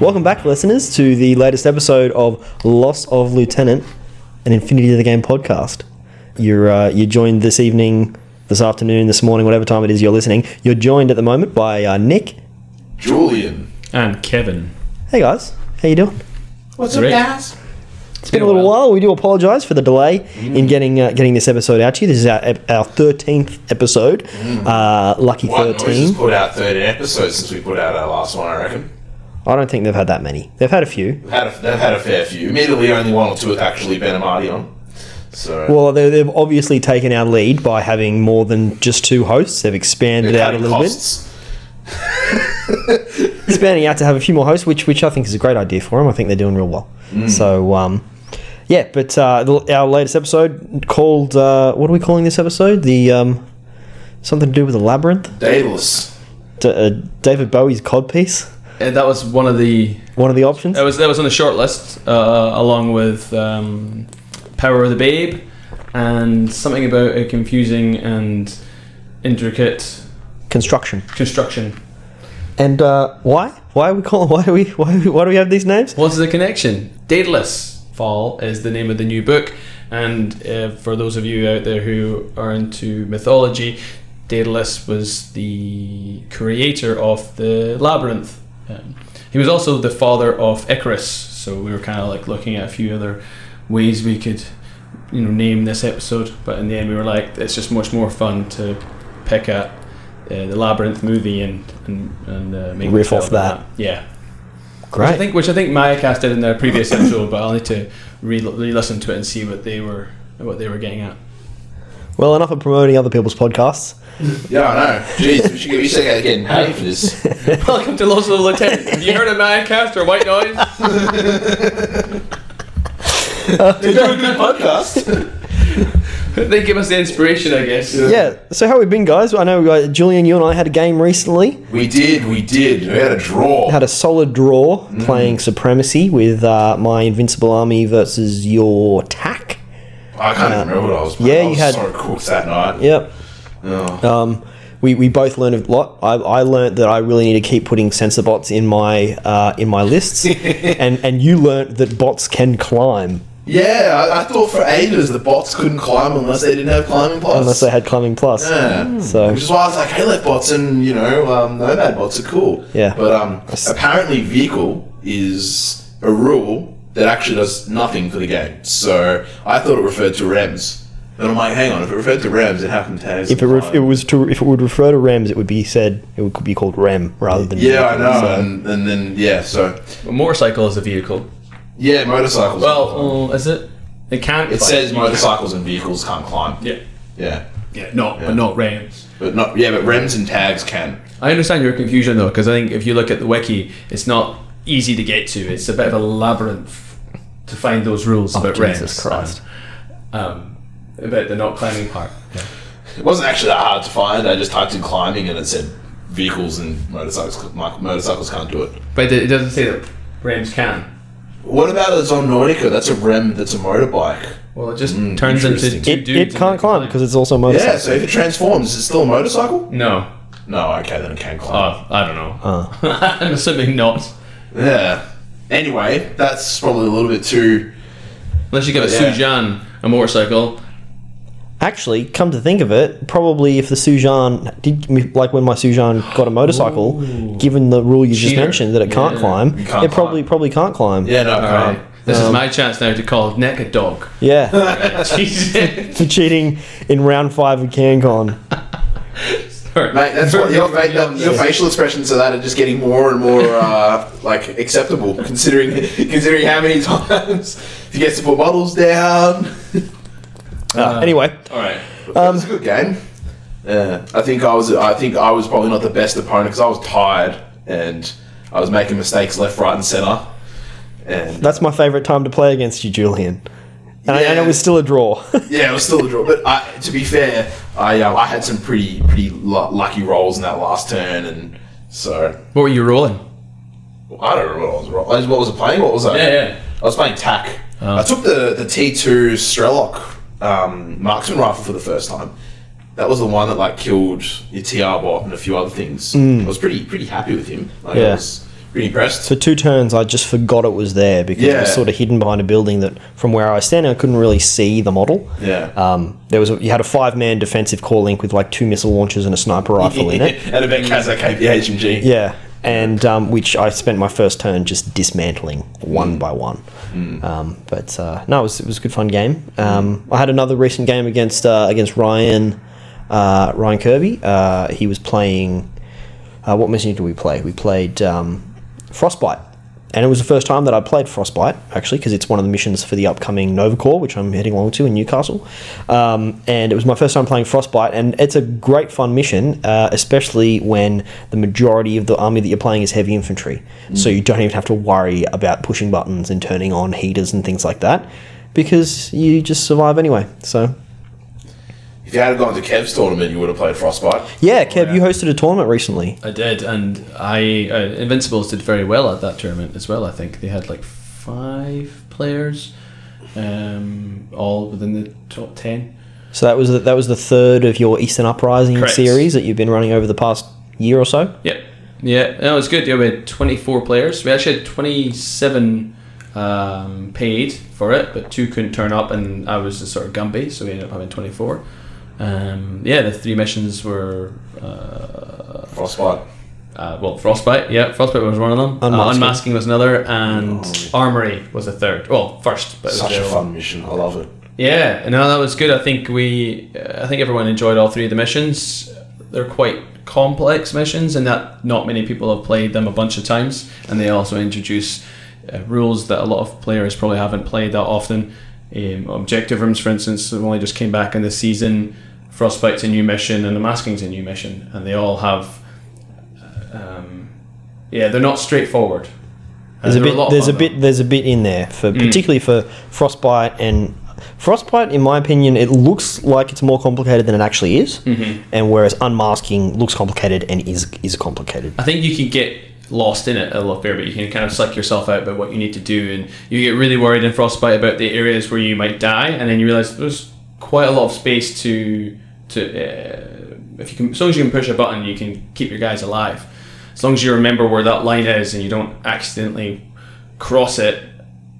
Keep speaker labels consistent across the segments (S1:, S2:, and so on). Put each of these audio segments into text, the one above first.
S1: Welcome back, listeners, to the latest episode of Loss of Lieutenant, an Infinity of the Game podcast. You're uh, you're joined this evening, this afternoon, this morning, whatever time it is you're listening. You're joined at the moment by uh, Nick.
S2: Julian.
S3: And Kevin.
S1: Hey guys, how you doing?
S2: What's
S3: Rick.
S2: up, guys?
S1: It's been a little while. We do apologise for the delay in getting uh, getting this episode out to you. This is our our thirteenth episode, uh, lucky
S2: White Noise has
S1: thirteen.
S2: put out 13 episodes since we put out our last one, I reckon.
S1: I don't think they've had that many. They've had a few.
S2: They've had a, they've had a fair few. Admittedly, only one or two have actually been a Marty on. So
S1: Well, they- they've obviously taken our lead by having more than just two hosts. They've expanded out a little bit, expanding out to have a few more hosts, which which I think is a great idea for them. I think they're doing real well. So, um, yeah. But uh, the- our latest episode called uh, what are we calling this episode? The um, something to do with the labyrinth.
S2: bit. Daedalus.
S1: D- uh, David Bowie's codpiece.
S3: Uh, that was one of the.
S1: One of the options.
S3: That was that was on the short list, uh, along with um, Power of the Babe, and something about a confusing and intricate
S1: Construction.
S3: construction.
S1: And uh, why? Why are we calling? Why do we? Why, why do we have these names?
S3: What's the connection? Daedalus Fall is the name of the new book, and uh, for those of you out there who are into mythology, Daedalus was the creator of the labyrinth. Um, he was also the father of Icarus, so we were kind of like looking at a few other ways we could, you know, name this episode. But in the end, we were like, it's just much more fun to pick at uh, the labyrinth movie and and, and uh, make a
S1: Riff
S3: film
S1: off
S3: of
S1: that.
S3: Yeah. Which I
S1: Great.
S3: think, which I think Mayacast did in their previous episode, but I'll need to re- re-listen to it and see what they were what they were getting at.
S1: Well, enough of promoting other people's podcasts.
S2: Yeah, I know. Jeez, we should get, we should get getting paid for this.
S3: Welcome to Lost Little Lieutenant. Have you heard of Mayacast or White Noise?
S2: Did you do a good podcast?
S3: they give us the inspiration, I guess.
S1: Yeah. So how we been, guys? I know uh, Julian, you and I had a game recently.
S2: we did, we did. We had a draw.
S1: Had a solid draw playing
S2: Mm.
S1: Supremacy with uh, my Invincible Army versus your TAC.
S2: I can't even remember what I was playing.
S1: yeah,
S2: I
S1: you
S2: was
S1: had-
S2: so cooked that night.
S1: Yep.
S2: Oh.
S1: Um, we, we both learned a lot. I, I learned that I really need to keep putting sensor bots in my uh, in my lists, and and you learned that bots can climb
S2: Yeah, I, I thought for ages the bots couldn't climb unless they didn't have climbing pods.
S1: unless they had climbing plus.
S2: Yeah.
S1: So
S2: Which is why I was like, "Hey, bots and you know, um, nomad bots are cool.
S1: Yeah.
S2: But um, apparently, vehicle is a rule that actually does nothing for the game. So I thought it referred to rems, and I'm like, hang on, if it referred to rems, it happened to
S1: if it, ref- it was to if it would refer to rems, it would be said it would be called rem rather than
S2: yeah, I know,
S1: So-
S2: and, and then yeah, so
S3: A motorcycle is a vehicle.
S2: yeah, motorcycles.
S3: Well, uh, is it? It can't.
S2: it says motorcycles and vehicles can't climb.
S3: Yeah.
S2: Yeah,
S3: Yeah. No, but not rams.
S2: but not yeah, but rems and tags can.
S3: I understand your confusion though, because I think if you look at the wiki, it's not easy to get to. It's a bit of a labyrinth to find those rules about
S1: Jesus
S3: rams.
S1: Christ.
S3: Um, about the not climbing part.
S2: It wasn't actually that hard to find. I just typed in climbing, and it said vehicles and motorcycles. Motorcycles can't do it.
S3: But it doesn't say that Rams can.
S2: What about a Zonautica? That's a rem. That's a motorbike.
S3: Well, it just turns into
S2: interesting.
S3: two
S1: Hmm, It,
S3: dudes.
S1: it
S3: and
S1: can't
S3: they
S1: climb because it's also a motorcycle.
S2: Yeah. So if it transforms, it's still a motorcycle.
S3: No.
S2: No. Okay, then it can climb.
S3: Oh, I don't know.
S1: Uh. Ah.
S3: I'm assuming not.
S2: Yeah. Anyway, that's probably a little bit too.
S3: Unless you give a
S2: Yeah.
S3: Sujan a motorcycle.
S1: Actually, come to think of it, probably if the Sujan did me- like when my Sujan got a motorcycle, given the rule you just
S3: Cheater.
S1: mentioned that it can't
S3: Yeah.
S1: climb,
S2: You
S1: it
S2: can't
S1: probably
S2: climb.
S1: probably can't climb.
S2: Yeah. No.
S3: Alright.
S2: can't.
S3: Um, This is my chance now to call Nick a dog.
S1: Yeah.
S3: Jesus.
S1: for cheating in round five of CanCon.
S2: Uh.
S3: Sorry.
S2: Mate, that's what your, fa- your, your facial expressions of that are just getting more and more uh, like acceptable, considering considering how many times he gets to put bottles down.
S1: Uh, anyway,
S3: Alright.
S2: it was a good game. Yeah, I think I was. I think I was probably not the best opponent because I was tired and I was making mistakes left, right, and center. And
S1: that's my favourite time to play against you, Julian. And, I, and
S2: Yeah.
S1: it was still a draw.
S2: yeah, it was still a draw. But I, to be fair, I uh, I had some pretty pretty lu- lucky rolls in that last turn, and so
S3: What were you rolling?
S2: I don't remember what I was rolling. What was I playing? What was I?
S3: Yeah, yeah.
S2: I was playing tack. I took the the T two Strelok um, marksman rifle for the first time. That was the one that like killed your TR bot and a few other things. I was pretty pretty happy with him. Like, I
S1: Mm. Yeah.
S2: was Pretty impressed.
S1: For two turns, I just forgot it was there because it was
S2: Yeah.
S1: sort of hidden behind a building that, from where I was standing, I couldn't really see the model.
S2: Yeah.
S1: Um, there was a, you had a five man defensive core link with like two missile launchers and a sniper rifle in it.
S2: and a Ben Kazak the HMG.
S1: Yeah, and um, which I spent my first turn just dismantling one by one. Um, but uh, no, it was, it was a good fun game. Um, I had another recent game against uh, against Ryan uh, Ryan Kirby. Uh, he was playing. Uh, what mission did we play? We played um, Frostbite. And it was the first time that I played Frostbite, actually, because it's one of the missions for the upcoming Nova Corps, which I'm heading along to in Newcastle. Um, and it was my first time playing Frostbite, and it's a great fun mission, uh, especially when the majority of the army that you're playing is heavy infantry. So you don't even have to worry about pushing buttons and turning on heaters and things like that, because you just survive anyway. So
S2: If you had gone to Kev's tournament, you would have played Frostbite.
S1: yeah, Kev, you hosted a tournament recently.
S3: I did, and I uh, Invincibles did very well at that tournament as well. I think they had like five players, um, all within the top ten.
S1: So that was the, that was the third of your Eastern Uprising
S3: Correct. Uh,
S1: series that you've been running over the past year or so.
S3: Yep. Yeah, no, it's good. Yeah, we had 24 players. We actually had 27 um, paid for it, but two couldn't turn up, and I was the sort of Gumby, so we ended up having 24. Um, yeah, the three missions were uh,
S2: Frostbite.
S3: uh, well, Frostbite. Yeah, Frostbite was one of them. Unmasking,
S1: Unmasking.
S3: Unmasking was another, and Armory was a third. Well, first, but it was
S2: Oh. Such
S3: the
S2: a
S3: other one.
S2: fun mission. I love it.
S3: Yeah, no, that was good. I think we, I think everyone enjoyed all three of the missions. They're quite complex missions, and that not many people have played them a bunch of times. And they also introduce uh, rules that a lot of players probably haven't played that often. Um, objective rooms, for instance, have only just came back in the season. Frostbite's a new mission, and the masking's a new mission, and they all have. Um, yeah, they're not straightforward. And
S1: There's a
S3: they're
S1: bit
S3: lot of
S1: there's a
S3: fun, though. Mm.
S1: bit there's a bit in there for particularly for Frostbite and Frostbite in my opinion it looks like it's more complicated than it actually is. Mm-hmm. And whereas unmasking looks complicated and is is complicated.
S3: I think you can get lost in it a lot fair, but you can kind of suck yourself out by what you need to do, and you get really worried in Frostbite about the areas where you might die, and then you realize there's quite a lot of space to to uh, if you can, as long as you can push a button, you can keep your guys alive. As long as you remember where that line is and you don't accidentally cross it,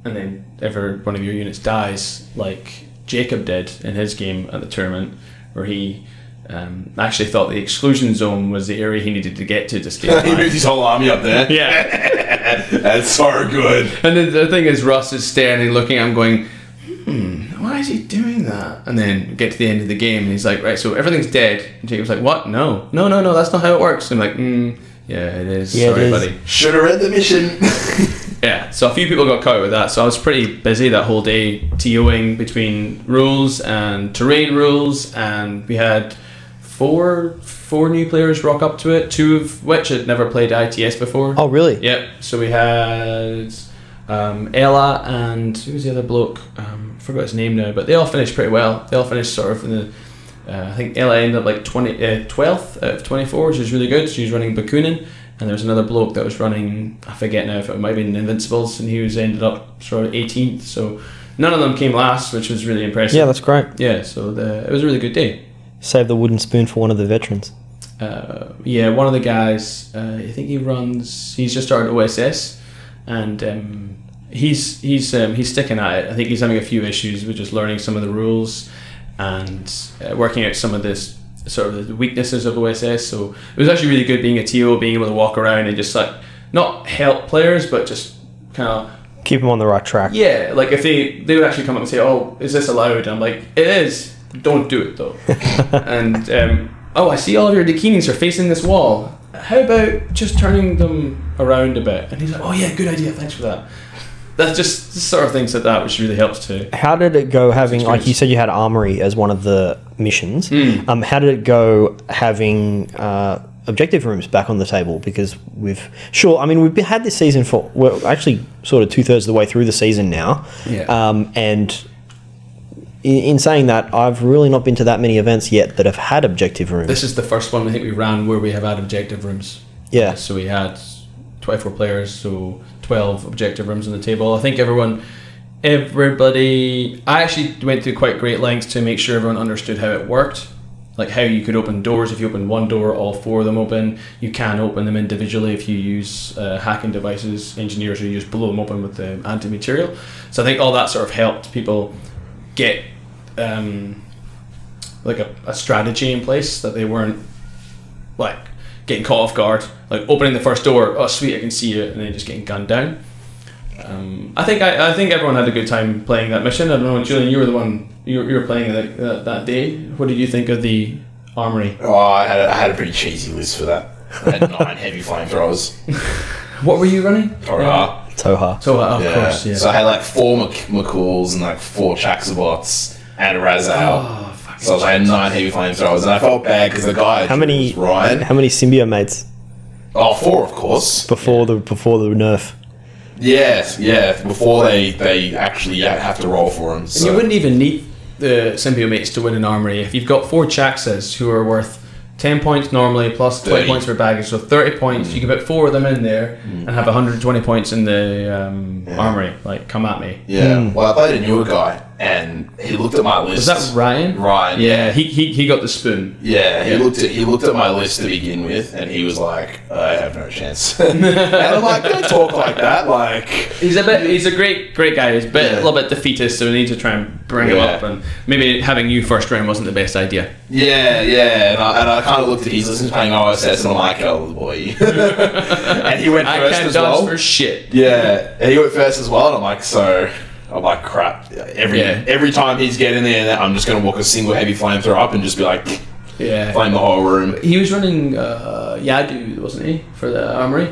S3: and then every one of your units dies, like Jacob did in his game at the tournament, where he. Um, actually thought the exclusion zone was the area he needed to get to to stay
S2: he
S3: alive.
S2: moved his whole army up there.
S3: Yeah.
S2: That's so good.
S3: And then the thing is, Russ is staring and looking. I'm going, hmm, why is he doing that? And then get to the end of the game, and he's like, right, so everything's dead. And Jacob's like, what? No, no, no, no. That's not how it works. And I'm like, mm, yeah, it is.
S1: Yeah, it
S3: Sorry,
S1: is."
S3: buddy.
S2: Should have read the mission.
S3: Yeah. So a few people got caught with that. So I was pretty busy that whole day, TOing between rules and terrain rules, and we had four four new players rock up to it. Two of which had never played ITS before.
S1: Oh really?
S3: Yep. So we had um, Ella and who was the other bloke? Um, I forgot his name now, but they all finished pretty well. They all finished sort of in the. Uh, I think Ella ended up like 20, uh, 12th out of 24, which is really good. She was running Bakunin, and there was another bloke that was running, I forget now if it might have been Invincibles, and he was ended up sort of 18th. So none of them came last, which was really impressive.
S1: Yeah, that's great.
S3: yeah so the, it was a really good day.
S1: Save the wooden spoon for one of the veterans.
S3: uh, yeah, one of the guys. Uh, I think he runs. He's just started OSS, and um, he's he's um, he's sticking at it. I think he's having a few issues with just learning some of the rules and uh, working out some of this sort of the weaknesses of OSS. So it was actually really good being a TO, being able to walk around and just like not help players, but just kind of
S1: Keep him on the right track.
S3: yeah, like if they they would actually come up and say, "Oh, is this allowed?" I'm like, "It is. Don't do it though." and um, oh, I see all of your bikinis are facing this wall. How about just turning them around a bit? And he's like, "Oh yeah, good idea. Thanks for that." That's just the sort of things like that, which really helps too.
S1: How did it go having like you
S3: experience. Hmm.
S1: said you had armory as one of the missions? Um, how did it go having uh, objective rooms back on the table? Because we've sure, I mean we've been- had this season for we're actually sort of two thirds of the way through the season now.
S3: Yeah.
S1: Um, and in, in saying that, I've really not been to that many events yet that have had objective rooms.
S3: This is the first one I think we ran where we have had objective rooms.
S1: yeah.
S3: So we had 24 players, so 12 objective rooms on the table. I think everyone, everybody, I actually went to quite great lengths to make sure everyone understood how it worked. like how you could open doors. If you open one door, all four of them open. You can open them individually if you use uh, hacking devices. Engineers who use blow them open with the anti-material. So I think all that sort of helped people get um, like a, a strategy in place that they weren't like getting caught off guard, like opening the first door, oh sweet, I can see you, and then just getting gunned down. Um, I think I, I think everyone had a good time playing that mission. I don't know, Julian, you were the one you were, you were playing that, that that day. What did you think of the armory?
S2: Oh, I had a, I had a pretty cheesy list for that. I had nine heavy flamethrowers.
S3: What were you running?
S2: Or, uh,
S1: Toha.
S3: So uh, of
S2: yeah.
S3: course, yeah.
S2: So I had like four Mc- McCalls and like four Chaxabots and a Razal.
S3: oh, fucking
S2: so I had nine heavy flamethrowers, and I felt bad because the guy
S1: How many?
S2: was Ryan.
S1: How many symbiote mates
S2: Oh, four of course.
S1: before the before the nerf?
S2: Yes, yeah. Before they they actually yeah, have to roll for them.
S3: And
S2: So.
S3: you wouldn't even need the symbiomates to win an armory. If you've got four Chaxes who are worth 10 points normally plus 20
S2: 30.
S3: points for baggage, so 30 points,
S2: Mm.
S3: you can put four of them in there and have 120 points in the um, armory. Like, come at me.
S2: Yeah.
S1: Hmm.
S2: Well, I played a newer guy, and he looked at my list.
S3: Is that Ryan?
S2: Ryan?
S3: Yeah, he, he, he got the spoon.
S2: Yeah, he looked at he looked at my list to begin with, and he was like, "I have no chance." and I'm like, "Don't talk like that." Like,
S3: He's a bit. He's a great, great guy. He's a, bit, a
S2: Yeah.
S3: little bit defeatist, so we need to try and bring him
S2: Yeah.
S3: up. And maybe having you first round wasn't the best idea.
S2: yeah, yeah. And I, and I kind of looked at his list and playing OSS, and I'm like, "Oh boy," and he went
S3: I
S2: first
S3: can't
S2: as
S3: dodge
S2: well.
S3: for shit.
S2: Yeah, and he went first as well, and I'm like, so I'm like, crap. Every
S3: Yeah.
S2: every time he's getting there, I'm just gonna walk a single heavy flamethrower up and just be like,
S3: Yeah.
S2: flame the whole room.
S3: He was running uh, Yadu, wasn't he, for the armory?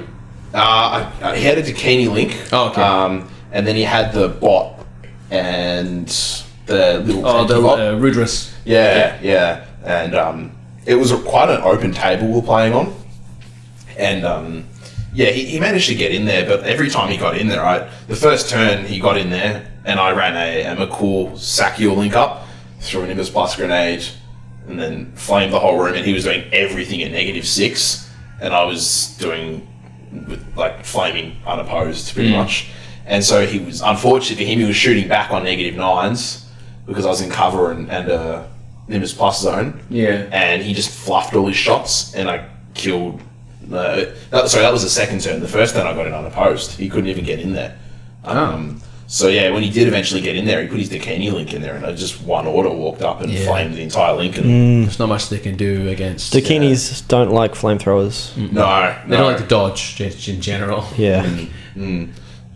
S2: Uh, I, I, he had a Dakini link.
S3: Oh, okay.
S2: Um, and then he had the bot and the little
S3: Oh,
S2: tanky
S3: the
S2: bot.
S3: uh, Rudrus.
S2: Yeah, yeah. And um, it was a, quite an open table we were playing on. And um, yeah, he, he managed to get in there, but every time he got in there, right, the first turn he got in there, and I ran a, a McCool Sakio link up, threw an Imbus Plus grenade, and then flamed the whole room, and he was doing everything at negative six, and I was doing with like flaming unopposed pretty much. And so he was unfortunately for him he was shooting back on negative nines because I was in cover and, and uh Nimbus plus zone.
S3: Yeah.
S2: And he just fluffed all his shots and I killed uh, that, sorry, that was the second turn. The first turn I got in unopposed. He couldn't even get in there.
S3: Ah.
S2: Um, so yeah, when he did eventually get in there, he put his Dakini link in there and I just one order walked up and
S3: Yeah.
S2: flamed the entire link and
S3: There's not much they can do against. They,
S1: Dakinis don't like flamethrowers.
S3: Mm.
S2: no, no.
S3: don't like to dodge just in general.
S1: Yeah.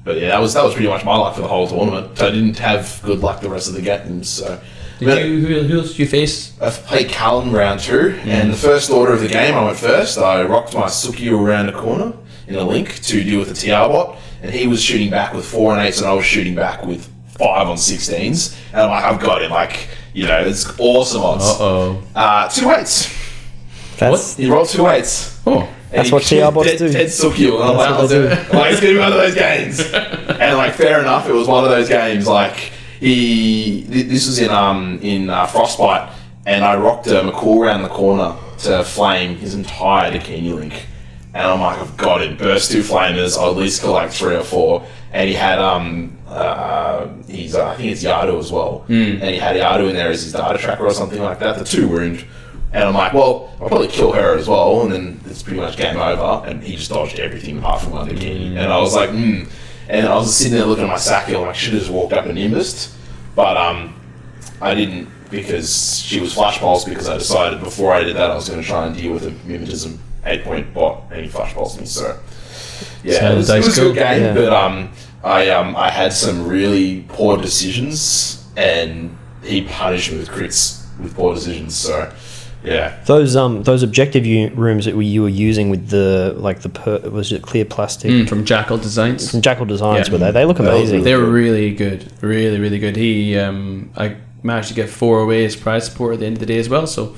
S2: But yeah, that was that was pretty much my luck for the whole tournament. So I didn't have good luck the rest of the games. So
S3: Did
S2: But
S3: you? Who, who else did you face?
S2: I played Callum round two, and the first order of the game, I went first. I rocked my Suki around a corner in a link to deal with the TR bot, and he was shooting back with four and eights, and I was shooting back with five on sixteens. And I'm like, I've got him. Like, you know, it's awesome
S3: Uh
S2: odds.
S3: oh.
S2: Uh, two eights.
S1: That's
S2: He rolled two eights.
S3: Oh.
S1: That's
S2: he
S1: what TR
S2: killed
S1: bots
S2: dead,
S1: do.
S2: Dead Sukio. And I'm like,
S1: That's
S2: I'll
S1: what they
S2: do it. Like, it's gonna be one of those games. and like, fair enough, it was one of those games. Like, he, th- this was in um in uh, Frostbite, and I rocked a McCall round the corner to flame his entire Dakini link. And I'm like, I've got it. Burst two flamers. I'll at least collect three or four. And he had um, uh, he's uh, I think it's Yardu as well.
S1: Hmm.
S2: And he had Yardu in there as his data tracker or something like that. The two wound. And I'm like, well, I'll probably kill her as well, and then it's pretty much game over. And he just dodged everything apart from one bikini. And I was like, hmm. And I was sitting there looking at my sack and I should have just walked up and nimbused. But um, I didn't because she was flashballs because I decided before I did that I was going to try and deal with a mimetism eight point bot and he flashballs me. So yeah,
S3: So
S2: it was,
S3: the
S2: it
S3: dice
S2: was a good
S3: go-
S2: game,
S1: yeah.
S2: but um, I um, I had some really poor decisions and he punished me with crits with poor decisions. So yeah,
S1: those um those objective u- rooms that we, you were using with the like the per- was it clear plastic
S3: Hmm, From Jackal Designs.
S1: from Jackal Designs
S3: Mm. Yeah.
S1: were they? They look
S2: look
S1: amazing.
S3: They were really good. Really, really good. He, um, I managed to get four away as prize support at the end of the day as well. So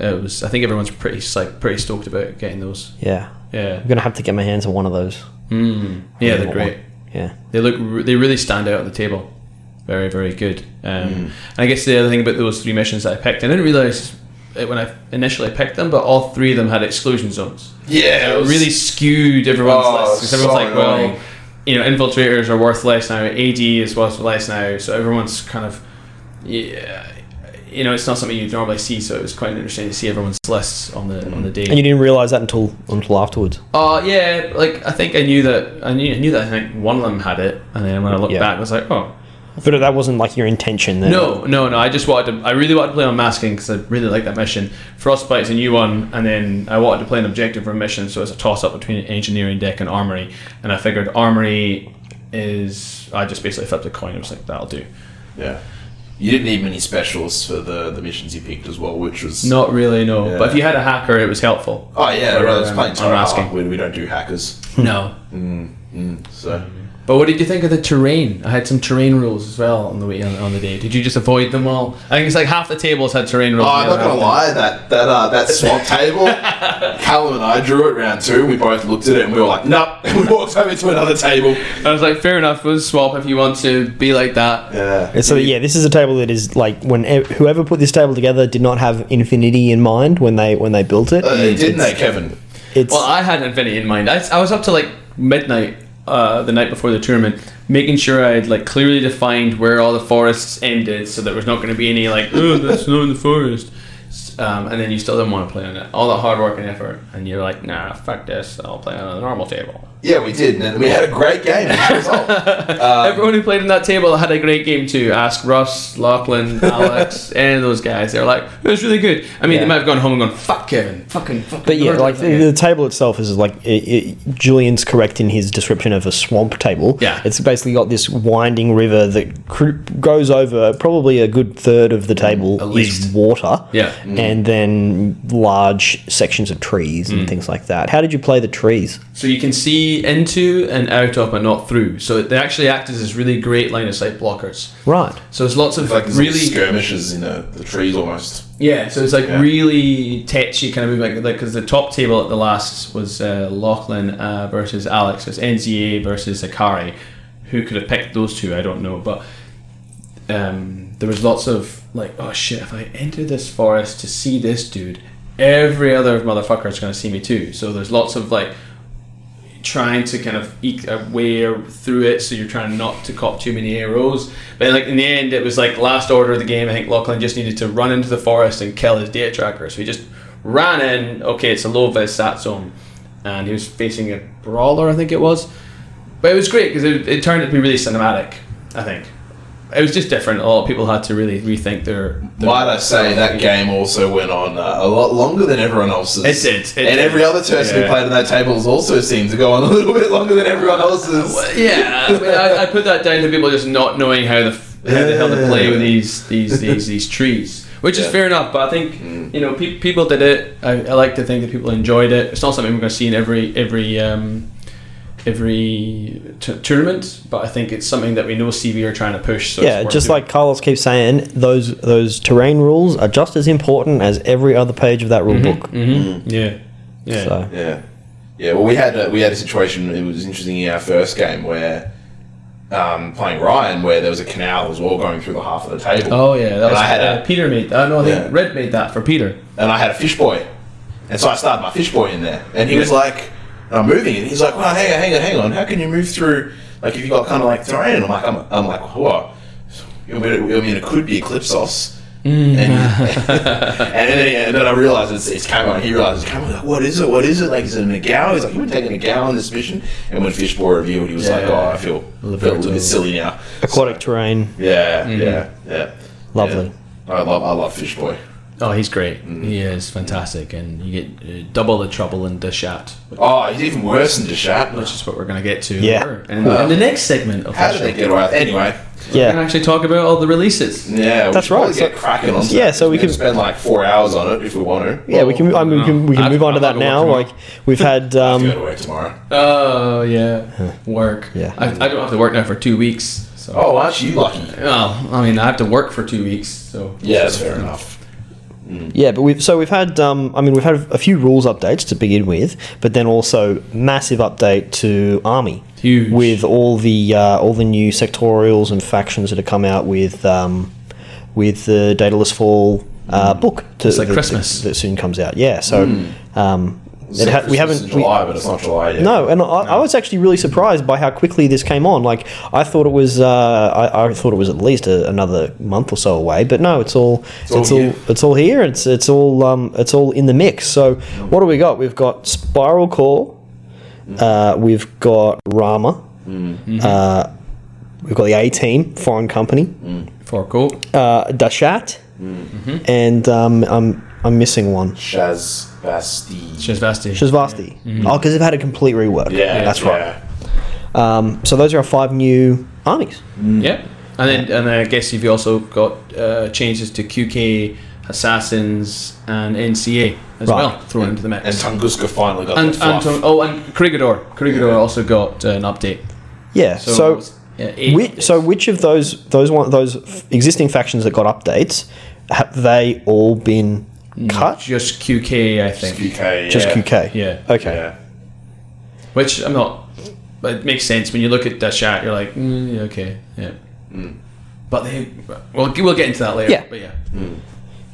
S3: uh, it was. I think everyone's pretty psyched, pretty stoked about getting those.
S1: yeah.
S3: Yeah.
S1: I'm gonna have to get my hands on one of those.
S3: Mm. Yeah,
S1: I
S3: they're
S1: want
S3: great.
S1: one. Yeah.
S3: They look. re- They really stand out on the table. Very, very good. Um,
S2: Hmm.
S3: And I guess the other thing about those three missions that I picked, I didn't realize it when I initially picked them, but all three of them had exclusion zones.
S2: yeah,
S3: It really skewed everyone's
S2: Oh,
S3: list because everyone's
S2: so
S3: like, well,
S2: annoying.
S3: you know, infiltrators are worth less now. AD is worth less now. So everyone's kind of, yeah, you know, it's not something you'd normally see, so it was quite interesting to see everyone's lists on the on the day.
S1: And you didn't realize that until until afterwards.
S3: Uh, yeah, like I think I knew that I knew, I knew that I think one of them had it, and then when I looked
S1: Yeah.
S3: back, I was like, oh,
S1: But that wasn't like your intention. Then.
S3: no, no, no. I just wanted to. I really wanted to play on masking because I really like that mission. Frostbite's a new one, and then I wanted to play an objective for a mission, so it's a toss up between engineering deck and armory. And I figured armory is. I just basically flipped a coin. I was like, that'll do.
S2: Yeah. You didn't need many specials for the, the missions you picked as well, which was
S3: Not really, no.
S2: Yeah.
S3: But if you had a hacker, it was helpful.
S2: Oh yeah,
S3: Or,
S2: right. I was
S3: um,
S2: playing
S3: I'm asking.
S2: Terraria. We, we don't do hackers,
S3: no.
S2: so
S3: But what did you think of the terrain? I had some terrain rules as well on the way on, on the day. Did you just avoid them all? I think it's like half the tables had terrain rules.
S2: Oh, I'm
S3: and the
S2: not
S3: other
S2: gonna
S3: half
S2: lie, that that uh, that swap table, Callum and I drew it round two. We both looked at it and we were like, "Nope." we walked over to another table.
S3: didn't. I was like, fair enough. We'll swap if you want to be like that.
S2: Yeah,
S1: So yeah, this is a table that is like when e- whoever put this table together did not have infinity in mind when they when they built it.
S2: uh, didn't
S1: It's-
S2: they, Kevin?
S1: It's
S3: Well, I had Infinity in mind. I, I was up to like midnight uh, the night before the tournament, making sure I had like clearly defined where all the forests ended, so there was not going to be any like, oh, that's not in the forest. S- Um, and then you still didn't want to play on it. All that hard work and effort, and you're like, nah, fuck this. I'll play on a normal table.
S2: Yeah, we did, and we had a great game. As a result.
S1: Uh,
S2: Um,
S3: Everyone who played in that table had a great game too. Ask Russ, Lachlan, Alex, any of those guys. They were like, it was really good. I mean,
S1: Yeah.
S3: they might have gone home and gone, fuck Kevin, fucking, fucking.
S1: But yeah,
S3: murdered
S1: like
S3: that
S1: the,
S3: guy."
S1: the table itself is like i i Julian's correct in his description of a swamp table.
S3: Yeah.
S1: it's basically got this winding river that cr- goes over probably a good third of the table
S3: At
S1: is
S3: least.
S1: water.
S3: Yeah.
S1: and then large sections of trees
S3: Mm.
S1: and things like that. How did you play the trees?
S3: So you can see into and out of, but not through. So they actually act as this really great line of sight blockers.
S1: Right.
S3: So there's lots of
S2: It's like there's
S3: really
S2: really skirmishes in the, the trees almost.
S3: yeah. So it's like
S2: Yeah.
S3: really tetchy kind of movement. Like because the top table at the last was uh, Lachlan uh, versus Alex. So it's NZA versus Akari. Who could have picked those two? I don't know, but um, there was lots of like, oh shit, if I enter this forest to see this dude, every other motherfucker is going to see me too. So there's lots of like trying to kind of eke a way through it, so you're trying not to cop too many arrows. But like in the end, it was like last order of the game. I think Lachlan just needed to run into the forest and kill his data tracker. So he just ran in. Okay, it's a low vis sat zone, and he was facing a brawler, I think it was. But it was great because it, it turned out to be really cinematic. I think it was just different. A lot of people had to really rethink their. their
S2: Might I say that game also went on uh, a lot longer than everyone else's.
S3: It did, it
S2: and
S3: did.
S2: every other person who
S3: Yeah.
S2: played at that table also seemed to go on a little bit longer than everyone else's.
S3: Well, yeah, I, mean, I, I put that down to people just not knowing how the f- how the hell to play with these these these these trees, which is
S2: Yeah. Mm.
S3: fair enough. But I think you know pe- people did it. I, I like to think that people enjoyed it. It's not something we're going to see in every every um, every t- tournament, but I think it's something that we know CB are trying to push. So it's
S1: yeah,
S3: worth
S1: just
S3: doing.
S1: like Carlos keeps saying, those those terrain rules are just as important as every other page of that rule book.
S2: Mm.
S3: yeah, Mm-hmm. yeah.
S1: So
S2: Yeah, yeah. Well, we had a, we had a situation. It was interesting in our first game where um, playing Ryan, where there was a canal that was all going through the half of the table.
S3: Oh yeah,
S2: And
S3: that was
S2: I had
S3: uh,
S2: a-
S3: Peter made. Uh, no, I think
S2: Yeah.
S3: Red made that for Peter.
S2: and I had a fish boy, and so I started my fish boy in there, and he was like, "I'm moving," and he's like, "Well, hang on, hang on, hang on. How can you move through like if you got kind of like terrain?" And I'm like, "I'm, I'm like, what? I mean, I mean, it could be Eclipsos." Mm. And, and then, he- and then I realized it's, it's Cameron. He realized it's Cameron. Like, what is it? What is it? Like, is it a McGow? He's like, you were taking a McGow on this mission. And when Fishboy reviewed, he was like,
S3: Yeah.
S2: oh, I feel, feel a Mm-hmm. little bit silly now.
S1: aquatic terrain,
S2: Yeah, yeah, yeah.
S1: Lovely.
S2: Yeah. I love, I love Fishboy.
S3: Oh, he's great.
S2: Mm.
S3: He is fantastic, and you get uh, double the trouble in Dishat,
S2: Oh, he's even worse than Deshat.
S3: which is what we're going to get to
S1: Yeah.
S3: later. in, in the next segment of
S2: How did
S3: the show.
S2: they get away? with- Anyway,
S3: We're gonna
S1: yeah,
S3: actually talk about all the releases.
S2: yeah, we
S1: That's
S2: should probably
S1: right,
S2: Get
S1: so-
S2: cracking on.
S1: Yeah, so we
S2: can
S1: could-
S2: spend like four hours on it if we want to.
S1: yeah. We
S3: Oh,
S1: can I mean, we can we can
S3: I've-
S1: move on to
S3: I've
S1: that
S3: got
S1: now.
S3: work
S1: Like we've had
S2: Um, go
S1: um,
S2: to work tomorrow.
S3: Oh yeah, work.
S1: Yeah.
S3: I, I don't have to work now for two weeks. So.
S2: Oh, aren't you lucky?
S3: Well, I mean, I have to work for two weeks, so
S2: Yeah, that's fair enough.
S1: yeah, but we've so we've had um, I mean we've had a few rules updates to begin with, but then also massive update to Army
S3: Huge.
S1: with all the uh, all the new sectorials and factions that have come out with um, with the Daedalus Fall uh, book. To,
S3: It's like
S1: that-
S3: Christmas. Hmm.
S1: that, soon comes out. Yeah, so um,
S2: It's
S1: ha-
S2: Christmas
S1: we haven't-
S2: in
S1: we-
S2: July, but it's not July yet.
S1: No, and I, I was actually really surprised by how quickly this came on. Like I thought it was, uh, I, I thought it was at least a, another month or so away. But no, it's all it's,
S2: all
S1: all,
S2: here.
S1: it's all here. It's it's all um, it's all in the mix. So what do we got? We've got Spiral Core.
S2: Mm.
S1: Uh, we've got Rama. Uh, we've got the A Team, foreign company.
S2: Mm.
S3: For cool.
S1: Uh, Dashat, and um, I'm I'm missing one.
S2: Shaz Basti.
S3: Shazvasti.
S1: Shazvasti. Oh, because they've had a complete rework.
S2: Mm. yeah,
S1: that's right.
S2: yeah.
S1: Um, so those are our five new armies.
S3: Mm, Yeah, and then and I guess you've also got uh, changes to QK, assassins, and NCA as
S1: Right.
S3: well thrown into the mix.
S2: And Tunguska finally got
S3: and,
S2: the
S3: and
S2: fluff.
S3: to- oh, and Krigador. Krigador
S2: Yeah.
S3: also got uh, an update.
S1: Yeah. So,
S3: yeah, eight
S1: whi
S3: updates.
S1: so which of those those one those f- existing factions that got updates have they all been cut?
S3: just QK, I think.
S2: QK,
S1: Just
S2: yeah.
S1: QK.
S3: Yeah.
S1: Okay.
S2: Yeah.
S3: Which I'm not. But it makes sense when you look at the chat. You're like, mm, yeah, okay, yeah.
S2: Hmm.
S3: But they, well, we'll get into that later.
S1: Yeah.
S3: But yeah.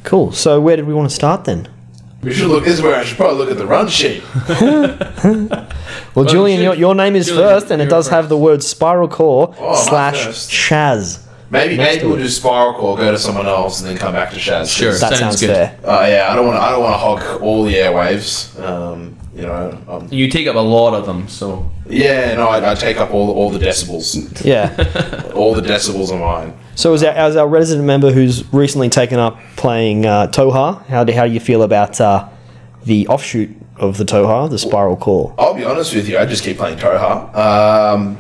S1: Cool. So where did we want to start then?
S2: We should look. This is where I should probably look at the run sheet.
S1: Well,
S3: Well,
S1: Julian,
S3: you-
S1: your, your name is
S3: Julian,
S1: first, and it
S3: you're
S1: does have
S3: first.
S1: the word Spiral Core
S2: Oh, I'm
S1: slash
S2: first.
S1: Shaz.
S2: Maybe
S1: Next
S2: maybe we'll do Spiral Core, go to someone else, and then come back to Shaz.
S3: Sure.
S1: That sounds,
S3: Sounds good.
S1: fair.
S2: Uh, yeah, I don't want. I don't want to hog all the airwaves. Um, you know. Um,
S3: You take up a lot of them, so
S2: yeah, no, I, I take up all all the decibels.
S1: Yeah.
S2: all the decibels are mine.
S1: so as our, as our resident member who's recently taken up playing uh, Toha, how do how do you feel about uh, the offshoot of the Toha, the Spiral Core?
S2: I'll be honest with you. I just keep playing Toha. Um,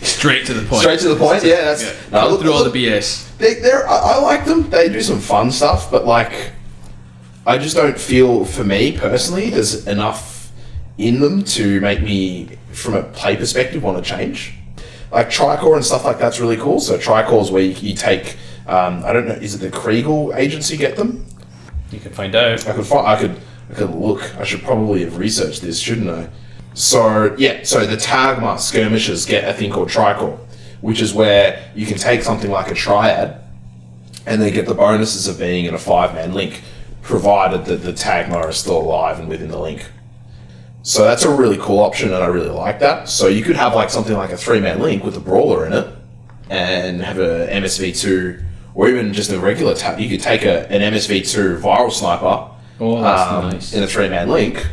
S3: straight to the point.
S2: straight to the point. Yeah, that's.
S3: Yeah.
S2: No,
S3: Go
S2: look-
S3: through all the
S2: look-
S3: BS.
S2: they, they're I, I like them. They do some fun stuff, but like, I just don't feel for me personally. There's enough in them to make me, from a play perspective, want to change. Like Tricore and stuff like that's really cool. So Tricore's where you, you take. Um, I don't know. Is it the Kriegel agency get them?
S3: You can find out.
S2: I could find, I could I could look. I should probably have researched this, shouldn't I? So yeah, so the Tagma skirmishers get a thing called Tricore, which is where you can take something like a triad, and they get the bonuses of being in a five-man link, provided that the Tagma is still alive and within the link. So that's a really cool option, and I really like that. So you could have like something like a three-man link with a brawler in it, and have a MSV two, or even just a regular tap. You could take a, an MSV two viral sniper um,
S3: Oh, that's nice.
S2: in a three-man link.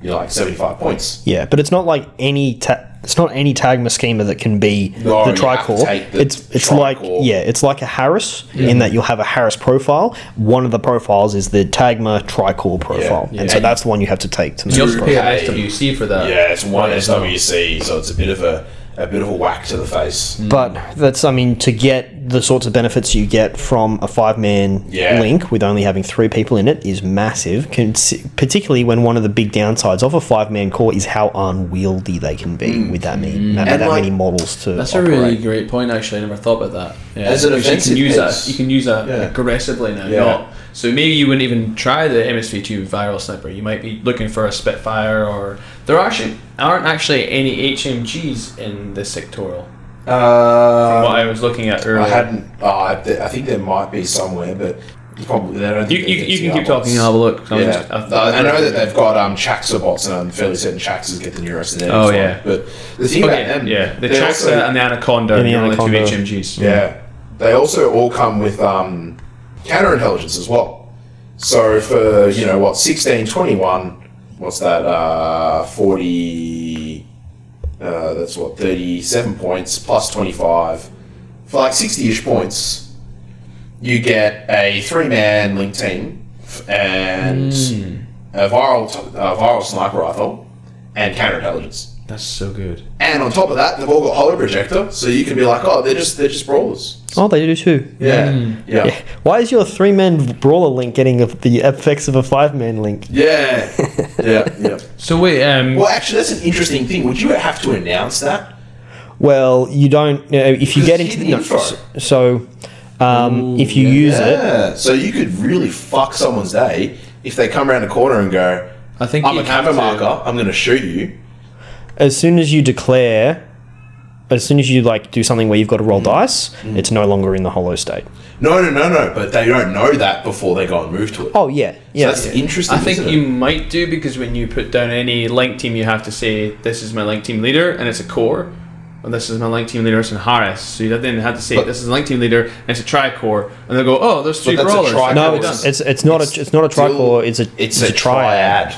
S2: You're like seventy-five points.
S1: Yeah, but it's not like any ta- it's not any tagma schema that can be
S2: No,
S1: the
S2: you have to
S1: tricore.
S2: take the
S1: It's it's
S2: tricore.
S1: like yeah, it's like a Harris in that you'll have a Harris profile. One of the profiles is the tagma tricore profile,
S2: Yeah.
S1: and so that's the one you have to take to make.
S3: You
S1: this
S3: also pay
S1: profile.
S2: Hey.
S3: an SWC for that.
S2: Yeah, it's one SWC, so it's a bit of a a bit of a whack to the face.
S1: But that's I mean to get the sorts of benefits you get from a five man
S2: Yeah.
S1: link with only having three people in it is massive. Con- particularly when one of the big downsides of a five man core is how unwieldy they can be with that many that,
S2: Mm.
S1: that
S2: And, like,
S1: many models to.
S3: That's a
S1: operate.
S3: really great point. Actually, I never thought about that. Yeah,
S2: As an
S3: because
S2: offensive
S3: you can use
S2: piece.
S3: that. You can use that
S2: Yeah.
S3: aggressively now.
S2: Yeah.
S3: Not, so maybe you wouldn't even try the MSV2 viral sniper. You might be looking for a Spitfire, or there actually aren't actually any HMGs in the sectoral.
S2: Uh,
S3: what I was looking at earlier.
S2: I hadn't. Oh, I, th- I think there might be somewhere, but you probably they don't.
S3: you,
S2: think
S3: you,
S2: they get
S3: you
S2: to
S3: can keep
S2: the others.
S3: talking. I'll have a look. I'm
S2: Yeah,
S3: just- I've-
S2: Uh, I know that they've got um, Chaxa bots, and I'm fairly certain Chaxas get the neurosynthetics.
S3: Oh,
S2: one,
S3: yeah.
S2: but the thing
S3: Okay,
S2: about them,
S3: yeah, the
S2: they
S3: Chaxa
S2: also-
S3: and the Anaconda are
S1: And the
S3: the only two
S1: Anaconda.
S3: HMGs.
S2: yeah, they also all come with um, counterintelligence as well. So for you know what, sixteen twenty one, what's that? Uh, Forty. Uh, that's what thirty seven points plus twenty five for like sixty ish points. you get a three man link team f- and a viral t- a viral sniper rifle and counterintelligence.
S3: That's so good.
S2: And on top of that, they've all got hollow projector, so you can be like, oh, they're just they're just brawlers.
S1: Oh, they do too.
S2: Yeah, yeah,
S1: Yeah. Why is your three man brawler link getting of the effects of a five man link?
S2: yeah, yeah, yeah.
S3: So wait, um,
S2: Well, actually, that's an interesting thing. Would you have to announce that?
S1: Well, you don't. You know, if you
S2: Because
S1: get
S2: it's
S1: into the
S2: hidden
S1: no,
S2: info.
S1: so, um, if you use it,
S2: Yeah. So you could really fuck someone's day if they come around a corner and go,
S3: I think
S2: "I'm
S3: you
S2: a
S3: have
S2: camera
S3: to-
S2: marker. I'm going to shoot you."
S1: as soon as you declare as soon as you like do something where you've got to roll dice, it's no longer in the hollow state.
S2: No, no, no, no. But they don't know that before they go and move to it.
S1: Oh yeah, yeah.
S2: that's interesting.
S3: I think
S2: isn't
S3: you
S2: it?
S3: might do because when you put down any link team, you have to say this is my link team leader, and it's a core, and this is my link team leader, it's in Harris. So you then have to say
S2: But-
S3: this is the link team leader, and it's a tricore, and they'll go, oh, there's three
S2: that's a
S3: brawlers.
S2: tricore.
S1: no,
S3: Okay, we're
S1: it's,
S3: done.
S1: it's it's not a it's not a tricore. It's a
S2: It's, a, triad,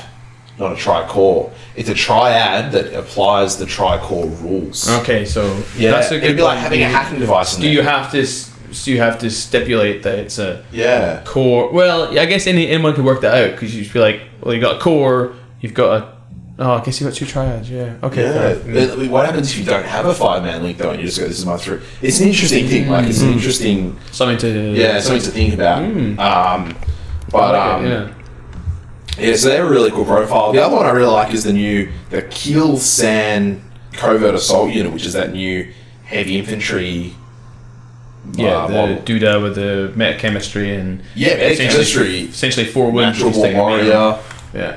S2: not a tricore. It's a triad that applies the tricore rules.
S3: okay. So
S2: Yeah,
S3: that's a good
S2: it'd be like
S3: one.
S2: having a hacking device. In
S3: Do
S2: there.
S3: you have to? s- So you have to stipulate that it's a
S2: Yeah.
S3: core. Well, yeah, I guess any anyone could work that out because you'd be like, well, you got a core, you've got a. Oh, I guess you got two triads. Yeah. Okay.
S2: Yeah.
S3: fair. Mm.
S2: Uh, What happens if you don't have a five man link though and you just go, this is my three? It's an interesting thing. Like, it's
S3: Mm.
S2: an interesting,
S3: Something to.
S2: yeah, something to think about. Um,
S3: Mm. I
S2: but,
S3: like
S2: um,
S3: it,
S2: yeah.
S3: yeah.
S2: so they're a really cool profile. The other one I really like is the new, the Kiel San Covert Assault Unit, which is that new heavy infantry.
S3: Yeah,
S2: uh,
S3: the
S2: model.
S3: Duda with the metachemistry and
S2: Yeah,
S3: essentially-
S2: metachemistry.
S3: essentially four wounds.
S2: Natural
S3: he's
S2: War
S3: taking down.
S2: Warrior.
S3: Yeah,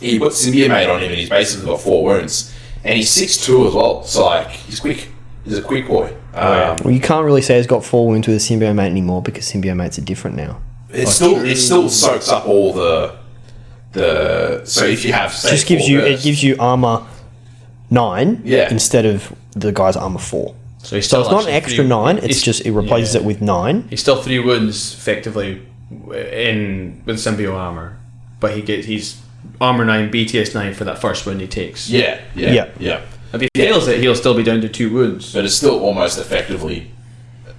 S2: He put Symbiote on him and he's basically got four wounds. And he's 6'2 as well, so like, he's quick. He's a quick boy.
S3: Oh,
S2: Um,
S1: Well, you can't really say it's got four wounds with a symbiote anymore because symbiomates are different now.
S2: It still
S1: mm.
S2: it still soaks up all the the. So if you have say,
S1: It just gives you it
S2: August-
S1: gives you armor nine
S2: Yeah.
S1: instead of the guy's armor four.
S3: so he's
S1: So
S3: still
S1: it's not an
S3: actually
S1: extra
S3: three-
S1: nine. It's
S3: he's-
S1: just it replaces
S3: yeah.
S1: it with nine.
S3: He's still three wounds effectively in with symbiote armor, but he gets he's armor nine, BTS nine for that first wound he takes.
S2: yeah, yeah,
S1: Yeah.
S2: yeah,
S3: If he fails it, he'll still be down to two wounds.
S2: But it's still almost effectively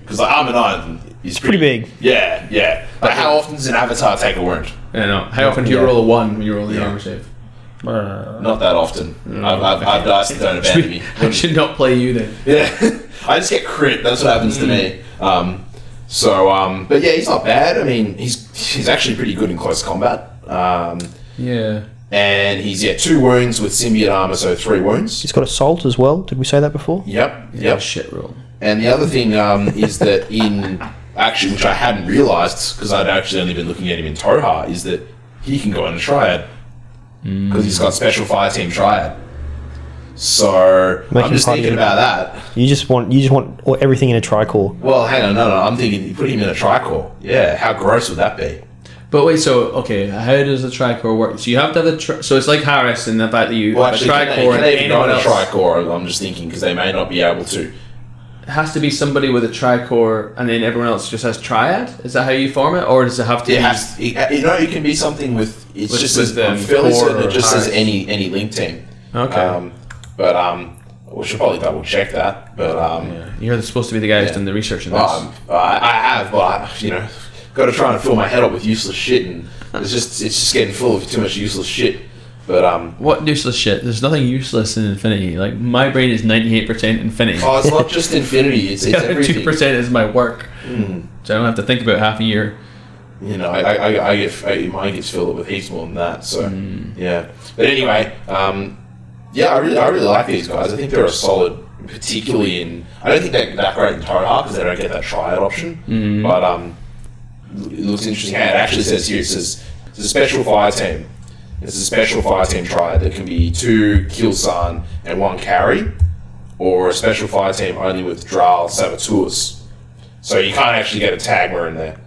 S2: because the armor nine is pretty,
S1: Pretty big.
S2: Yeah, yeah. But how often does an avatar take a wound?
S3: I don't know. How often do you
S2: Yeah.
S3: roll a one when you roll the armor save?
S2: Not that often.
S1: Mm.
S2: I've, I've, I've dice that don't abandon me.
S3: I should not play you then.
S2: Yeah, I just get crit. That's what happens to me.
S1: Mm.
S2: Um, so, um, but yeah, he's not bad. I mean, he's he's actually pretty good in close combat. Um,
S3: Yeah.
S2: and he's yeah two wounds with symbiote armor, so three wounds.
S1: It's got assault as well. Did we say that before?
S2: Yep. Yep.
S3: Shit roll.
S2: And the other thing um, is that in actually, which I hadn't realised because I'd actually only been looking at him in Toha, is that he can go in a triad because he's got special fire team triad. So
S1: Make
S2: I'm
S1: him
S2: just
S1: part of
S2: thinking
S1: it.
S2: about that.
S1: You just want you just want all- everything in a tricore.
S2: Well, hang on, no, no. I'm thinking you put him in a tricore. Yeah, how gross would that be?
S3: But wait, so okay, how does the tricore work? So you have to have a tri- so it's like Harris in the fact that you
S2: Well,
S3: have
S2: actually,
S3: a
S2: can
S3: tricore
S2: they, can
S3: and
S2: they even go
S3: anyone
S2: in a
S3: else
S2: tricore? I'm just thinking because they may not be able to.
S3: It has to be somebody with a tricore, and then everyone else just has triad. Is that how you form it, or does it have to?
S2: It
S3: be-
S2: has. It, you know, it can be something with. It's
S3: With-
S2: just
S3: with
S2: as,
S3: the
S2: I'm fairly
S3: core
S2: certain
S3: or
S2: it just says
S3: highs.
S2: any any link team.
S3: Okay.
S2: Um, but um, we should probably double check that. But um,
S3: You're supposed to be the guy who's
S2: Yeah.
S3: done the research on this.
S2: um, I, I have, but I, you know, got to try and fill my head up with useless shit, and it's just it's just getting full of too much useless shit. But um,
S3: what useless shit? There's nothing useless in Infinity. Like my brain is 98% Infinity.
S2: oh, it's not just infinity; it's,
S3: the
S2: it's
S3: other two
S2: everything. Hmm.
S3: percent is my work, so I don't have to think about half a year.
S2: you know, I, I, I, I get I, mine gets filled up with heaps more than that. So
S3: Mm.
S2: yeah. But anyway, um, yeah, I really I really like these guys. I think they're a solid, particularly in. I don't think they're that great in Toha because they don't get that triad option. But um, it looks interesting. And it actually says here it says it's a special fire team. It's a special fire team triad that can be two Kilsan and one carry, or a special fire team only with Dral saboteurs. So you can't actually get a Tagmer in there,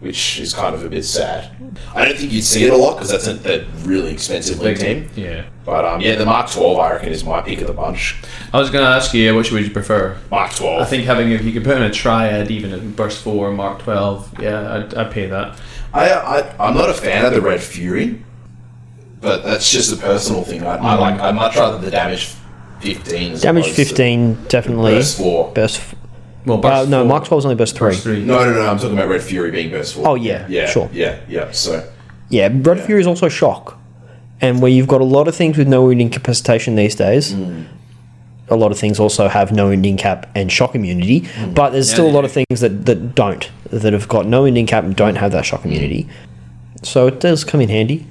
S2: which is kind of a bit sad. I don't think you'd see it a lot because that's a that really expensive league team.
S3: Yeah.
S2: But um, yeah, the Mark 12, I reckon, is my pick of the bunch.
S3: I was gonna ask you, yeah, which would you prefer?
S2: Mark 12.
S3: I think having if you could put in a triad, even at burst four, mark twelve, yeah, I'd, I'd pay that.
S2: I, I, I'm not a fan of the Red Fury, but that's just a personal thing. I, I like. I'd much rather the damage 15. as
S1: Damage
S2: opposed to
S1: fifteen definitely.
S2: Burst 4.
S1: Burst f-
S3: Well,
S1: uh,
S3: burst
S1: no,
S3: four,
S1: Mark twelve is only burst three.
S3: burst three.
S2: No, no, no. I'm talking about Red Fury being Burst 4.
S1: Oh, yeah,
S2: Yeah.
S1: sure.
S2: Yeah, yeah. So.
S1: Yeah, Red Fury is also shock, and where you've got a lot of things with no wound incapacitation these days.
S3: Mm.
S1: A lot of things also have no wound cap and shock immunity,
S3: Mm.
S1: but there's still a
S3: they
S1: lot of things that, that don't that have got no wound cap and don't have that
S3: Mm.
S1: shock immunity. So it does come in handy.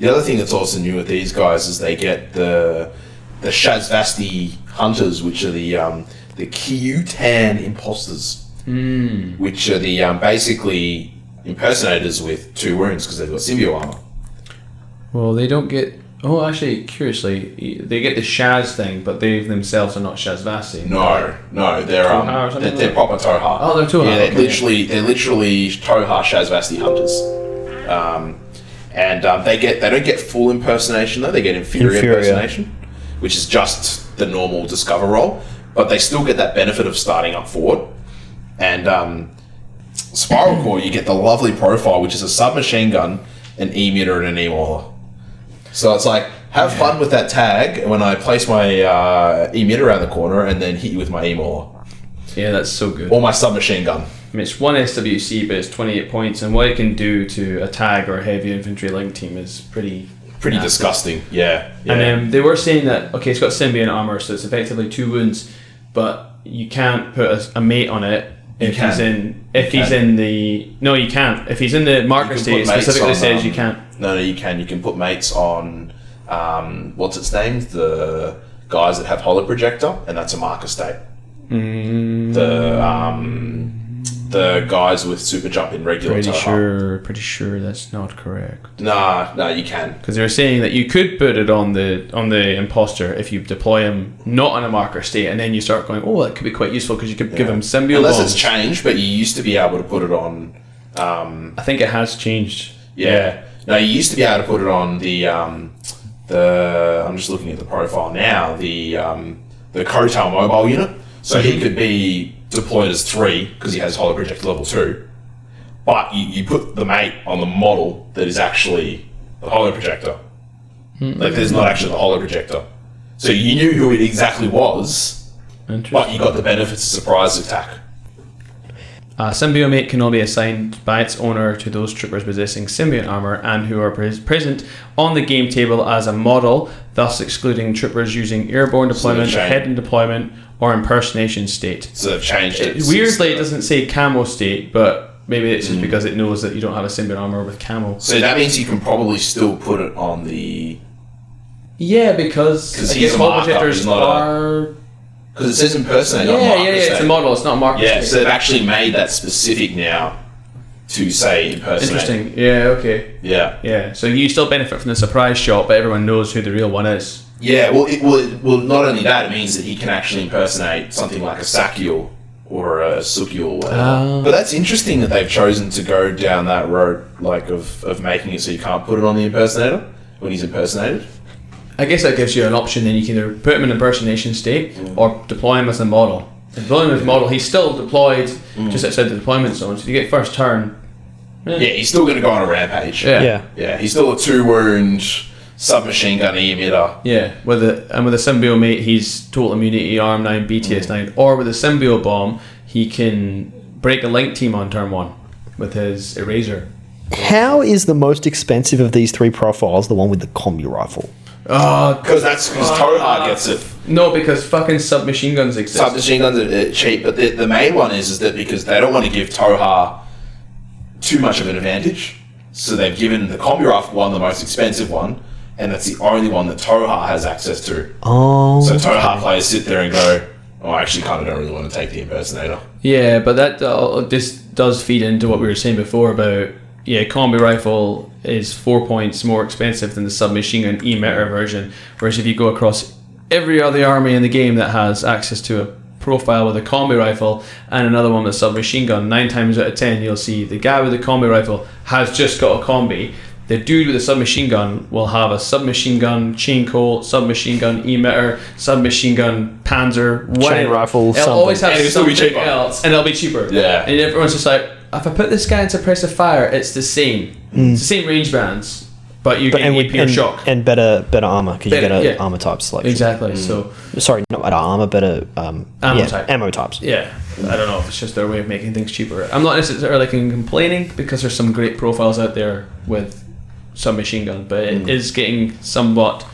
S2: The other thing that's also new with these guys is they get the the Shazvasti hunters, which are the um, the Kyutan imposters,
S3: Hmm.
S2: mm. which are the um, basically impersonators with two wounds because they've got symbiote armor.
S3: Well, they don't get Oh, actually, curiously, they get the Shaz thing, but they themselves are not Shazvasi.
S2: No, no, they're um,
S3: Toha or something
S2: they're, they're
S3: like
S2: proper Toha.
S3: Oh, they're Toha,
S2: Yeah, they're
S3: okay.
S2: literally they're literally Toha Shazvasti hunters. Um, and um, they get they don't get full impersonation though; they get inferior,
S1: Inferior.
S2: impersonation, which is just the normal discover roll. But they still get that benefit of starting up forward. And um, Spiral Core, you get the lovely profile, which is a submachine gun, an E meter, and an E mauler. So it's like, have fun with that tag when I place my uh, emitter around the corner and then hit you with my e mauler
S3: Yeah, that's so good.
S2: or my submachine gun.
S3: I mean, it's one SWC, but it's 28 points, and what it can do to a tag or a heavy infantry link team is pretty.
S2: Pretty
S3: nasty.
S2: disgusting. Yeah. yeah.
S3: And um, they were saying that okay, it's got symbiont armor, so it's effectively two wounds, but you can't put a, a mate on it if
S2: can.
S3: he's in if he's
S2: can.
S3: in the no, you can't. If he's in the marker
S2: put
S3: state, it
S2: mates
S3: specifically
S2: on,
S3: says
S2: um,
S3: you can't.
S2: no, no, you can. You can put mates on, um, what's its name? The guys that have holo projector, and that's a marker state.
S3: Mm.
S2: The um, the guys with super jump in regular.
S3: Pretty
S2: Toha.
S3: sure, pretty sure that's not correct.
S2: Nah, no, you can.
S3: Because they were saying that you could put it on the on the imposter if you deploy him not on a marker state, and then you start going, oh, that could be quite useful because you could give him symbiote
S2: Unless
S3: bombs.
S2: it's changed, but you used to be able to put it on. Um,
S3: I think it has changed.
S2: yeah. No, you used to be able to put it on the um, the. I'm just looking at the profile now. The um, the Kotal mobile unit. So
S3: Mm-hmm.
S2: he could be deployed as three because he has hollow project level two. But you, you put the mate on the model that is actually the hollow projector.
S3: Mm-hmm.
S2: Like there's not actually the hollow projector. So you knew who it exactly was, but
S3: Interesting.
S2: you got the benefits of surprise attack.
S3: Uh, symbiote mate can now be assigned by its owner to those troopers possessing symbiote armor and who are pres- present on the game table as a model, thus excluding troopers using airborne deployment,
S2: change.
S3: hidden deployment, or impersonation state.
S2: So they've changed it. since-
S3: Weirdly, it doesn't say camo state, but maybe it's just because it knows that you don't have a symbiote armor with camo.
S2: Hmm. So that means you can probably still put it on the
S3: Yeah, because
S2: 'Cause
S3: I
S2: he's
S3: guess
S2: a
S3: model
S2: mock-up,
S3: projectors
S2: he's not a-
S3: are.
S2: because it says impersonate.
S3: Yeah,
S2: on
S3: yeah,
S2: marker
S3: yeah. It's a
S2: state.
S3: model. It's not a marker.
S2: Yeah,
S3: state.
S2: so they've actually made that specific now to say impersonate.
S3: interesting. Yeah. Okay.
S2: Yeah,
S3: Yeah. So you still benefit from the surprise shot, but everyone knows who the real one is.
S2: yeah. Well, it will. Well, not only that, it means that he can actually impersonate something like a Sakiel or a Sukiel. Or whatever.
S3: Ah.
S2: But that's interesting that they've chosen to go down that road, like of of making it so you can't put it on the impersonator when he's impersonated.
S3: I guess that gives you an option. Then you can either put him in impersonation state or deploy him as a model. Deploy him as model. He's still deployed just outside the deployment zone, so you get first turn.
S2: Yeah, he's still going to go on a rampage.
S3: Yeah.
S1: Yeah.
S2: Yeah, he's still a two wound submachine gun emitter.
S3: Yeah, with a, and with a symbiote mate, he's total immunity, arm 9, BTS 9. Or with a symbiote bomb, he can break a link team on turn 1 with his eraser.
S1: How is the most expensive of these three profiles the one with the combi rifle?
S3: Oh,
S2: Because that's because Toha gets it.
S3: no, because fucking submachine guns exist.
S2: Submachine guns are uh, cheap, but the, the main one is is that because they don't want to give Toha too much of an advantage, so they've given the combi rifle one the most expensive one, and that's the only one that Toha has access to.
S1: Oh,
S2: So Toha players sit there and go, "Oh, I actually kind of don't really want to take the impersonator."
S3: yeah, but that uh, this does feed into what we were saying before about yeah, combi rifle is four points more expensive than the submachine gun emitter version. Whereas if you go across every other army in the game that has access to a profile with a combi rifle and another one with a submachine gun, nine times out of ten you'll see the guy with the combi rifle has just got a combi. The dude with the submachine gun will have a submachine gun chain colt, submachine gun emitter, submachine gun panzer, whatever.
S1: rifle,
S3: It'll always
S1: something.
S2: And
S3: have
S2: it'll still be
S3: something
S2: cheaper.
S3: else, and it'll be cheaper.
S2: Yeah.
S3: And everyone's just like, if I put this guy in suppressive fire, it's the same. It's the same range bands, but you get
S1: Mm. and,
S3: AP
S1: with,
S3: or
S1: and,
S3: shock.
S1: and better better armor because you get
S3: Better,
S1: a
S3: yeah.
S1: armor type selection.
S3: exactly.
S2: Mm.
S3: So,
S1: Sorry, not better armor, better um,
S3: Ammo
S1: yeah,
S3: type.
S1: ammo types.
S3: yeah, I don't know if it's just their way of making things cheaper. I'm not necessarily complaining because there's some great profiles out there with submachine gun, but it is
S2: Mm.
S3: getting somewhat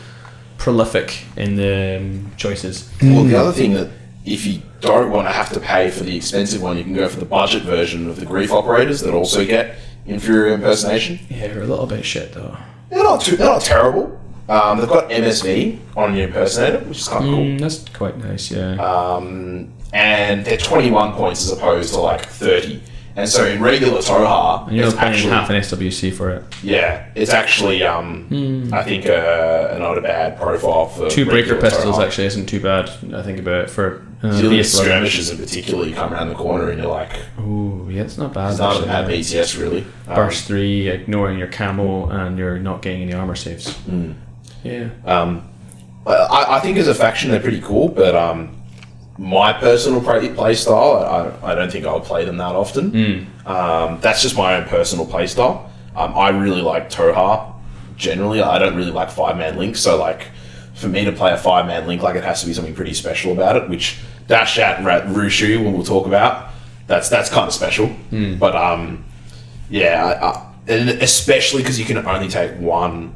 S3: prolific in the um, choices.
S1: Mm.
S2: Well, the other thing that if you don't want to have to pay for the expensive one, you can go for the budget version of the grief operators that also get inferior impersonation.
S3: Yeah, they're a little bit shit though.
S2: They're not too, they're not terrible. Um, they've got MSV on your impersonator, which is kind of cool.
S3: Mm, that's
S2: Uh,
S3: quite nice, yeah.
S2: Um, and they're 21 points as opposed to like 30. And so in regular Toha,
S3: And you're
S2: it's
S3: not paying
S2: actually
S3: half an SWC for it.
S2: yeah, it's actually um, I think uh, not a bad profile for
S3: Two breaker
S2: regular
S3: pistols
S2: Toha.
S3: actually isn't too bad. I think about it for uh,
S2: Dealing with
S3: PS level.
S2: skirmishes in particular, you come around the corner and you're like,
S3: Ooh, yeah, it's not bad.
S2: it's not a
S3: actually.
S2: bad BTS really. Um,
S3: Burst three, ignoring your camo, and you're not getting any armor saves. Yeah.
S2: Um, I, I think as a faction they're pretty cool, but um, my personal play, play style, I, I don't think I'll play them that often. Um, that's just my own personal play style. Um, I really like Toha generally. I don't really like five man link, so like for me to play a five man link, like it has to be something pretty special about it. Which Dashat and Ra- Rushu, when we'll talk about, that's that's kind of special. But um, yeah, I, I, and especially because you can only take one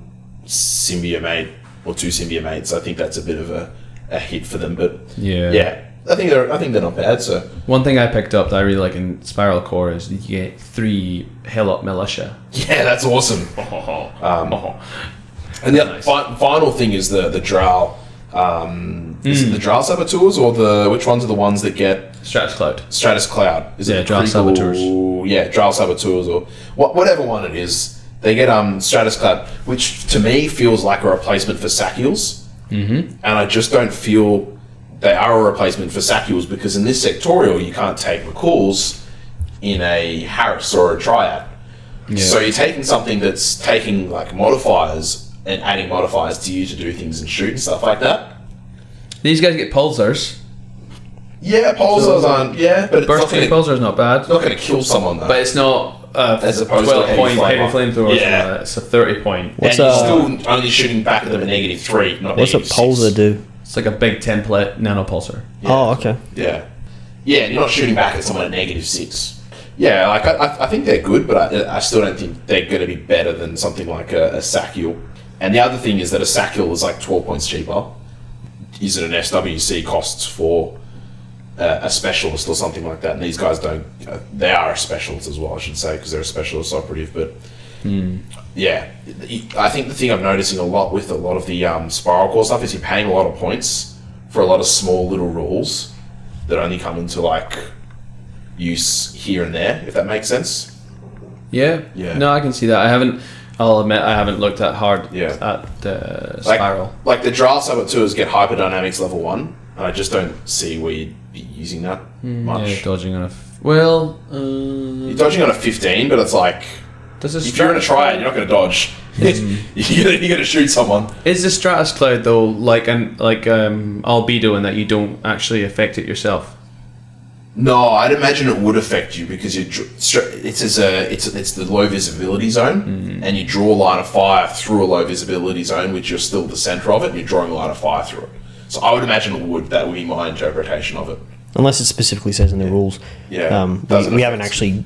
S2: symbiote or two symbiotes. I think that's a bit of a, a hit for them. But
S3: Yeah.
S2: yeah, I think they're I think they're not bad. So
S3: One thing I picked up that I really like in Spiral Core is you get three Hellot Militia.
S2: yeah, that's awesome.
S3: Um,
S2: And the
S3: Nice.
S2: fi- final thing is the the drow. Um, Is
S3: Hmm.
S2: it the drow saboteurs or the which ones are the ones that get
S3: Stratus Cloud.
S2: Stratus Cloud? Is
S3: Yeah,
S2: it
S3: drow saboteurs.
S2: Yeah, drow saboteurs or wha- whatever one it is. They get um Stratus Cloud, which to me feels like a replacement for Sacules. Mm-hmm. And I just don't feel they are a replacement for Sacules because in this sectorial you can't take recalls in a Harris or a Triad. So you're taking something that's taking like modifiers and adding modifiers to you to do things and shoot and stuff like that.
S3: These guys get Pulsars.
S2: Yeah, pulsars aren't. Yeah, but it's not gonna,
S3: Burst three Pulsar is not bad,
S2: not gonna kill someone though.
S3: but it's not uh,
S2: As opposed to a
S3: 12
S2: heavy
S3: point
S2: flamer.
S3: heavy flamethrower.
S2: Yeah.
S3: Yeah. It's a 30 point.
S2: and
S1: What's
S2: you're
S1: a-
S2: still only shooting back at them at negative three. Not
S1: What's a
S2: negative six.
S1: Polzer do?
S3: It's like a big template nano pulsar.
S1: Oh, okay.
S2: Yeah, yeah, you're not shooting back at someone at negative six. Yeah, like I- I, I think they're good, but I, I still don't think they're going to be better than something like a, a Sacule. And the other thing is that a Sacule is like twelve points cheaper. Is it an SWC costs for uh, a specialist or something like that? And these guys don't. Uh, they are a specialist as well, I should say, because they're a specialist operative. But Hmm. yeah, I think the thing I'm noticing a lot with a lot of the um, spiral core stuff is you're paying a lot of points for a lot of small little rules that only come into like use here and there, if that makes sense.
S3: Yeah.
S2: Yeah.
S3: No, I can see that. I haven't. I'll admit I haven't looked at hard
S2: Yeah.
S3: at uh,
S2: Like,
S3: Spiral.
S2: Like the draft saboteurs get hyperdynamics level one, and I just don't see where you'd be using that much.
S3: Hmm, Yeah, dodging on a. F- well, uh,
S2: you're dodging on a 15, but it's like
S3: does this
S2: if you're in a triad, you're not going to dodge.
S3: Hmm.
S2: you're going to shoot someone.
S3: Is the Stratus Cloud though like an like um albedo in that you don't actually affect it yourself?
S2: No, I'd imagine it would affect you because you dr- stra- it's as a it's it's the low visibility zone,
S3: Hmm.
S2: and you draw a line of fire through a low visibility zone, which you're still the center of it. And you're drawing a line of fire through it. So I would imagine it would. That would be my interpretation of it.
S1: Unless it specifically says in the rules.
S2: Yeah,
S1: Um, we,
S2: doesn't
S1: we haven't
S2: affect-
S1: actually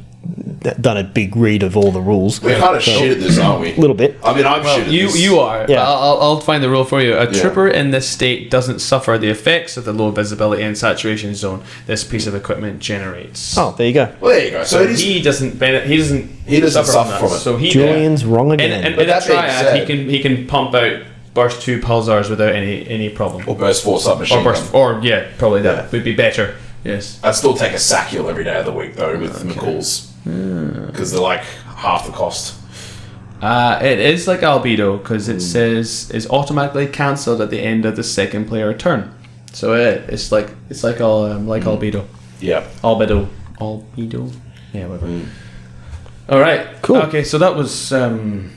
S1: done a big read of all the rules.
S2: We're kind of
S1: So-
S2: shit at this, aren't we?
S1: A little bit.
S2: I mean, I'm shit at
S3: You
S2: this.
S3: you are.
S1: Yeah.
S3: I'll, I'll- I'll find the rule for you. A trooper in this state doesn't suffer the effects of the low visibility and saturation zone this piece of equipment generates.
S1: Oh, there you go.
S2: Well, there you go. So it is.
S3: He doesn't. bene- He doesn't.
S2: He doesn't suffer
S3: that.
S2: from it.
S3: So he
S1: Julian's wrong
S3: in,
S1: again.
S3: in,
S2: But
S3: in a
S2: that being
S3: triad, he
S2: said-
S3: can he can pump out burst two pulsars without any any problem.
S2: Or burst four submachine.
S3: Or burst,
S2: gun.
S3: or yeah, probably that
S2: Yeah.
S3: would be better. Yes.
S2: I'd still take a sacule every day of the week though with McCall's
S3: Hmm.
S2: because they're like half the cost.
S3: Uh, it is like albedo because
S2: Hmm.
S3: it says is automatically cancelled at the end of the second player turn. So it, it's like it's like all um, like albedo,
S2: Yeah.
S3: albedo, albedo. Yeah, whatever. All right.
S1: Cool.
S3: Okay, so that was um,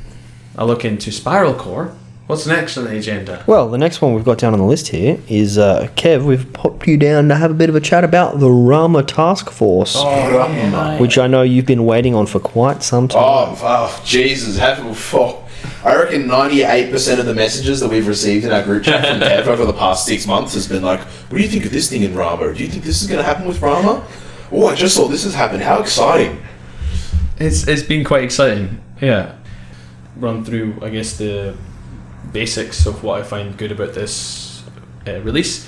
S3: a look into Spiral Core. What's next on the agenda?
S1: Well, the next one we've got down on the list here is uh, Kev. We've popped you down to have a bit of a chat about the Rama Task Force,
S2: Oh,
S1: which I know you've been waiting on for quite some time.
S2: Oh, oh Jesus, have oh, I reckon 98% of the messages that we've received in our group chat from Kev over the past six months has been like, what do you think of this thing in Rama? Do you think this is going to happen with Rama? Oh, I just saw this has happened. How exciting.
S3: It's it's been quite exciting. Yeah. Run through, I guess, the basics of what I find good about this uh, release.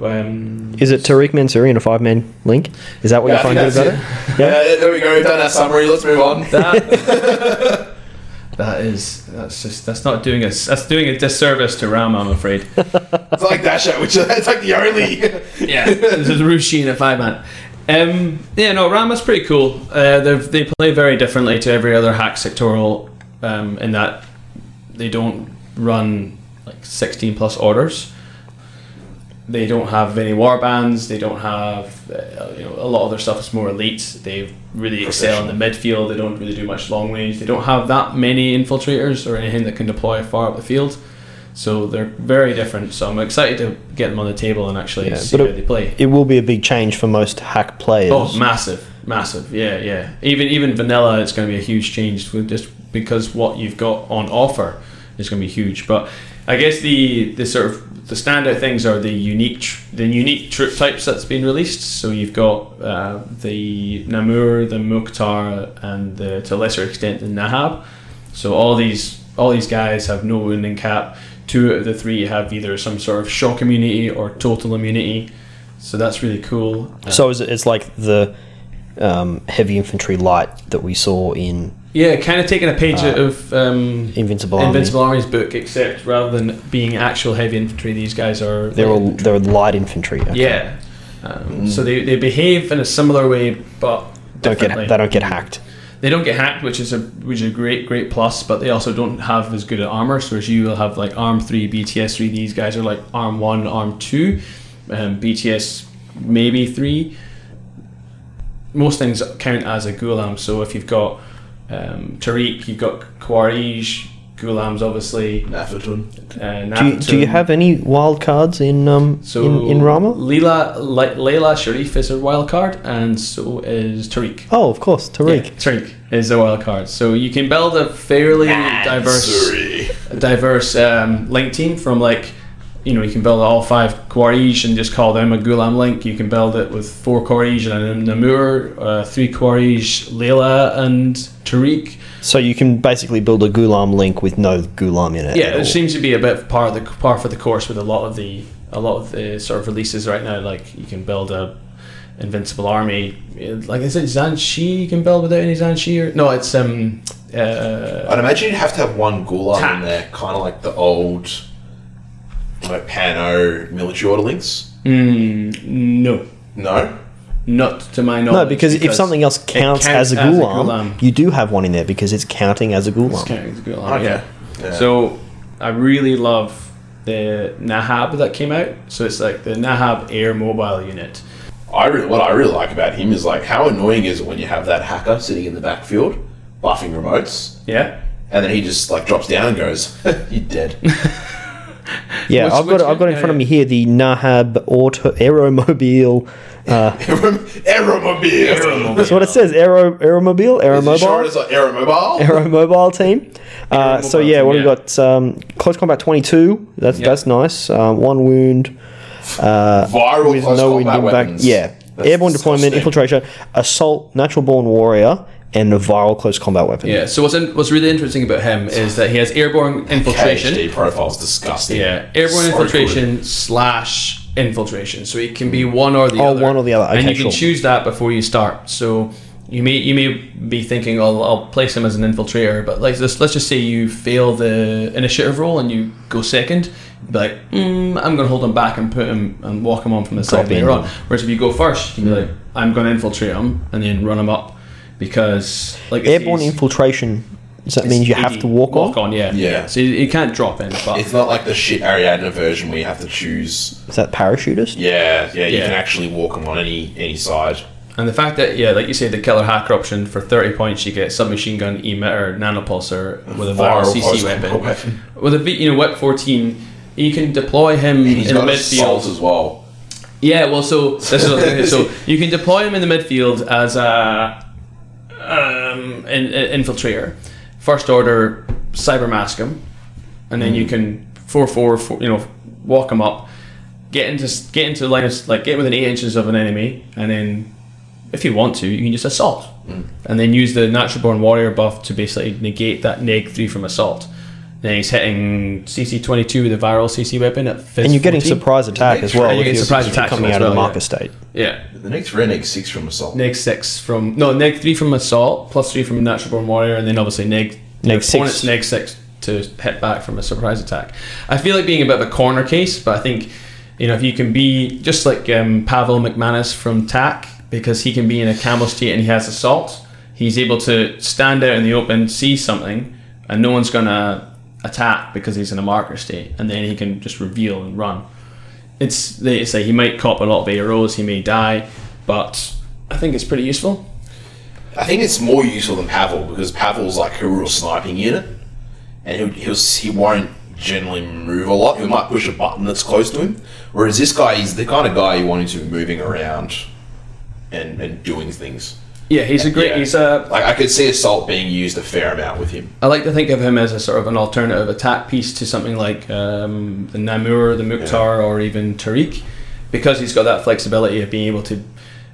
S3: Um,
S1: Is it Tariq Mansouri in a five-man link? Is that what
S2: Yeah,
S1: you
S2: I
S1: find good
S2: think
S1: about it?
S2: that's Yeah, there we go. We've done our summary. Let's move on.
S3: That, that is that's just that's not doing us that's doing a disservice to Ram, I'm afraid.
S2: It's like Dasha, which is it's like the only.
S3: Yeah, this is Rushi in a five man. Um, yeah, no, Rama's pretty cool. Uh, they've- they play very differently to every other hack sectoral um, in that they don't run like 16 plus orders. They don't have any war bands. They don't have uh, you know a lot of their stuff is more elite. They really excel in the midfield. They don't really do much long range. They don't have that many infiltrators or anything that can deploy far up the field. So they're very different. So I'm excited to get them on the table and actually
S1: Yeah,
S3: see
S1: but
S3: how
S1: it-
S3: they play.
S1: It will be a big change for most hack players.
S3: Oh, massive, massive. Yeah, yeah. Even even vanilla, it's going to be a huge change with just because what you've got on offer is going to be huge. But I guess the the sort of the standout things are the unique tr- the unique troop types that's been released. So you've got uh, the Namur, the Mukhtar, and the, to a lesser extent the Nahab. So all these all these guys have no wounding cap. Two out of the three have either some sort of shock immunity or total immunity. So that's really cool. Uh,
S1: So is it, it's like the um, heavy infantry light that we saw in
S3: Yeah, kind of taking a page out of um,
S1: Uh, Invincible. Army.
S3: Invincible Army's book, except rather than being actual heavy infantry, these guys are.
S1: They're all they're light infantry. okay.
S3: Yeah. Um, So they, they behave in a similar way, but
S1: Don't get
S3: differently.
S1: they don't get hacked.
S3: They don't get hacked, which is a which is a great great plus. But they also don't have as good at armor. So as you will have like arm three, BTS three. These guys are like arm one, arm two, um, BTS maybe three. Most things count as a Ghulam. So if you've got um, Tariq, you've got Kwarij, Ghulams obviously.
S2: Nafetun.
S3: Uh,
S1: Do you, do you
S3: Naftun.
S1: have any wild cards in um
S3: so
S1: in, in Rama?
S3: Leela, Le- Leila Sharif is a wild card, and so is Tariq.
S1: Oh, of course, Tariq.
S3: Yeah, Tariq is a wild card. So you can build a fairly diverse
S2: Sorry.
S3: diverse um, link team from like you know you can build all five Quarij and just call them a Gulam link. You can build it with four Quarij and a Namur, uh, three Quarij, Leila and Tariq.
S1: So you can basically build a Gulam link with no Gulam in it.
S3: Yeah,
S1: at all.
S3: it seems to be a bit par of the par for the course with a lot of the a lot of the sort of releases right now. Like you can build a invincible army. Like is it Zanshi you can build without any Zanshi or no? It's um uh,
S2: I'd imagine you'd have to have one Gulam
S3: Tack.
S2: in there, kind of like the old like, Pano military order links.
S3: mm, no,
S2: No?
S3: not to my
S1: No,
S3: knowledge.
S1: because, if something else counts, as
S3: counts
S1: a
S3: as a
S1: Gulam,
S3: Ghulam.
S1: you do have one in there because it's counting as a Gulam.
S3: counting as a Gulam,
S2: Okay.
S3: yeah.
S2: Yeah.
S3: So I really love the Nahab that came out. So it's like the Nahab Air Mobile Unit.
S2: I really, what I really like about him is like how annoying is it when you have that hacker sitting in the backfield, buffing remotes,
S3: Yeah.
S2: and then he just like drops down and goes, "You're dead."
S1: yeah,
S3: Which-
S1: I've got
S3: which
S1: it- I've got it in
S3: unit-
S1: front of me here the Nahab Auto Aeromobile. Uh,
S2: Aeromobile.
S1: that's what it says. Aero Aeromobile.
S2: Is it
S1: Aeromobile.
S2: short as, like, Aeromobile?
S1: Aeromobile team. Uh, so
S3: Aeromobile
S1: yeah,
S3: team,
S1: what
S3: yeah.
S1: have we got? Um, close combat twenty two. That's
S3: Yeah.
S1: that's nice. Um, one wound. Uh,
S2: Viral
S1: with
S2: close
S1: no
S2: combat
S1: winding back.
S2: weapons.
S1: Yeah.
S2: That's
S1: Airborne deployment,
S2: disgusting.
S1: infiltration, assault, natural born warrior, and a viral close combat weapon.
S3: Yeah. So what's in, what's really interesting about him is that he has airborne infiltration.
S2: KHD profile's disgusting.
S3: Yeah, airborne
S2: So
S3: infiltration slash infiltration. So it can be one or the
S1: Oh,
S3: other.
S1: one or the other.
S3: and
S1: Okay,
S3: you can
S1: cool.
S3: choose that before you start. So you may you may be thinking, "I'll, I'll place him as an infiltrator," but like this, let's just say you fail the initiative roll and you go second. You'd Be like, mm, I'm going to hold him back and put him and walk him on from the side
S1: Copy.
S3: later on. Whereas if you go first, you can be like, I'm going to infiltrate him and then run him up because like it's-
S1: Airborne
S3: it's-
S1: infiltration. Does that
S3: it's
S1: mean you
S3: easy.
S1: have to walk,
S3: walk
S1: on?
S3: on? Yeah,
S2: Yeah.
S3: So you, you can't drop in, but
S2: It's not like the shit Ariadna version where you have to choose.
S1: Is that parachutist?
S2: Yeah, yeah, you
S3: Yeah.
S2: can actually walk them on any any side.
S3: And the fact that, yeah, like you say, the killer hacker option for 30 points, you get submachine gun, emitter, nanopulsar with a viral CC
S2: close combat
S3: weapon. With a, V- you know, whip 14, you can deploy him
S2: He's
S3: in the
S2: got assault
S3: midfield.
S2: as well.
S3: Yeah, well, so this is what I'm thinking. so you can deploy him in the midfield as a um, in, in- infiltrator, first order cyber mask him, and then you can four four four you know walk him up, get into s- get into line of, s- like get within eight inches of an enemy, and then if you want to, you can just assault, and then use the natural born warrior buff to basically negate that neg three from assault. Then he's hitting CC twenty two with a viral CC weapon at fizz
S1: And you're getting
S3: 14.
S1: surprise attack as well.
S3: And you
S1: if
S3: get
S1: you're-
S3: surprise
S1: if you're
S3: attacks
S1: coming
S3: as
S1: out of the
S3: well, yeah.
S1: marker state.
S3: Yeah.
S2: The next red egg six from assault.
S3: neg six from no neg three from assault plus three from natural born warrior and then obviously neg your
S1: Neg six.
S3: opponent's neg six to hit back from a surprise attack i feel like being a bit of a corner case but i think you know if you can be just like um, pavel mcmanus from tac because he can be in a camel state and he has assault. He's able to stand out in the open, see something, and no one's gonna attack because he's in a marker state, and then he can just reveal and run. It's they say he might cop a lot of arrows, he may die, but I think it's pretty useful.
S2: I think it's more useful than Pavel because Pavel's like a real sniping unit, and he'll, he'll he won't generally move a lot. He might push a button that's close to him, whereas this guy is the kind of guy you want him to be moving around and and doing things.
S3: Yeah, he's a great.
S2: Yeah.
S3: He's a
S2: Like I could see assault being used a fair amount with him.
S3: I like to think of him as a sort of an alternative attack piece to something like um, the Namur, the Mukhtar, or even Tariq, because he's got that flexibility of being able to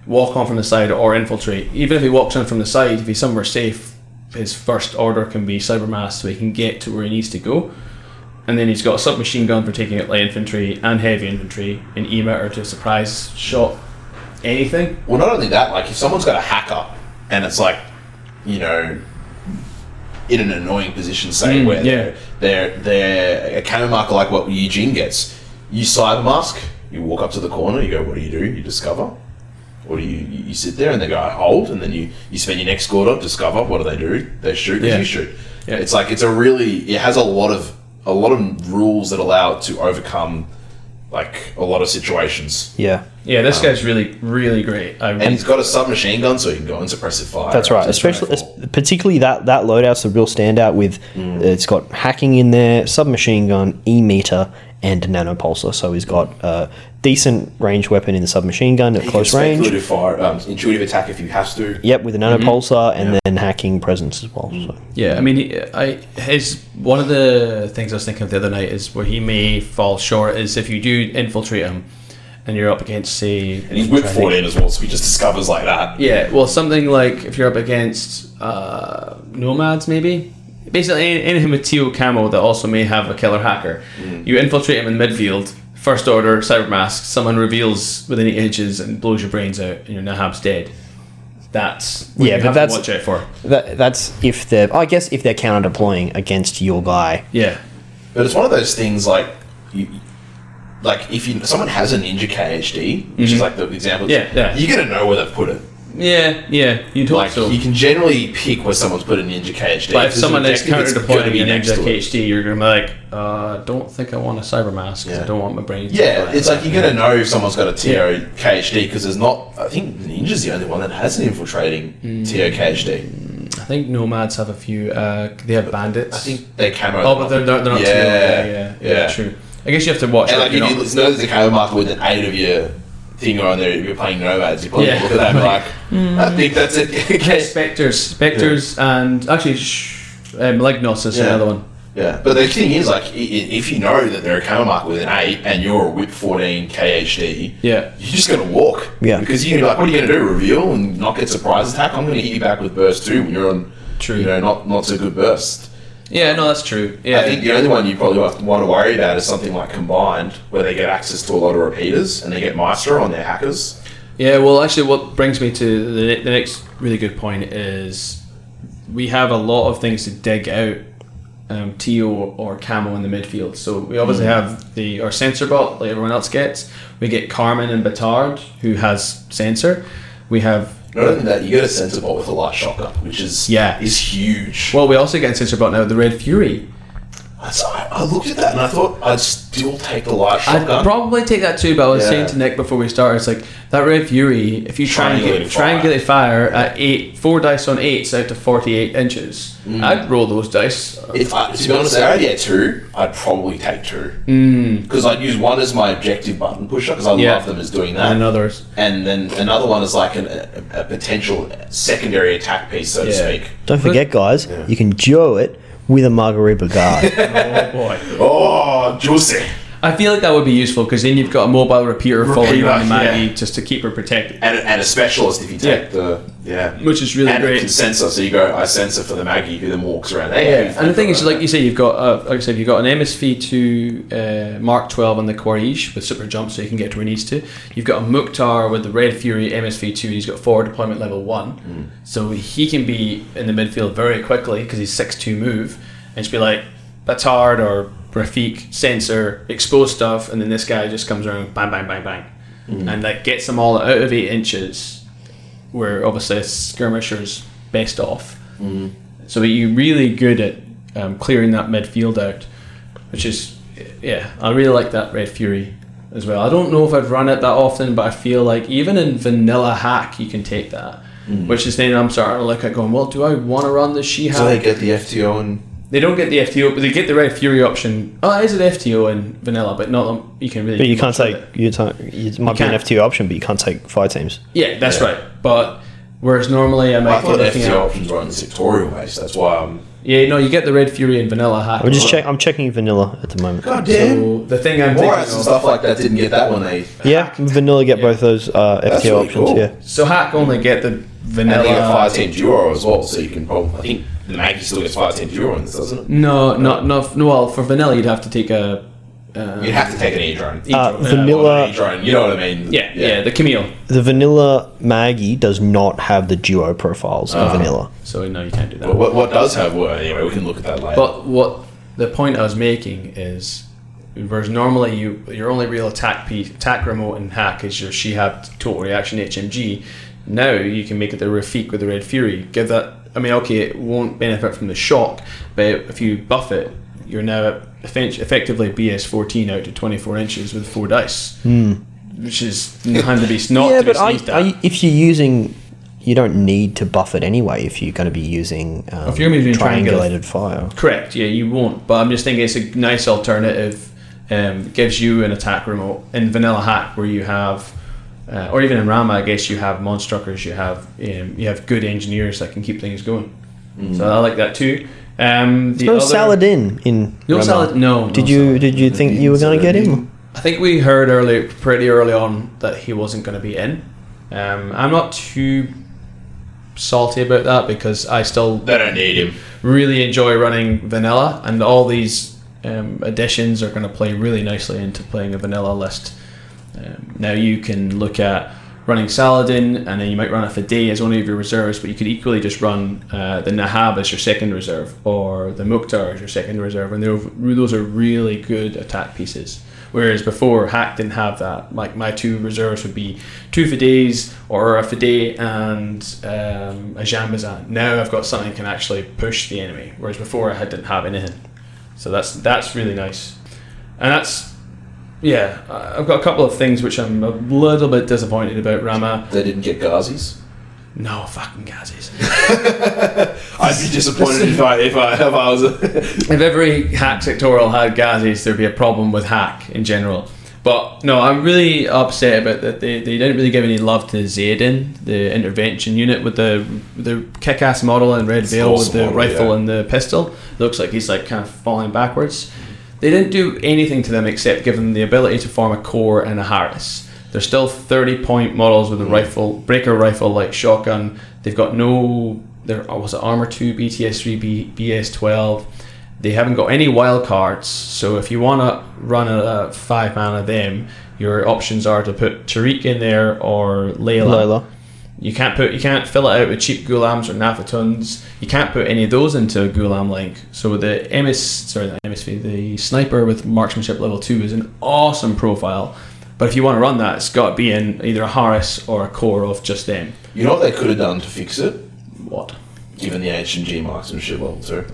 S3: walk on from the side or infiltrate. Even if he walks in from the side, if he's somewhere safe, his first order can be cybermass so he can get to where he needs to go. And then he's got a submachine gun for taking out light infantry and heavy infantry, an emitter to surprise shot anything.
S2: Well, not only that, like if someone's got a hacker and it's like, you know, in an annoying position, say
S3: Mm,
S2: where
S3: yeah.
S2: they're they're a camo marker like what Eugene gets. You cyber mask. You walk up to the corner. You go, what do you do? You discover, or do you you you sit there and they go I hold, and then you you spend your next quarter discover. What do they do? They shoot.
S3: Yeah.
S2: You shoot.
S3: Yeah.
S2: It's like it's a really it has a lot of a lot of rules that allow it to overcome like a lot of situations.
S1: Yeah.
S3: Yeah, this guy's really, really great. I
S2: And he's got a submachine gun, so he can go in suppressive fire.
S1: That's right. Especially, es- particularly that that loadout's a real standout. With uh, it's got hacking in there, submachine gun, e meter, and nanopulsar. So he's got a decent range weapon in the submachine gun at close range.
S2: Intuitive fire, um, intuitive attack if you have to.
S1: Yep, with a nanopulsar, and then hacking presence as well. So.
S3: Yeah, I mean, he- I his one of the things I was thinking of the other night is where he may fall short is if you do infiltrate him, and you're up against say,
S2: And he's whip 14 as well, so he just discovers like that.
S3: yeah, well, something like if you're up against uh, nomads, maybe basically any- anything with teal camo that also may have a killer hacker. You infiltrate him in midfield. First order, cyber mask. Someone reveals within eight inches and blows your brains out, and your Nahab's dead. That's what
S1: Yeah,
S3: you
S1: but
S3: have to
S1: that's-
S3: watch out for.
S1: That, that's if they're, I guess, if they're counter deploying against your guy.
S3: Yeah,
S2: But it's one of those things like, you, like if you someone has a Ninja KHD, which is like the example,
S3: Mm-hmm. Yeah, yeah.
S2: you're going to know where they've put it.
S3: yeah, yeah. You'd hope
S2: Like,
S3: so.
S2: you can generally pick where someone's put a Ninja KHD.
S3: But
S2: there's
S3: if
S2: an
S3: someone is
S2: objective,
S3: counter
S2: it's gonna
S3: deploying
S2: be
S3: an
S2: next
S3: exec
S2: to it.
S3: HD, you're gonna be like, uh, don't think I want a cyber mask 'cause
S2: Yeah.
S3: I don't want my brain. to
S2: Yeah,
S3: fly."
S2: it's like you're going to know if someone's got a TO
S3: Yeah.
S2: KHD because there's not, I think Ninja's the only one that has an infiltrating
S3: Mm.
S2: TO KHD.
S3: I think nomads have a few. Uh, they have bandits.
S2: I think they camo.
S3: Oh, but they're, they're they're not.
S2: Yeah,
S3: too- yeah, yeah, yeah,
S2: yeah.
S3: True. I guess you have to watch.
S2: And
S3: it,
S2: like
S3: you
S2: if you
S3: know.
S2: listen, know there's a camo marker with an eight of your thing on there, if you're playing nomads, you probably
S3: Yeah.
S2: look at that and like, I think that's it.
S3: Yeah,
S2: Okay.
S3: specters, specters, and actually, sh- uh, malignos is
S2: Yeah.
S3: another one.
S2: yeah, but the thing is, like, i- i- if you know that they're a camo marker with an eight and you're a whip 14 KHD,
S3: Yeah.
S2: you're just gonna walk.
S1: Yeah.
S2: because you're gonna be like, what are you gonna do? Reveal and not get surprise attack? I'm gonna hit you back with burst two when you're on,
S3: True.
S2: you know, not not so good burst.
S3: Yeah, no, that's true. Yeah,
S2: I think the only one you probably have to want to worry about is something like combined, where they get access to a lot of repeaters and they get Maestro on their hackers.
S3: Yeah, well, actually, what brings me to the, ne- the next really good point is we have a lot of things to dig out um, TO or Camo in the midfield. So we obviously
S2: Mm.
S3: have the our sensor bot, like everyone else gets. We get Carmen and Batard, who has sensor. We have
S2: Not only that, you get a sensor bot with a light shocker, which is
S3: Yeah.
S2: is huge.
S3: well, we also get sensor bot now. The Red Fury.
S2: I, so I I looked at that and I thought I'd still take the light
S3: I'd
S2: shotgun.
S3: probably take that too, but I was
S2: Yeah.
S3: saying to Nick before we started, it's like that Red Fury. If you try and get
S2: Triangulated
S3: triangulate fire at eight, four dice on eights out to forty-eight inches,
S2: Mm.
S3: I'd roll those dice.
S2: if I, to be honest, if I already had two, I'd probably take two because I'd use one as my objective button pusher because I
S3: Hmm. Yeah.
S2: love them as doing that,
S3: And others.
S2: and then another one is like an, a, a potential secondary attack piece, so
S3: Yeah.
S2: to speak.
S1: Don't forget, guys, you can duo it with a Margarita guard.
S3: Oh boy.
S2: Oh, juicy!
S3: I feel like that would be useful because then you've got a mobile repeater following
S2: Repeater,
S3: on the Maggie
S2: yeah.
S3: just to keep her protected,
S2: And, and a specialist if you take
S3: Yeah.
S2: the yeah,
S3: which is really
S2: and a
S3: great.
S2: sensor. So you go, I sensor for the Maggie who then walks around. Hey, how you
S3: Yeah. And the
S2: feeling?
S3: thing is, like you say, you've got uh, like I said, you've got an MSV2 uh, Mark 12 on the Quarige with super jump, so you can get to where he needs to. You've got a Mukhtar with the Red Fury MSV2. He's got forward deployment level one, so he can be in the midfield very quickly because he's six two move, and just be like Batard or Rafik sensor, expose Hmm. stuff, and then this guy just comes around, bang, bang, bang, bang, and like gets them all out of eight inches were obviously skirmishers best off. So you're really good at um, clearing that midfield out, which is yeah, I really like that Red Fury as well. I don't know if I've run it that often, but I feel like even in vanilla hack you can take that. Which is then I'm starting to look at going, well, do I want to run the she hack?
S2: Mm. So they get the FTO and
S3: They don't get the FTO, but they get the Red Fury option. Oh, it is an FTO in vanilla, but not um, you can really.
S1: But
S3: do
S1: you can't
S3: much with
S1: take
S3: it.
S1: you, can't, you might be an
S3: can't.
S1: FTO option, but you can't take fire teams.
S3: Yeah, that's
S2: Yeah.
S3: right. But whereas normally I
S2: I
S3: might be
S2: thought
S3: looking
S2: FTO
S3: at.
S2: options were on the sectorial base. That's why I'm.
S3: Yeah, no, you get the Red Fury and vanilla hack.
S1: I'm just check. I'm checking vanilla at the moment.
S2: God
S3: So the thing I'm thinking
S2: Morris and
S3: of,
S2: stuff like that didn't get that one. They
S1: Yeah, vanilla get both those uh, FTO
S2: really
S1: options.
S2: cool.
S1: Yeah,
S3: so hack only get the
S2: and they get
S3: vanilla.
S2: five team duo as well, so you can probably. I think the Maggie still gets five team duo in this, doesn't it?
S3: No, not not no. Well, for vanilla you'd have to take a. Uh,
S2: You'd have to take an E drone.
S1: Uh,
S3: drone.
S1: vanilla-
S2: E drone. You know what I mean?
S3: Yeah, yeah, the Camille.
S1: the vanilla Maggie does not have the duo profiles
S3: Ah.
S1: of vanilla.
S3: So no, you can't do that.
S2: But what, what does have? Well, anyway, we can look at that later.
S3: But what the point I was making is, whereas normally you your only real attack piece, attack remote and hack is your Shihab total reaction HMG. Now you can make it the Rafik with the Red Fury. Give that. I mean, okay, it won't benefit from the shock, but if you buff it, you're now at effen- effectively BS14 out to 24 inches with four dice, which is nothing to be not
S1: Hmm. yeah,
S3: to be
S1: but I,
S3: sneezed at.
S1: I, if you're using, you don't need to buff it anyway. If you're going to be using, um,
S3: you're gonna be doing
S1: triangulated fire,
S3: Correct. Yeah, you won't. But I'm just thinking it's a nice alternative. Um, gives you an attack remote in vanilla hack where you have, uh, or even in Rama, I guess you have monstruckers. You have um, you have good engineers that can keep things going. So I like that too. Um, the
S1: no
S3: other-
S1: Saladin in
S3: No
S1: Ramar.
S3: salad. No.
S1: Did
S3: no
S1: you
S3: salad. uh,
S1: did you think you were going to get him?
S3: I think we heard early, pretty early on, that he wasn't going to be in. Um, I'm not too salty about that because I still
S2: they don't need him.
S3: really enjoy running vanilla, and all these um, additions are going to play really nicely into playing a vanilla list. Um, now you can look at running Saladin, and then you might run a Fide as one of your reserves, but you could equally just run uh, the Nahab as your second reserve, or the Mukhtar as your second reserve, and they're, those are really good attack pieces. Whereas before, Hack didn't have that. Like my two reserves would be two Fides or a Fide and um, a Jambazan. Now I've got something that can actually push the enemy, whereas before I had- didn't have anything. So that's that's really nice, and that's yeah. I- I've got a couple of things which I'm a little bit disappointed about. Rama,
S2: They didn't get Ghazi's.
S3: no fucking Gazis.
S2: I'd be disappointed if I if I if I was. A,
S3: if every hack sectorial had Gazis, there'd be a problem with hack in general. But no, I'm really upset about that. They, they didn't really give any love to Zayden, the intervention unit with the the kick-ass model and red veil
S2: awesome
S3: with the
S2: model,
S3: rifle
S2: yeah.
S3: and the pistol. Looks like he's like kind of falling backwards. They didn't do anything to them except give them the ability to form a core and a Harris. They're still 30 point models with a rifle, breaker rifle like shotgun. They've got no, there oh, was it armor 2, BTS 3, B, BS 12. They haven't got any wild cards, so if you want to run a, a five man of them, your options are to put Tariq in there or
S1: Lola.
S3: you can't put you can't fill it out with cheap gulams or nafatuns. You can't put any of those into a gulam link. So the MS sorry the MSV the sniper with marksmanship level two is an awesome profile. But if you want to run that, it's got to be in either a Harris or a core of just them.
S2: you know what they could have done to fix it?
S3: What?
S2: Given the ancient G marksmanship level too.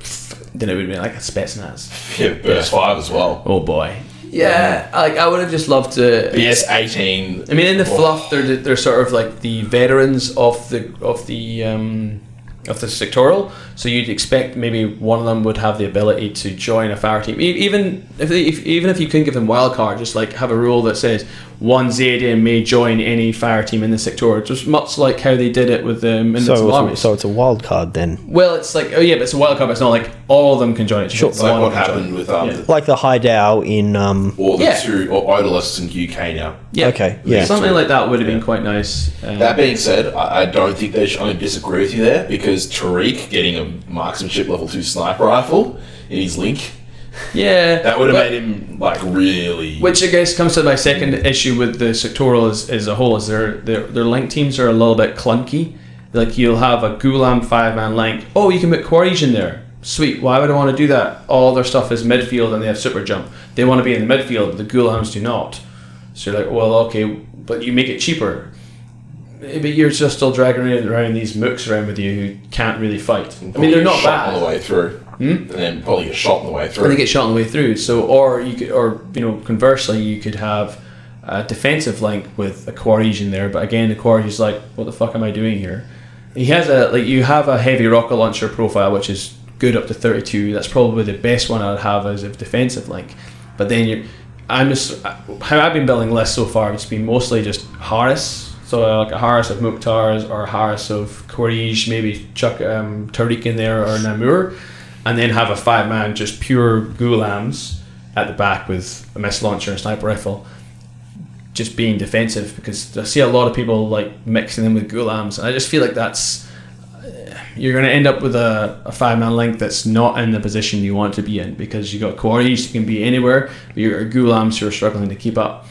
S3: Then it would be like a Spetsnaz.
S2: Yeah, burst five as well.
S3: Oh boy. Yeah, like I would have just loved to.
S2: BS eighteen.
S3: I mean, in the fluff, they're the- they're sort of like the veterans of the of the um, of the sectoral. So you'd expect maybe one of them would have the ability to join a fire team, E- even if, they, if even if you couldn't give them wild card, just like have a rule that says one Zayden may join any fire team in the sectoral, just much like how they did it with um, in
S1: So
S3: the
S1: it's, a,
S3: Salamis.
S1: so it's a wild card then,
S3: well, it's like oh yeah, but it's a wild card. But it's not like all of them can join it.
S1: Sure.
S3: It's
S2: It's like
S3: one
S2: what
S3: can join.
S2: happened with um,
S3: Yeah.
S2: the,
S1: like the high Dow in um,
S2: or the
S3: Yeah.
S2: two or odorless in UK now.
S3: Yeah.
S1: Okay, yeah.
S3: Something like that would have been quite nice. Um,
S2: That being said, I, I don't think they should. I'm going to disagree with you there because Tariq getting a marksmanship level two sniper rifle in his link
S3: yeah.
S2: that would have
S3: but-
S2: made him like really.
S3: Which I guess comes to my second issue with the sectoral as, as a whole is their, their their link teams are a little bit clunky. Like you'll have a Gulam five man link. Oh, you can put Quarries in there. Sweet. Why would I want to do that? All their stuff is midfield and they have super jump. They want to be in the midfield. The Gulams do not. So you're like, well, okay, but you make it cheaper. but you're just still dragging around, around these mooks around with you who can't really fight. I mean,
S2: Probably
S3: they're
S2: get
S3: not
S2: shot
S3: bad. Hmm?
S2: on the way through, and then probably get shot on the way through.
S3: and they get shot on the way through. So, or you could, or you know, conversely, you could have a defensive link with a Quarige in there. But again, the Quarige's like, what the fuck am I doing here? He has a like you have a heavy rocket launcher profile, which is good up to thirty two. That's probably the best one I'd have as a defensive link. But then you, I'm just how I've been building lists so far. It's been mostly just Harris. So uh, like a Harris of Mukhtar's or a Harris of Quarige, maybe chuck um, Tariq in there or Namur and then have a five man just pure gulams at the back with a missile launcher and sniper rifle just being defensive because I see a lot of people like mixing them with gulams and I just feel like that's uh, you're going to end up with a, a five man link that's not in the position you want to be in because you got quarries who can be anywhere but you got gulams who are struggling to keep up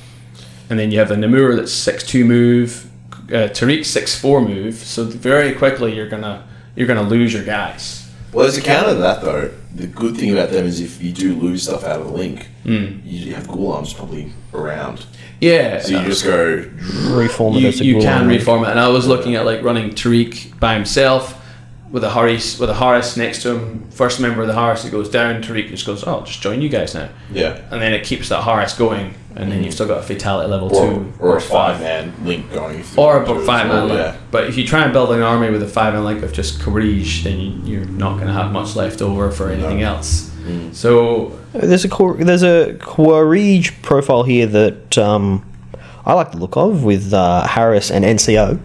S3: and then you have a Namur that's six two move uh, Tariq six four move so very quickly you're gonna you're gonna lose your guys
S2: Well, as a counter to that, though, the good thing about them is if you do lose stuff out of the link, you have Ghoulams probably around.
S3: yeah
S2: So you just go,
S1: Reform it
S3: you,
S1: as a
S3: you
S1: Ghoul
S3: can
S1: army.
S3: reform it. And I was looking at like running Tariq by himself with a Harris with a Harris next to him. First member of the Harris that goes down, Tariq just goes, "Oh, I'll just join you guys now,"
S2: yeah.
S3: and then it keeps that Harris going. And then you've still got a fatality level
S2: Or,
S3: two
S2: or a five man link going. If you
S3: or
S2: want to
S3: a
S2: as
S3: five man
S2: well,
S3: link.
S2: Yeah.
S3: But if you try and build an army with a five man link of just Karige, then you, you're not going to have much left over for anything else.
S2: Mm.
S3: So
S1: There's a Quar- there's a Quarige profile here that um, I like the look of with uh, Harris and NCO.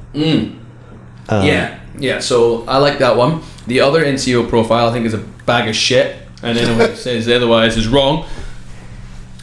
S2: Um,
S3: yeah, yeah. So I like that one. The other NCO profile I think is a bag of shit, and anyone who says otherwise is wrong.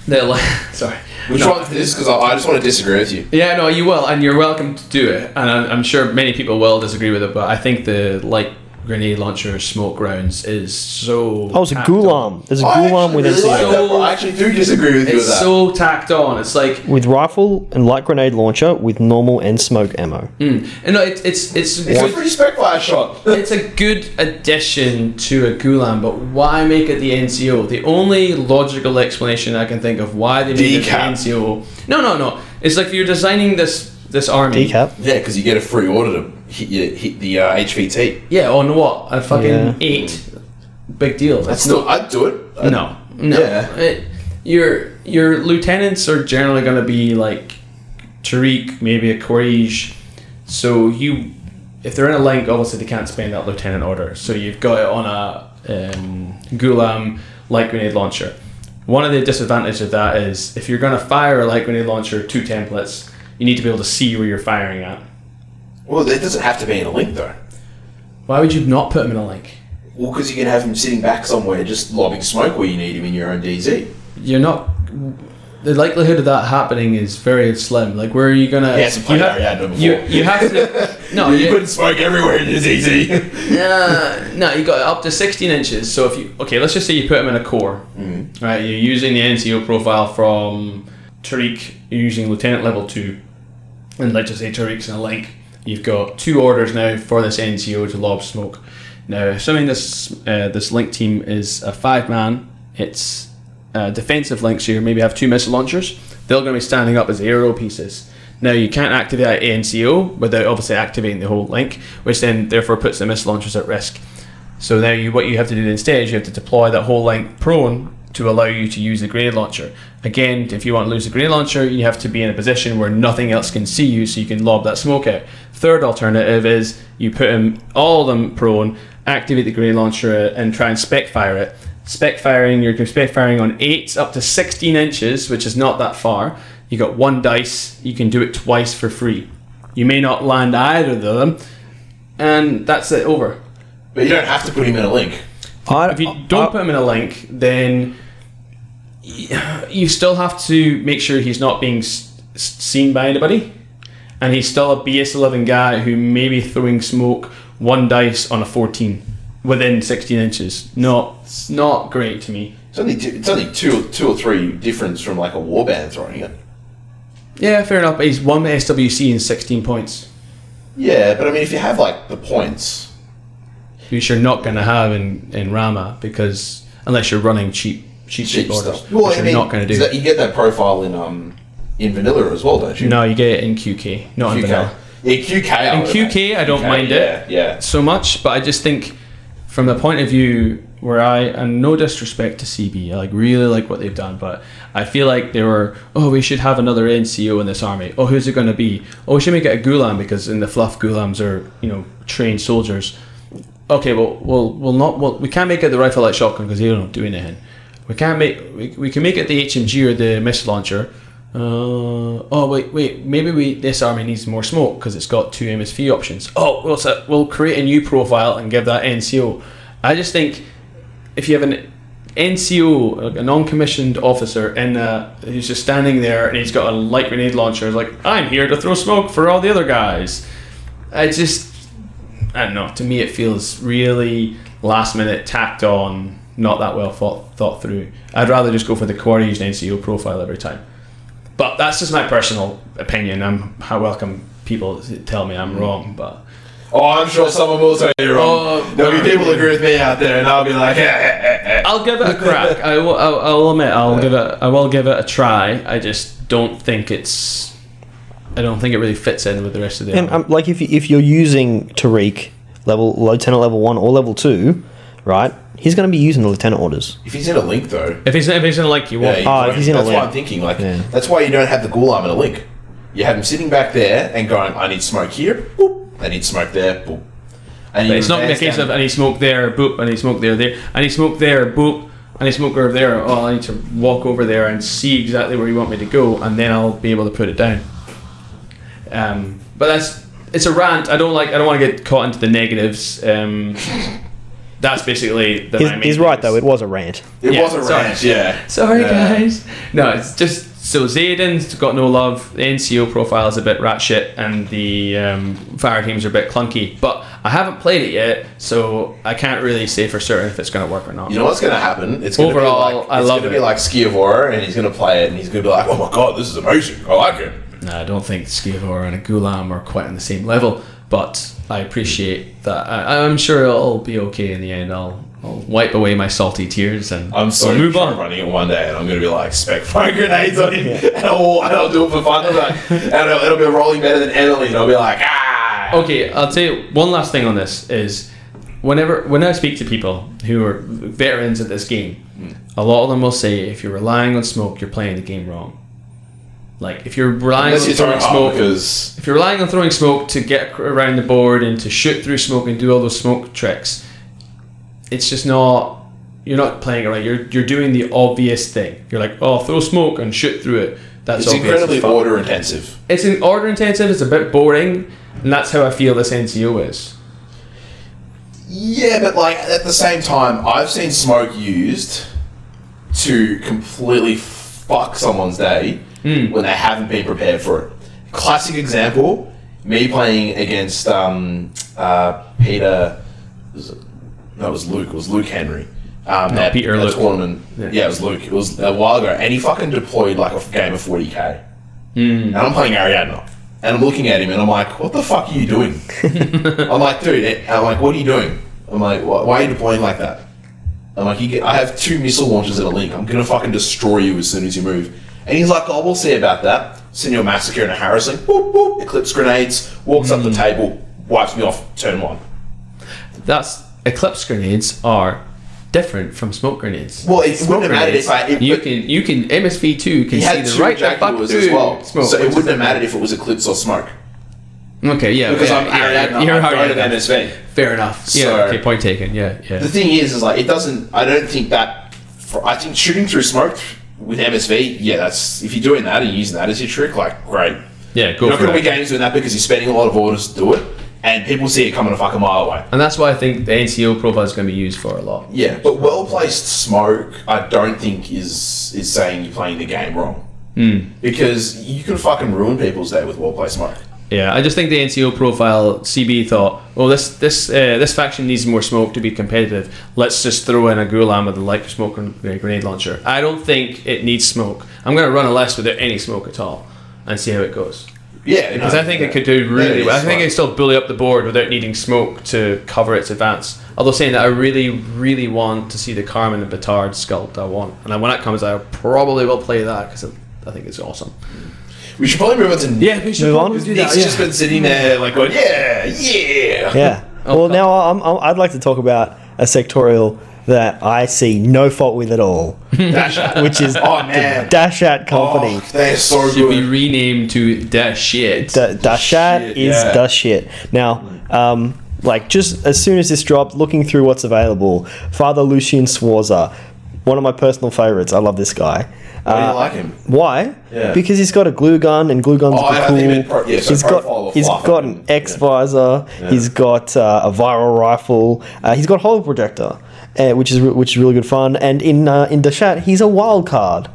S3: They're like, sorry.
S2: Which
S3: No.
S2: one? This because I, I just want to disagree with you.
S3: Yeah, no, you will, and you're welcome to do it. And I'm, I'm sure many people will disagree with it, but I think the light grenade launcher smoke rounds is so.
S1: Oh, it's a
S3: tacked on.
S1: Ghulam. There's a
S2: I
S1: Ghulam
S2: actually,
S1: with
S2: really
S1: NCO.
S2: like that, but I actually do disagree with you with
S3: It's
S2: that.
S3: so tacked on. It's like
S1: With rifle and light grenade launcher with normal and smoke ammo.
S3: Hmm. And no, it, it's it's
S2: it's a free spec fire shot.
S3: it's a good addition to a Gulam, but why make it the NCO? The only logical explanation I can think of why they made it the
S2: Decap.
S3: NCO. No, no, no. It's like you're designing this this army.
S1: Decap.
S2: yeah, because you get a free order to hit, you, hit the uh, HVT.
S3: Yeah, on what? A fucking
S1: Yeah.
S3: eight. Big deal.
S2: That's
S3: That's
S2: still, I'd do it. I'd-
S3: no, Uh, no.
S2: Yeah.
S3: It- your your lieutenants are generally going to be like Tariq, maybe a Quraysh. So you, if they're in a link, obviously they can't spend that lieutenant order. So you've got it on a um, Gulam light grenade launcher. One of the disadvantages of that is if you're going to fire a light grenade launcher two templates, you need to be able to see where you're firing at.
S2: Well, it doesn't have to be in a link though.
S3: Why would you not put them in a link?
S2: Well, because you can have him sitting back somewhere just lobbing smoke where you need him in your own DZ.
S3: you're not the likelihood of that happening is very slim. Like, where are you gonna?
S2: He hasn't played
S3: you
S2: Ariadne before.
S3: You, you have to. No,
S2: you
S3: you,
S2: put smoke everywhere in your DZ.
S3: uh, no, you got up to 16 inches. So if you okay, let's just say you put them in a core,
S2: Mm-hmm.
S3: right? You're using the NCO profile from Tariq. You're using Lieutenant Level Two, and let's just say Tariq's in a link. You've got two orders now for this NCO to lob smoke. Now, assuming this uh, this link team is a five man, it's uh, defensive links here. Maybe have two missile launchers. They're going to be standing up as aero pieces. Now you can't activate ANCO without obviously activating the whole link, which then therefore puts the missile launchers at risk. So now you what you have to do instead is you have to deploy that whole link prone to allow you to use the grenade launcher. Again, if you want to lose the grenade launcher, you have to be in a position where nothing else can see you so you can lob that smoke out. Third alternative is you put them all of them prone, activate the grenade launcher uh, and try and spec fire it. Spec firing, you're spec firing on eights up to 16 inches, which is not that far. You got one dice, you can do it twice for free. You may not land either of them, and that's it over
S2: but you don't have to put him in a link.
S1: I,
S3: if you don't put him in a link, then y- you still have to make sure he's not being s- s- seen by anybody, and he's still a BS11 guy who may be throwing smoke one dice on a 14 within 16 inches. Not not great to me.
S2: It's only two, it's only two, two or three difference from like a warband throwing it.
S3: Yeah, fair enough. But he's one SWC in 16 points,
S2: Yeah, but I mean, if you have like the points,
S3: which you're not going to have in in Rama because unless you're running cheap cheap cheap
S2: cheap
S3: orders,
S2: stuff.
S3: which
S2: I
S3: you're
S2: mean,
S3: not going to
S2: is
S3: do.
S2: that- you get that profile in um in vanilla as well, don't you?
S3: no, you get it in QK, not in
S2: You
S3: vanilla.
S2: can. In QK, I
S3: In
S2: would
S3: QK, I don't
S2: QK,
S3: mind it
S2: Yeah,
S3: so much, but I just think from the point of view where I, and no disrespect to CB, I like really like what they've done, but I feel like they were, oh, we should have another NCO in this army. Oh, who's it going to be? Oh, should we get a Gulam because in the fluff, Gulams are you know trained soldiers. Okay, well, we'll, we'll not, well, we can't make it the rifle like shotgun because they don't do anything. We can't make, we, we can make it the HMG or the missile launcher. Uh, oh wait, wait. Maybe we this army needs more smoke because it's got two MSV options. Oh, we'll set, we'll create a new profile and give that NCO. I just think if you have an NCO, a non-commissioned officer, and uh, he's just standing there and he's got a light grenade launcher, he's like, "I'm here to throw smoke for all the other guys." I just, I don't know. To me, it feels really last-minute, tacked on, not that well thought thought through. I'd rather just go for the core aged NCO E profile every time. But that's just my personal opinion. I'm I welcome people to tell me I'm wrong, but
S2: Oh, I'm sure someone will tell you wrong.
S3: Oh,
S2: There'll
S3: no.
S2: be people who agree with me out there, and I'll be like, eh, eh, eh, eh.
S3: I'll give it a crack. I will, I'll, I'll admit I'll give it I will give it a try. I just don't think it's I don't think it really fits in with the rest of the.
S1: And
S3: album.
S1: um, like if you, if you're using Tariq level lieutenant level one or level two, right? He's going to be using the lieutenant orders.
S2: If he's in a link, though,
S3: if he's if he's gonna like you,
S2: yeah,
S3: won't.
S2: he's
S1: Ah,
S2: like-
S1: if he's in a
S2: that's
S1: link.
S2: what I'm thinking. Like,
S1: Yeah.
S2: that's why you don't have the Ghulam in a link. You have him sitting back there and going, "I need smoke here. Boop. I need smoke there. Boop." And
S3: But it's not the case of any smoke there, boop, any smoke there, there, any smoke there, boop, any smoke over there. Oh, I need to walk over there and see exactly where you want me to go, and then I'll be able to put it down. Um, but that's it's a rant. I don't like. I don't want to get caught into the negatives. Um, that's basically the.
S1: He's,
S3: my main
S1: he's
S3: thing
S1: right though. It
S3: is-
S1: was a rant.
S2: it
S3: yeah,
S2: was a
S3: sorry.
S2: ranch. Yeah.
S3: Sorry,
S2: Yeah.
S3: guys. Uh, No, it's just so Zayden's got no love. The NCO profile is a bit rat shit, and the um, fire teams are a bit clunky. But I haven't played it yet, so I can't really say for certain if it's going to work or not.
S2: You know what's going to happen? It's gonna
S3: Overall,
S2: be like,
S3: I
S2: it's
S3: love
S2: gonna
S3: it.
S2: be like Skiavora, and he's going to play it, and he's going to be like, "Oh my god, this is amazing! I like it."
S3: No, I don't think Skivor and a Gulam are quite on the same level, but I appreciate that. I, I'm sure it'll be okay in the end. I'll, I'll wipe away my salty tears and
S2: I'm so
S3: we'll move
S2: sure
S3: on.
S2: I'm running it one day, and I'm going to be like, spec fire grenades on him, and, I'll, and I'll do it for fun. And, like, and it'll, it'll be rolling better than Emily, and I'll be like, ah.
S3: okay, I'll tell you one last thing on this is whenever when I speak to people who are veterans at this game,
S2: Hmm.
S3: a lot of them will say if you're relying on smoke, you're playing the game wrong. Like if you're relying
S2: Unless
S3: on
S2: you're throwing
S3: smoke,
S2: smoke, because
S3: if you're relying on throwing smoke to get around the board and to shoot through smoke and do all those smoke tricks, it's just not. You're not playing it right. You're you're doing the obvious thing. You're like, oh, throw smoke and shoot through it. That's
S2: it's,
S3: obvious as
S2: incredibly
S3: fuck."
S2: order intensive.
S3: It's an order intensive. It's a bit boring, and that's how I feel this NCO is.
S2: Yeah, but like at the same time, I've seen smoke used to completely fuck someone's day when they haven't been prepared for it. Classic example: me playing against um, uh, Peter. Was it, no, it was Luke. It was Luke Henry. Um, that,
S3: Peter
S2: that
S3: Luke.
S2: tournament.
S3: Yeah.
S2: Yeah. it was Luke. It was a while ago, and he fucking deployed like a f- game of forty k. And I'm playing Ariadna, and I'm looking at him, and I'm like, "What the fuck are you doing?" I'm like, dude, eh, I'm like, what are you doing? I'm like, why, why are you deploying like that? I'm like, you get, I have two missile launchers and a link. I'm gonna fucking destroy you as soon as you move. And he's like, oh, we'll see about that. Send your massacre and a harassing. Whoop whoop. Eclipse grenades. Walks up the table. Wipes me off. Turn one.
S3: That's eclipse grenades are different from smoke grenades.
S2: Well, it
S3: Smoke
S2: wouldn't have mattered if I. It,
S3: you
S2: but
S3: can you can MSV two
S2: he
S3: can see
S2: had
S3: the
S2: two
S3: right the fuck
S2: Jaguars
S3: through
S2: as well,
S3: smoke.
S2: so it
S3: which is
S2: wouldn't have
S3: the-
S2: mattered if it was eclipse or smoke.
S3: Okay, yeah,
S2: Because
S3: yeah,
S2: I'm
S3: yeah,
S2: Ariadna.
S3: You're
S2: I'm going to
S3: Ariadna.
S2: MSV.
S3: Fair enough. Yeah.
S2: So-
S3: okay. Point taken. Yeah.
S2: The
S3: Yeah.
S2: thing is, is like it doesn't. I don't think that. For, I think shooting through smoke with MSV, yeah, that's if you're doing that and using that as your trick, like great.
S3: Yeah.
S2: You're
S3: Go
S2: not
S3: for
S2: going to win
S3: it.
S2: games doing that because you're spending a lot of orders to do it, and people see it coming a fucking mile away.
S3: And that's why I think the NCO profile is going to be used for a lot.
S2: Yeah, but well placed smoke, I don't think is is saying you're playing the game wrong. Hmm. Because you can fucking ruin people's day with well placed smoke.
S3: Yeah. I just think the NCO profile CB thought, oh, this this uh, this faction needs more smoke to be competitive. Let's just throw in a Gulam with a light smoke and uh, grenade launcher. I don't think it needs smoke. I'm going to run a list without any smoke at all, and see how it goes.
S2: Yeah,
S3: Because I think it could do really well. I think it could still bully up the board without needing smoke to cover its advance. Although saying that, I really, really want to see the Carmen and Batard sculpt I want. And when that comes, I probably will play that because I think it's awesome.
S2: We should probably move on to
S3: Yeah, we should
S1: Move
S3: probably
S1: on?
S3: do that,
S2: Nick's
S3: yeah.
S2: just been sitting there like going, yeah, yeah.
S1: Yeah.
S3: Oh,
S1: well,
S3: God.
S1: now I'm, I'm, I'd like to talk about a sectorial that I see no fault with at all,
S2: Dash out.
S1: which is
S2: Oh, man.
S1: Dash At Company.
S2: Oh, they're so
S3: should be
S2: good.
S3: renamed to Dash Shit.
S1: Da- the shit
S2: shit,
S1: is
S2: yeah.
S1: the shit. Now, um, like just as soon as this dropped, looking through what's available, Father Lucian Swarza, one of my personal favorites. I love this guy. Uh,
S2: Why do you like him?
S1: Why?
S2: Yeah.
S1: Because he's got a glue gun, and glue guns
S2: Oh,
S1: are
S2: I
S1: cool.
S2: think it pro- yeah, so
S1: he's
S2: profile
S1: got
S2: of
S1: he's
S2: life,
S1: got
S2: I
S1: an
S2: mean,
S1: X
S2: yeah.
S1: visor. He's got uh, a viral rifle. Uh, he's got hollow projector, uh, which is re- which is really good fun. And in uh, in Dashat, he's a wild card.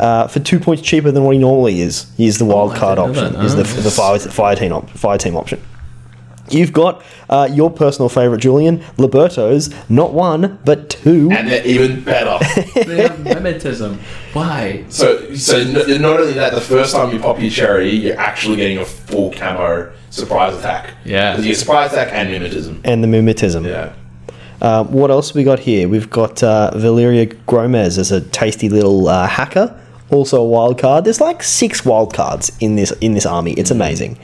S1: Uh, for two points cheaper than what he normally is, he is the wild
S3: Oh, I
S1: card
S3: didn't know
S1: option.
S3: that. Oh,
S1: Is the, the fire, fire team op- fire team option. You've got uh, your personal favorite, Julian Libertos. Not one, but two.
S2: And they're even better.
S3: they have mimetism. Why?
S2: so, so n- not only that, the first time you pop your cherry, you're actually getting a full camo surprise attack.
S3: Yeah.
S2: You get surprise attack and mimetism.
S1: and the mimetism.
S2: Yeah.
S1: Um, what else we got here? We've got uh, Valeria Gromez as a tasty little uh, hacker, also a wild card. There's like six wild cards in this in this army.
S3: Mm.
S1: It's amazing.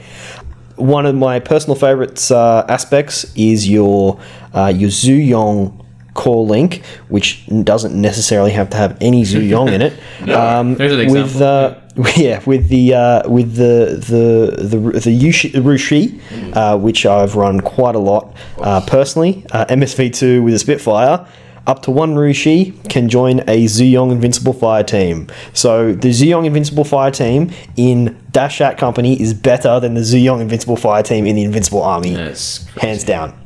S1: One of my personal favorites uh, aspects is your uh, your Zhu Yong core link, which doesn't necessarily have to have any Zhu Yong in it. um,
S3: There's an
S1: with
S3: example.
S1: uh, yeah, with the uh, with the the the the Yushi, Rushi, uh, which I've run quite a lot uh, personally. Uh, MSV two with a Spitfire, up to one Rushi can join a Zuyong Invincible Fire team. So the Zuyong Invincible Fire team in Dash Out Company is better than the Zuyong Invincible Fire team in the Invincible Army,
S3: That's
S1: hands down.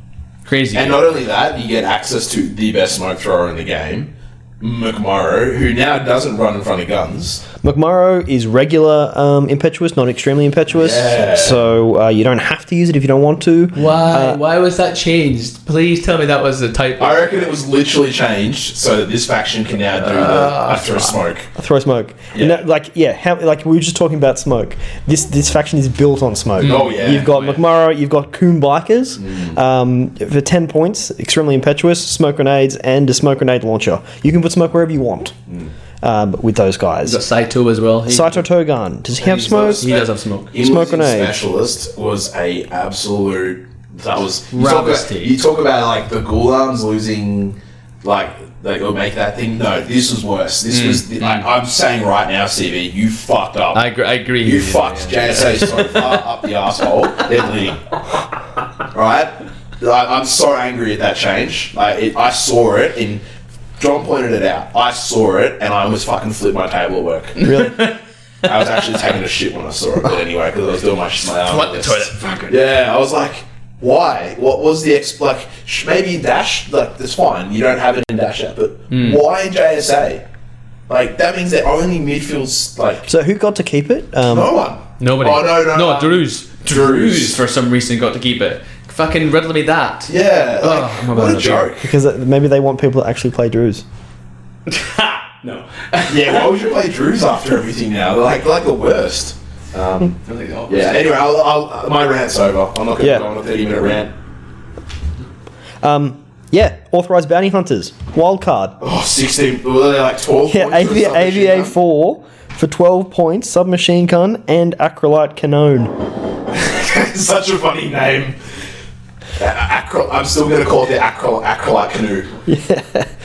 S3: crazy.
S2: And not only that, you get access to the best smoke thrower in the game, McMorrow, who now doesn't run in front of guns.
S1: McMurrow is regular um, impetuous, not extremely impetuous.
S2: Yeah.
S1: So uh, you don't have to use it if you don't want to.
S3: why?
S1: Uh,
S3: why was that changed? Please tell me that was a typo.
S2: I reckon it was literally changed so that this faction can now do the after a smoke.
S1: Throw smoke.
S2: Yeah.
S1: No, like yeah, how, like we were just talking about smoke. This this faction is built on smoke.
S2: Oh, yeah. Mm.
S1: You've got
S3: Oh, yeah.
S1: McMurrow, you've got Coon Bikers um, for ten points, extremely impetuous, smoke grenades, and a smoke grenade launcher. You can put smoke wherever you want
S2: Mm.
S1: um, with those guys.
S3: Got Saito as well. He,
S1: Saito Togan, does he have
S2: He's
S1: smoke?
S2: also-
S3: he does have smoke.
S2: He
S1: Smoke
S2: was in
S1: grenade.
S2: specialist was a absolute. That was you talk, about,
S3: Travesty.
S2: you talk about like the Gulams losing, like they will make that thing. No, this was worse. This was. The, like, I'm saying right now, CV, you fucked up.
S3: Mm. I, agree- I agree.
S2: you
S3: Yeah,
S2: fucked
S3: yeah.
S2: JSA so far up the asshole. They're bleeding. Right? Like, I'm so angry at that change. Like it, I saw it in. John pointed it out. I saw it, and I almost fucking flipped my table at work.
S1: Really?
S2: I was actually taking a shit when I saw it, but anyway, because I was doing my shit.
S3: What the toilet? Fucker.
S2: Yeah, I was like, why? What was the ex? Like, sh- maybe in Dash, like, that's fine. You don't have it in Dash app, but
S3: Hmm.
S2: why in JSA? Like, that means they're only midfields, like,
S1: So who got to keep it? Um,
S2: no one.
S3: Nobody.
S2: Oh, no, no.
S3: No,
S2: um,
S3: Drews.
S2: Drews.
S3: for some reason got to keep it. Fucking riddle me that.
S2: Yeah, like,
S3: Oh, my
S2: what
S3: bad,
S2: a
S3: I
S2: joke.
S1: Because uh, maybe they want people to actually play Druze.
S3: Ha! No.
S2: yeah, why would you play Drews after everything now? They're Like, like the worst. Um, yeah, anyway, I'll, I'll, my rant's over. I'm not going to
S1: Yeah.
S2: go on a 30 minute rant.
S1: Yeah, authorized bounty hunters, wild card.
S2: Oh, 16, were they like 12
S1: Yeah,
S2: points? or
S1: AV-
S2: something?
S1: AVA 4 for 12 points, submachine gun, and acrylite canone.
S2: Such a funny name. Uh, Acro- I'm still going to call it the Acro- Acrolite Canoe. Yeah.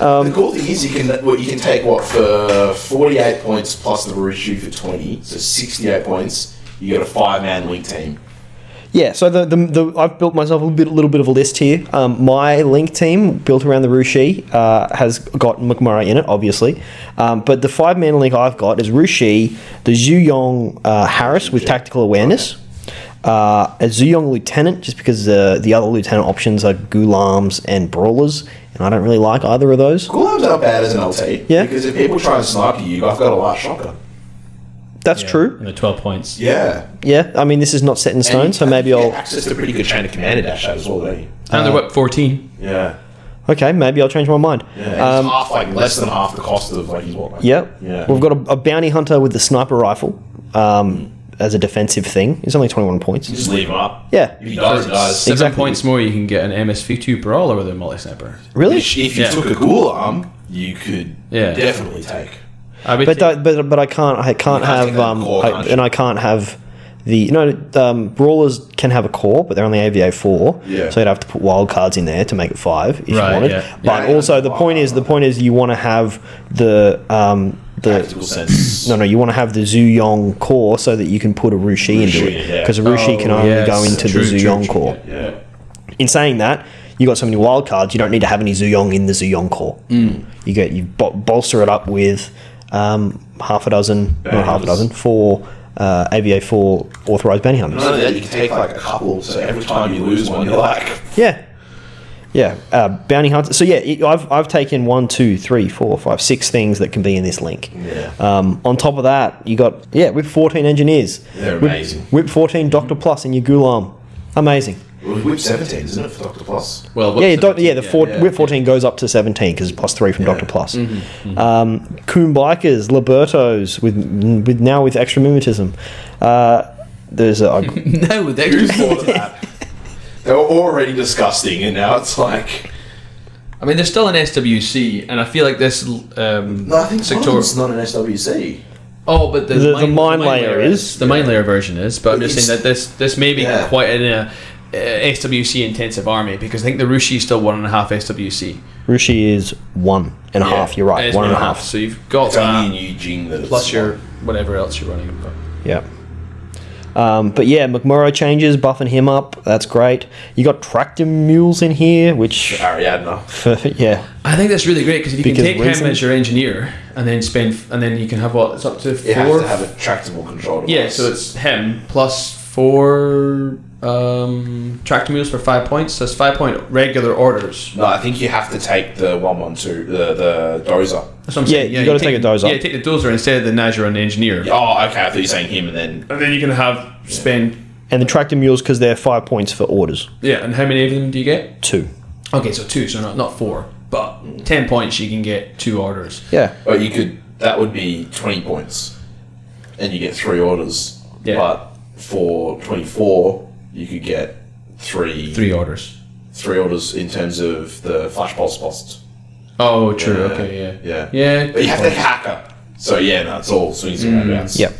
S1: Um,
S2: the cool thing is you can well, you can take what for 48 points plus the Barishu for 20, so 68 points. You get a five man link team.
S1: Yeah, so the, the, the I've built myself a little bit, little bit of a list here. Um, my link team, built around the Rushi, uh, has got McMurray in it, obviously. Um, but the five man link I've got is Rushi, the Zhu Yong uh, Harris with tactical awareness. Uh, a Zhu Yong lieutenant, just because uh, the other lieutenant options are Gulams and Brawlers, and I don't really like either of those.
S2: Gulab's not bad as an LT.
S1: Yeah.
S2: Because if people try and snipe you, I've got a large shotgun.
S1: That's true.
S3: And the 12 points.
S2: Yeah.
S1: Yeah, I mean, this is not set in stone,
S2: And
S1: so maybe
S2: you get
S1: I'll.
S2: access to pretty good chain of command in dash that as well, don't you?
S3: And they're what, 14?
S2: Yeah.
S1: Okay, maybe I'll change my mind.
S2: Yeah. It's
S1: Um,
S2: half like less than half the cost of like he's what like
S1: yep.
S2: Yeah.
S1: We've got a, a bounty hunter with the sniper rifle um, as a defensive thing. It's only 21 points.
S2: You just leave him up.
S1: Yeah.
S2: If he dies, he dies.
S3: Seven
S1: Exactly.
S3: points more, you can get an MSV2 brawler with a multi sniper.
S1: Really?
S2: Which, if you
S3: Yeah.
S2: took a ghoul arm, you could
S3: Yeah.
S2: definitely take.
S3: I would
S1: but
S3: say-
S1: I, but but I can't I can't
S2: You have to
S1: have
S2: go
S1: um
S2: core,
S1: I,
S2: can't you?
S1: and I can't have the no um, brawlers can have a core, but they're only AVA four.
S2: Yeah.
S1: So you'd have to put wild cards in there to make it five if
S3: Right,
S1: you wanted.
S3: yeah.
S2: Yeah,
S1: But
S2: yeah,
S1: also
S2: that's
S1: the
S2: wild
S1: point
S2: card,
S1: is the point is you want to have the um
S2: Practical
S1: the
S2: sense.
S1: no no you want to have the Zuyong core so that you can put a Rushi into
S2: Rushi,
S1: it
S2: yeah.
S1: because a Rushi
S3: Oh,
S1: can only
S3: yes,
S1: go into
S3: true,
S1: the
S3: true,
S1: Zuyong
S3: true,
S1: core.
S2: Yeah.
S1: In saying that, you got so many wild cards, you don't need to have any Zuyong in the Zuyong core.
S3: Mm.
S1: You get you bo- bolster it up with um, half a dozen, not half a
S2: hunters.
S1: dozen, four uh, AVA four authorized bounty hunters.
S2: None of that. You can take like a couple. So every time you lose one, you're like,
S1: Yeah, yeah, uh, bounty hunters. So yeah, it, I've I've taken one, two, three, four, five, six things that can be in this link.
S2: Yeah.
S1: Um, on top of that, you got yeah, whip fourteen engineers.
S2: They're
S1: Whip-
S2: amazing.
S1: Whip fourteen Doctor Plus in your Gulam. Amazing.
S2: well, whip 17, isn't it, for Doctor Plus?
S3: Well,
S1: yeah,
S3: what's
S1: yeah,
S3: the-
S1: doc- yeah, the four,
S2: yeah,
S1: Whip 14 goes up to 17 because plus three from Dr. Plus. Um, Coombe Bikers, Libertos, with, with now with extra mimetism. Uh, there's a, I-
S3: No, with
S2: Who
S3: extra.
S2: thought of that? They were already disgusting, and now it's like.
S3: I mean, there's still an SWC, and I feel like this. Um, sector-
S2: Sector's not an SWC.
S3: Oh, but the
S1: The- the mine layer is.
S3: the mine layer version is. But I'm just
S2: it's-
S3: saying that this this may be
S2: Yeah.
S3: quite an uh, uh, SWC intensive army because I think the Rushi is still one and a half SWC.
S1: Rushi is one and a half. You're
S3: And
S1: right,
S3: it's
S1: one and a half.
S3: So you've got
S2: It's only
S3: that
S2: in Eugene that it's
S3: Oh, uh, plus your
S2: not.
S3: whatever else you're running. But.
S1: Yeah. Um, but yeah, McMurrow changes, buffing him up. That's great. You got tractor mules in here, which
S2: Ariadna.
S1: yeah,
S3: I think that's really great because if you
S1: Because
S3: can take him
S1: Winston-
S3: as your engineer and then spend and then you can have what it's up to
S2: It has
S3: four.
S2: to have a tractable control device.
S3: yeah, so it's him plus four um, tractor mules for five points. So it's five point regular orders.
S2: No, I think you have to take the 112, the, the dozer.
S3: That's what I'm
S1: Yeah,
S3: saying.
S1: you gotta take a dozer.
S3: Yeah, you take the dozer instead of the Nazir and the engineer.
S2: Oh, okay. I thought you were saying him and then.
S3: And then you can have spend.
S1: and the tractor mules because they're five points for orders.
S3: Yeah, and how many of them do you get?
S1: Two.
S3: Okay, so two, so not not four, but ten points you can get two orders.
S1: Yeah.
S2: But you could. That would be 20 points. And you get three orders.
S3: Yeah.
S2: But for 24, you could get three,
S3: Three orders.
S2: three orders in terms of the flash pulse costs.
S3: Oh, true.
S2: Yeah,
S3: Okay, yeah,
S2: yeah.
S3: yeah, Mm.
S2: But you have to hacker. So yeah, no, it's all swings and roundabouts.
S1: Yep.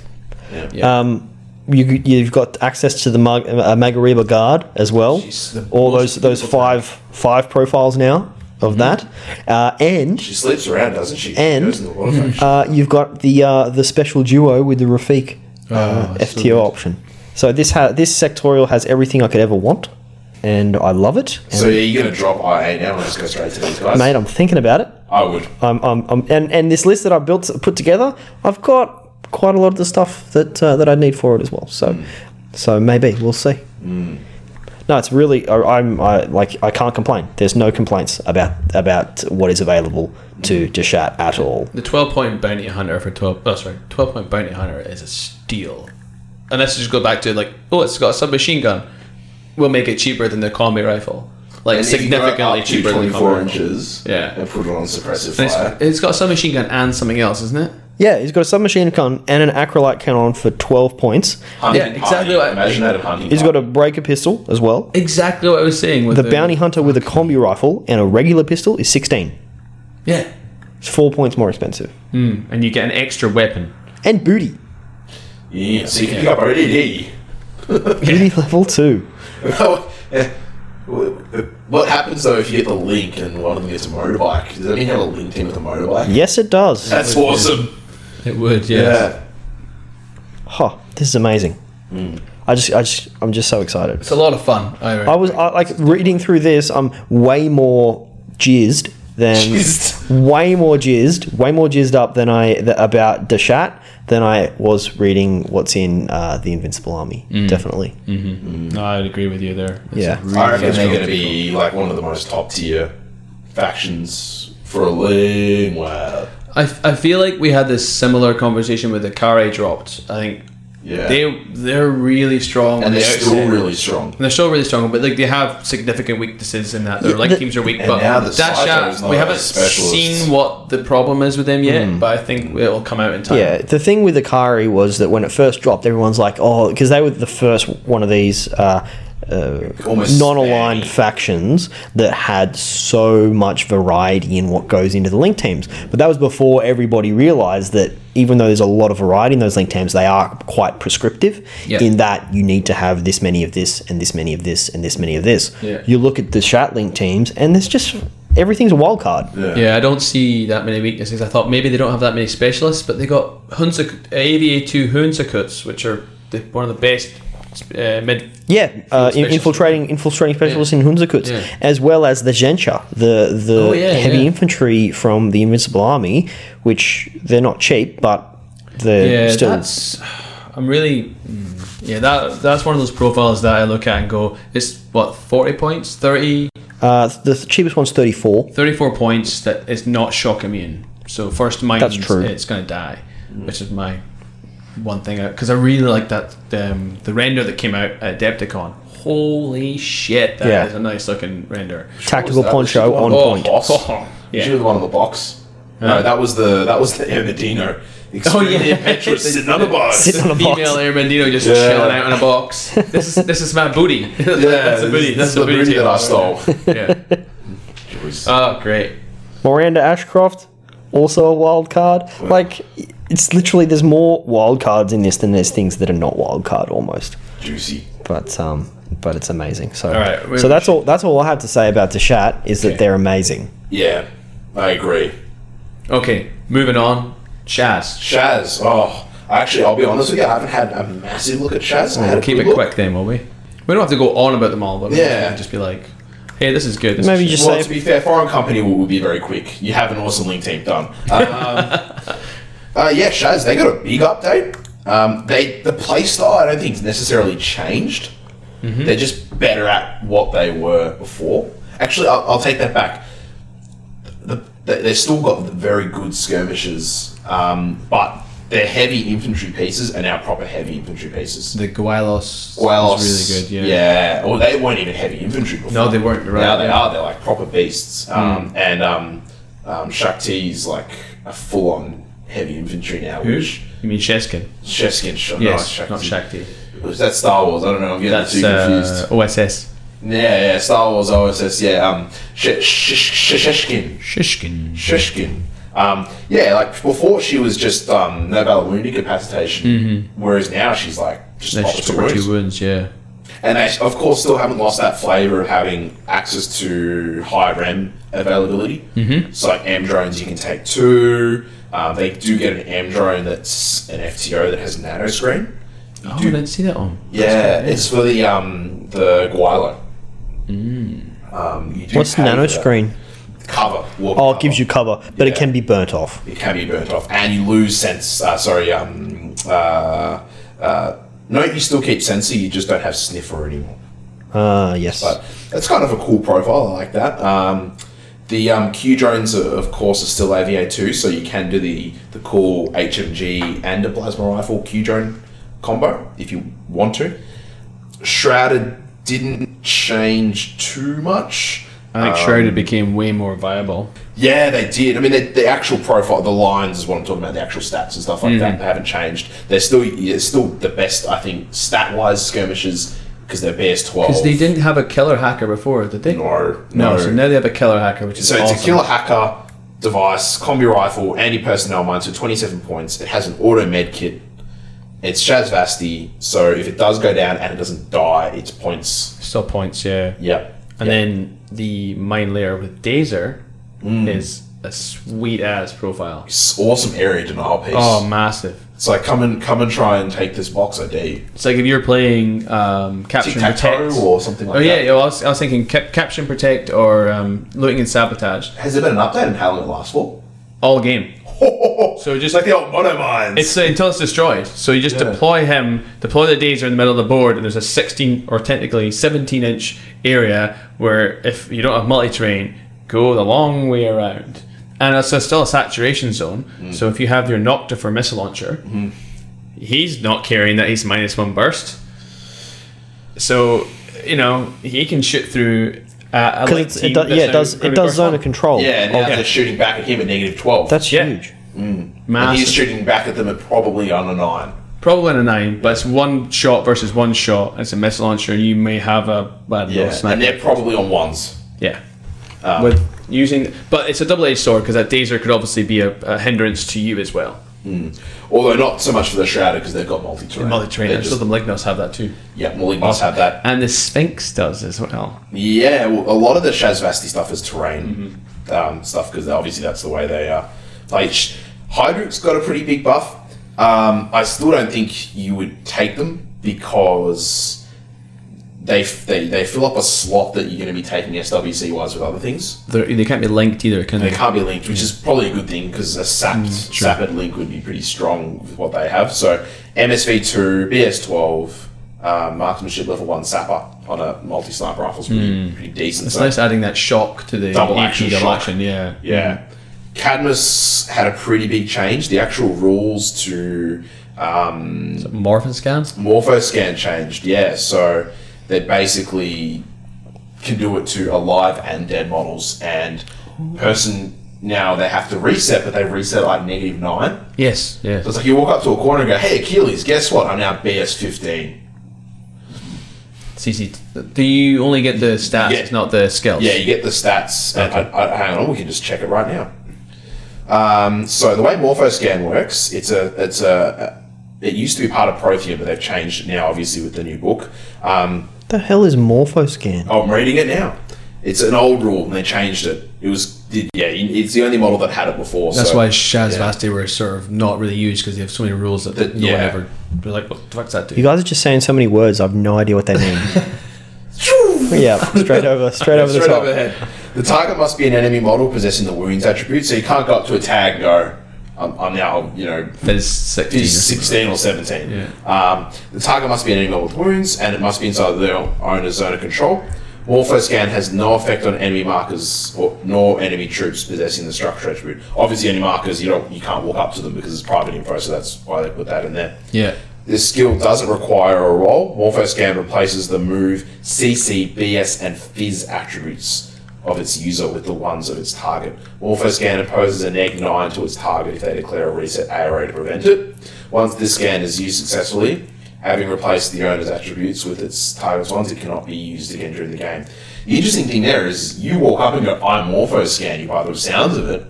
S2: Yeah.
S1: Um, you, you've got access to the Mag- uh, Magariba Guard as well.
S3: Jeez, the
S1: All those
S3: most
S1: those
S3: beautiful
S1: five five profiles now of that, uh,
S2: She
S1: and
S2: sleeps around, doesn't she? She
S1: And-
S2: goes in the water function.
S1: uh, you've got the uh, the special duo with the Rafik
S3: Oh,
S1: uh,
S3: that's so
S1: FTO option. So this ha- this sectorial has everything I could ever want, and I love it. And,
S2: so yeah, you're gonna drop IA now and just go straight to these guys.
S1: mate, I'm thinking about it.
S2: I would.
S1: I'm, I'm, I'm, and, and this list that I built put together, I've got quite a lot of the stuff that uh, that I need for it as well. So, so maybe we'll see. No, it's really I, I'm I, like I can't complain. There's no complaints about about what is available to to chat at all.
S3: The twelve point bounty hunter for twelve. Oh, sorry, twelve point bounty hunter is a steal. Unless you just go back to like, oh, it's got a submachine gun. We'll make it cheaper than the combat rifle, like
S2: And if you go
S3: significantly
S2: up to
S3: cheaper than the
S2: 24
S3: combat rifle.
S2: inches.
S3: Yeah.
S2: And put it on suppressive
S3: And
S2: fire.
S3: it's, it's got a submachine gun and something else, isn't it?
S1: Yeah, he's got a submachine gun and an acrolite cannon for twelve points.
S2: Hunting
S3: Yeah,
S2: party.
S3: exactly what I-
S2: Imagine that a hunting.
S1: He's
S2: party.
S1: got a breaker pistol as well.
S3: Exactly what I was saying with
S1: The bounty hunter with a combi rifle and a regular pistol is sixteen.
S3: Yeah,
S1: It's four points more expensive.
S3: and you get an extra weapon.
S1: And booty,
S2: Yeah, so you can pick up ODD.
S1: booty level two.
S2: Yeah. eh, what happens though if you get the link and one of them gets a motorbike? Does that mean you have a linked in with a motorbike?
S1: Yes, it does.
S2: That's awesome.
S3: It would,
S2: Yeah.
S1: Huh, this is amazing. I just, I just, I'm just so excited.
S3: Hmm. It's a lot of fun. I,
S1: I was I, like reading through this. I'm way more jizzed than
S2: Jizzed.
S1: way more jizzed, way more jizzed up than I th- about Dashat than I was reading what's in uh, the Invincible Army. Definitely,
S3: no, I'd agree with you there. It's
S1: Oh. Yeah.
S3: a really
S2: I reckon
S3: good
S2: they're going to
S3: scope.
S2: be like one of the most top tier factions for a long while.
S3: I, I feel like we had this similar conversation with the Kare dropped. I think
S2: Yeah.
S3: they they're really strong. on
S2: and
S3: the
S2: they're still
S3: outset.
S2: really strong.
S3: And they're still really strong, but like they have significant weaknesses in that their like
S1: the-
S3: teams are weak.
S2: And
S3: But
S2: now the
S3: Dash
S2: Scyther
S3: App,
S2: is not Mm.
S3: we
S2: a
S3: haven't
S2: specialist.
S3: seen what the problem is with them yet, but I think it'll come out in time.
S1: yeah. The thing with Akari was that when it first dropped, everyone's like, "Oh," because they were the first one of these. Uh, uh,
S2: Almost
S1: non-aligned
S2: spammy.
S1: factions that had so much variety in what goes into the link teams. But that was before everybody realized that even though there's a lot of variety in those link teams, they are quite prescriptive
S3: Yeah.
S1: in that you need to have this many of this and this many of this and this many of this.
S2: Yeah.
S1: You look at the chat link teams and there's just everything's a wild card.
S3: Yeah, I don't see that many weaknesses. I thought maybe they don't have that many specialists, but they got Hunsa, AVA two Hunsakuts, which are the, one of the best uh, mid.
S1: Yeah, uh, in-
S3: specialist.
S1: infiltrating infiltrating specialists in Hunzakuts,
S3: Yeah.
S1: as well as the Gensha, the the
S3: Oh, yeah,
S1: heavy
S3: yeah.
S1: infantry from the Invincible Army, which they're not cheap, but they're
S3: Yeah,
S1: still
S3: that's. I'm really. Yeah, that that's one of those profiles that I look at and go, it's what forty points, 30,
S1: uh, the cheapest one's thirty four.
S3: 34 points that is not shock immune. So first mind,
S1: That's true.
S3: it's going to die, which is my one thing because I really like that um, the render that came out at Adepticon. Holy shit, that is
S1: Yeah.
S3: a nice looking render.
S1: Tactical
S2: What was that?
S1: poncho
S2: The
S1: on
S2: one-
S1: point.
S2: Oh, boss.
S3: Yeah.
S2: She was the one on the box.
S3: Yeah.
S2: No, that was the that was the Ermedino. Extremely
S3: Oh, yeah.
S2: impetuous sitting on the box.
S1: Sitting on a
S3: Female
S1: box.
S3: Air Bandino just
S2: Yeah.
S3: chilling out in a box. This is this is my booty. that's a booty.
S2: this
S3: That's
S2: is
S3: a
S2: the
S3: booty,
S2: booty that I
S3: table.
S2: stole.
S3: Yeah.
S2: It was-
S3: Oh, great.
S1: Miranda Ashcroft, also a wild card. Like it's literally there's more wild cards in this than there's things that are not wild card almost.
S2: juicy.
S1: but um, but it's amazing. So,
S3: right, we-
S1: so that's all. That's all I have to say about Deshat is that they're amazing.
S2: Yeah, I agree.
S3: Okay, moving on. Chaz.
S2: Shaz. Oh, actually, I'll be honest with you. I haven't had a massive look at Shaz. I had
S3: We'll
S2: a
S3: keep
S2: good
S3: it
S2: look.
S3: quick then, will we? We don't have to go on about them all, but yeah. we
S2: Yeah.
S3: can just be like, hey, this is good. This
S1: Maybe
S3: is
S1: just
S3: shit.
S2: Well,
S1: say-
S2: to be fair, foreign company will, will be very quick. You have an awesome link team done. Um, uh, yeah, Shaz, they got a big update. Um, they the play style I don't think has necessarily changed.
S3: Mm-hmm.
S2: They're just better at what they were before. Actually, I'll, I'll take that back. The, they- they've still got very good skirmishers, um, but their heavy infantry pieces are now proper heavy infantry pieces.
S3: the Guaylos.
S2: Well,
S3: is really good. Yeah.
S2: Yeah. Well, they weren't even heavy infantry before.
S3: No, they weren't, you're right, Hmm.
S2: Now they
S3: yeah.
S2: are. They're like proper beasts. Um, And um, um, Shakti's like a full-on heavy infantry now.
S3: Who?
S2: Which
S3: You mean Sheskin?
S2: Sheskin shot.
S3: Yes,
S2: no,
S3: not Shakti.
S2: Was that Star Wars? I don't know. I'm getting
S3: That's
S2: too confused.
S3: uh, OSS.
S2: Yeah, yeah. Star Wars OSS. Yeah. Um, Sh- Sh- Sh- Sheshkin.
S3: Shishkin.
S2: Shishkin. Um, yeah, like before she was just um, no valid wound incapacitation, whereas now she's like just
S3: That's
S2: opposite
S3: Mm-hmm. just proper
S2: wounds.
S3: two wounds, yeah.
S2: And they, of course, still haven't lost that flavour of having access to high REM availability. Mm-hmm. So, like M drones, you can take two. Um, they do get an M drone that's an FTO that has a nano screen.
S3: Oh, I didn't see that one.
S2: Yeah, it's for the um, the Guilo. Mm. Um, you do
S1: What's
S2: pay for
S1: nano
S2: that.
S1: screen?
S2: Cover. warp
S1: Oh,
S2: cover.
S1: it gives you cover, but it
S2: Yeah.
S1: can be burnt off.
S2: It can be burnt off, and you lose sense. Uh, sorry. Um, uh, uh, no, you still keep sensor. You just don't have sniffer anymore.
S1: Uh, yes.
S2: But that's kind of a cool profile. I like that. Um, the um, Q drones, are, of course, are still AVA two, so you can do the the cool HMG and a plasma rifle Q drone combo if you want to. Shrouded didn't change too much.
S3: I think
S2: Um,
S3: Shrouded became way more viable.
S2: Yeah, they did. I mean, the, the actual profile, the lines is what I'm talking about. The actual stats and stuff like
S3: Mm-hmm.
S2: that. They haven't changed. They're still, it's still the best, I think, stat wise skirmishers because they're BS twelve.
S3: Because they didn't have a killer hacker before, did they?
S2: No,
S3: No, so now they have a killer hacker, which is
S2: So
S3: awesome.
S2: it's a killer hacker device, combi rifle, anti personnel mine, so 27 points. It has an auto med kit. It's Shaz Vasti, so if it does go down and it doesn't die, it's points.
S3: Still points, yeah.
S2: Yep.
S3: And then the mine layer with Dazer
S2: Mm.
S3: is a sweet ass profile.
S2: It's awesome area denial piece.
S3: Oh, massive.
S2: It's like come and come and try and take this box ID.
S3: It's like if you're playing um, Capture
S2: Tic tac
S3: and
S2: toe
S3: Protect.
S2: or something like
S3: oh, yeah,
S2: that.
S3: yeah well, I, was, I was thinking cap- Capture and Protect or um, Looting and Sabotage.
S2: Has there been an update on how long it lasts for?
S3: All game. So
S2: It's
S3: just.
S2: like the old mono mines.
S3: it's uh, until it's destroyed. So you just
S2: Yeah.
S3: deploy him, deploy the dazer in the middle of the board, and there's a 16 or technically 17 inch area where if you don't have multi terrain, go the long way around. And it's a- still a saturation zone.
S2: Mm.
S3: So if you have your Noctifer missile launcher,
S2: Mm-hmm.
S3: he's not carrying that. He's minus one burst. So you know he can shoot through. Uh, a light
S1: Because it,
S3: team
S1: do,
S3: that's
S1: yeah, it
S3: now
S1: does
S3: gonna
S1: it
S3: be
S1: does
S3: burst
S1: zone
S3: one.
S1: of control.
S2: yeah, and now
S3: Yeah.
S2: they're shooting back at him at negative 12.
S1: that's
S3: Yeah.
S1: huge.
S2: and he's
S3: Massive.
S2: shooting back at them at probably under 9.
S3: Probably a nine, but it's one shot versus one shot. It's a missile launcher. You may have a bad little
S2: Yeah, and Ah.
S3: sniper.
S2: they're probably on ones.
S3: Yeah. With using, but it's a double-edged sword because that taser could obviously be a, a hindrance to you as well.
S2: Although not so much for the Shrouded because they've got multi-terrain.
S3: Multi-terrain.
S2: They're
S3: I'm sure
S2: just-
S3: the Malignos have that too,
S2: Yeah, Malik must have that.
S3: and the Sphinx does as well.
S2: Yeah, well, a lot of the Shazvasti stuff is terrain
S3: Mm-hmm.
S2: um, stuff because obviously that's the way they are. Like Sh- Hydrook's got a pretty big buff. Um, I still don't think you would take them because they f- they, they fill up a slot that you're going to be taking SWC wise with other things.
S3: They're, they can't be linked either, can
S2: They
S3: they?
S2: can't be linked, which is probably a good thing because a sapped, sapped link would be pretty strong with what they have. So MSV2, BS12, uh, marksmanship level 1 sapper on a multi sniper rifle is pretty, pretty decent.
S3: It's
S2: So-
S3: nice adding that shock to the
S2: Double
S3: AP
S2: action
S3: double
S2: shock.
S3: action, Yeah, Mm.
S2: Yeah. Cadmus had a pretty big change. The actual rules to um,
S3: Morphin scan.
S2: Morphoscan changed, yeah. So they basically can do it to alive and dead models, and person now they have to reset, but they reset like negative nine.
S3: Yes, yes.
S2: So it's like you walk up to a corner and go, "Hey Achilles, guess what? I'm now BS 15."
S3: CC. Do you only get the stats,
S2: Yeah.
S3: not the skills?
S2: Yeah, you get the stats. and
S3: Okay.
S2: I, I, hang on, we can just check it right now. Um, so the way Morphoscan works, it's a it's a it used to be part of Prothea, but they've changed it now, obviously with the new book. Um,
S1: the hell is Morphoscan?
S2: oh, I'm reading it now. It's an old rule, and they changed it. It was yeah, it's the only model that had it before.
S3: That's
S2: so-
S3: why Shaz Vasti were sort of not really used because they have so many rules that,
S2: That-
S3: no
S2: yeah.
S3: one ever. They're like, what the fuck's that do?
S1: You guys are just saying so many words. I've no idea what they mean. yeah, straight over, straight over the
S2: Straight
S1: top.
S2: overhead. The target must be an enemy model possessing the wounds attribute, so you can't go up to a tag and go, I'm, I'm now, you know,
S3: Fizz 16.
S2: is 16 or 17.
S3: Yeah.
S2: Um, the target must be an enemy model with wounds, and it must be inside their owner's zone of control. Morphoscan has no effect on enemy markers or nor enemy troops possessing the structure attribute. Obviously, enemy markers you don't you can't walk up to them because it's private info, so that's why they put that in there.
S3: Yeah.
S2: This skill doesn't require a roll. Morphoscan replaces the move, CC, BS, and Fizz attributes of its user with the ones of its target. Morphoscan imposes a neg 9 to its target if they declare a reset ARA to prevent it. Once this scan is used successfully, having replaced the owner's attributes with its target's ones, it cannot be used again during the game. The interesting thing there is you walk up and go, I Morphoscan you by the sounds of it,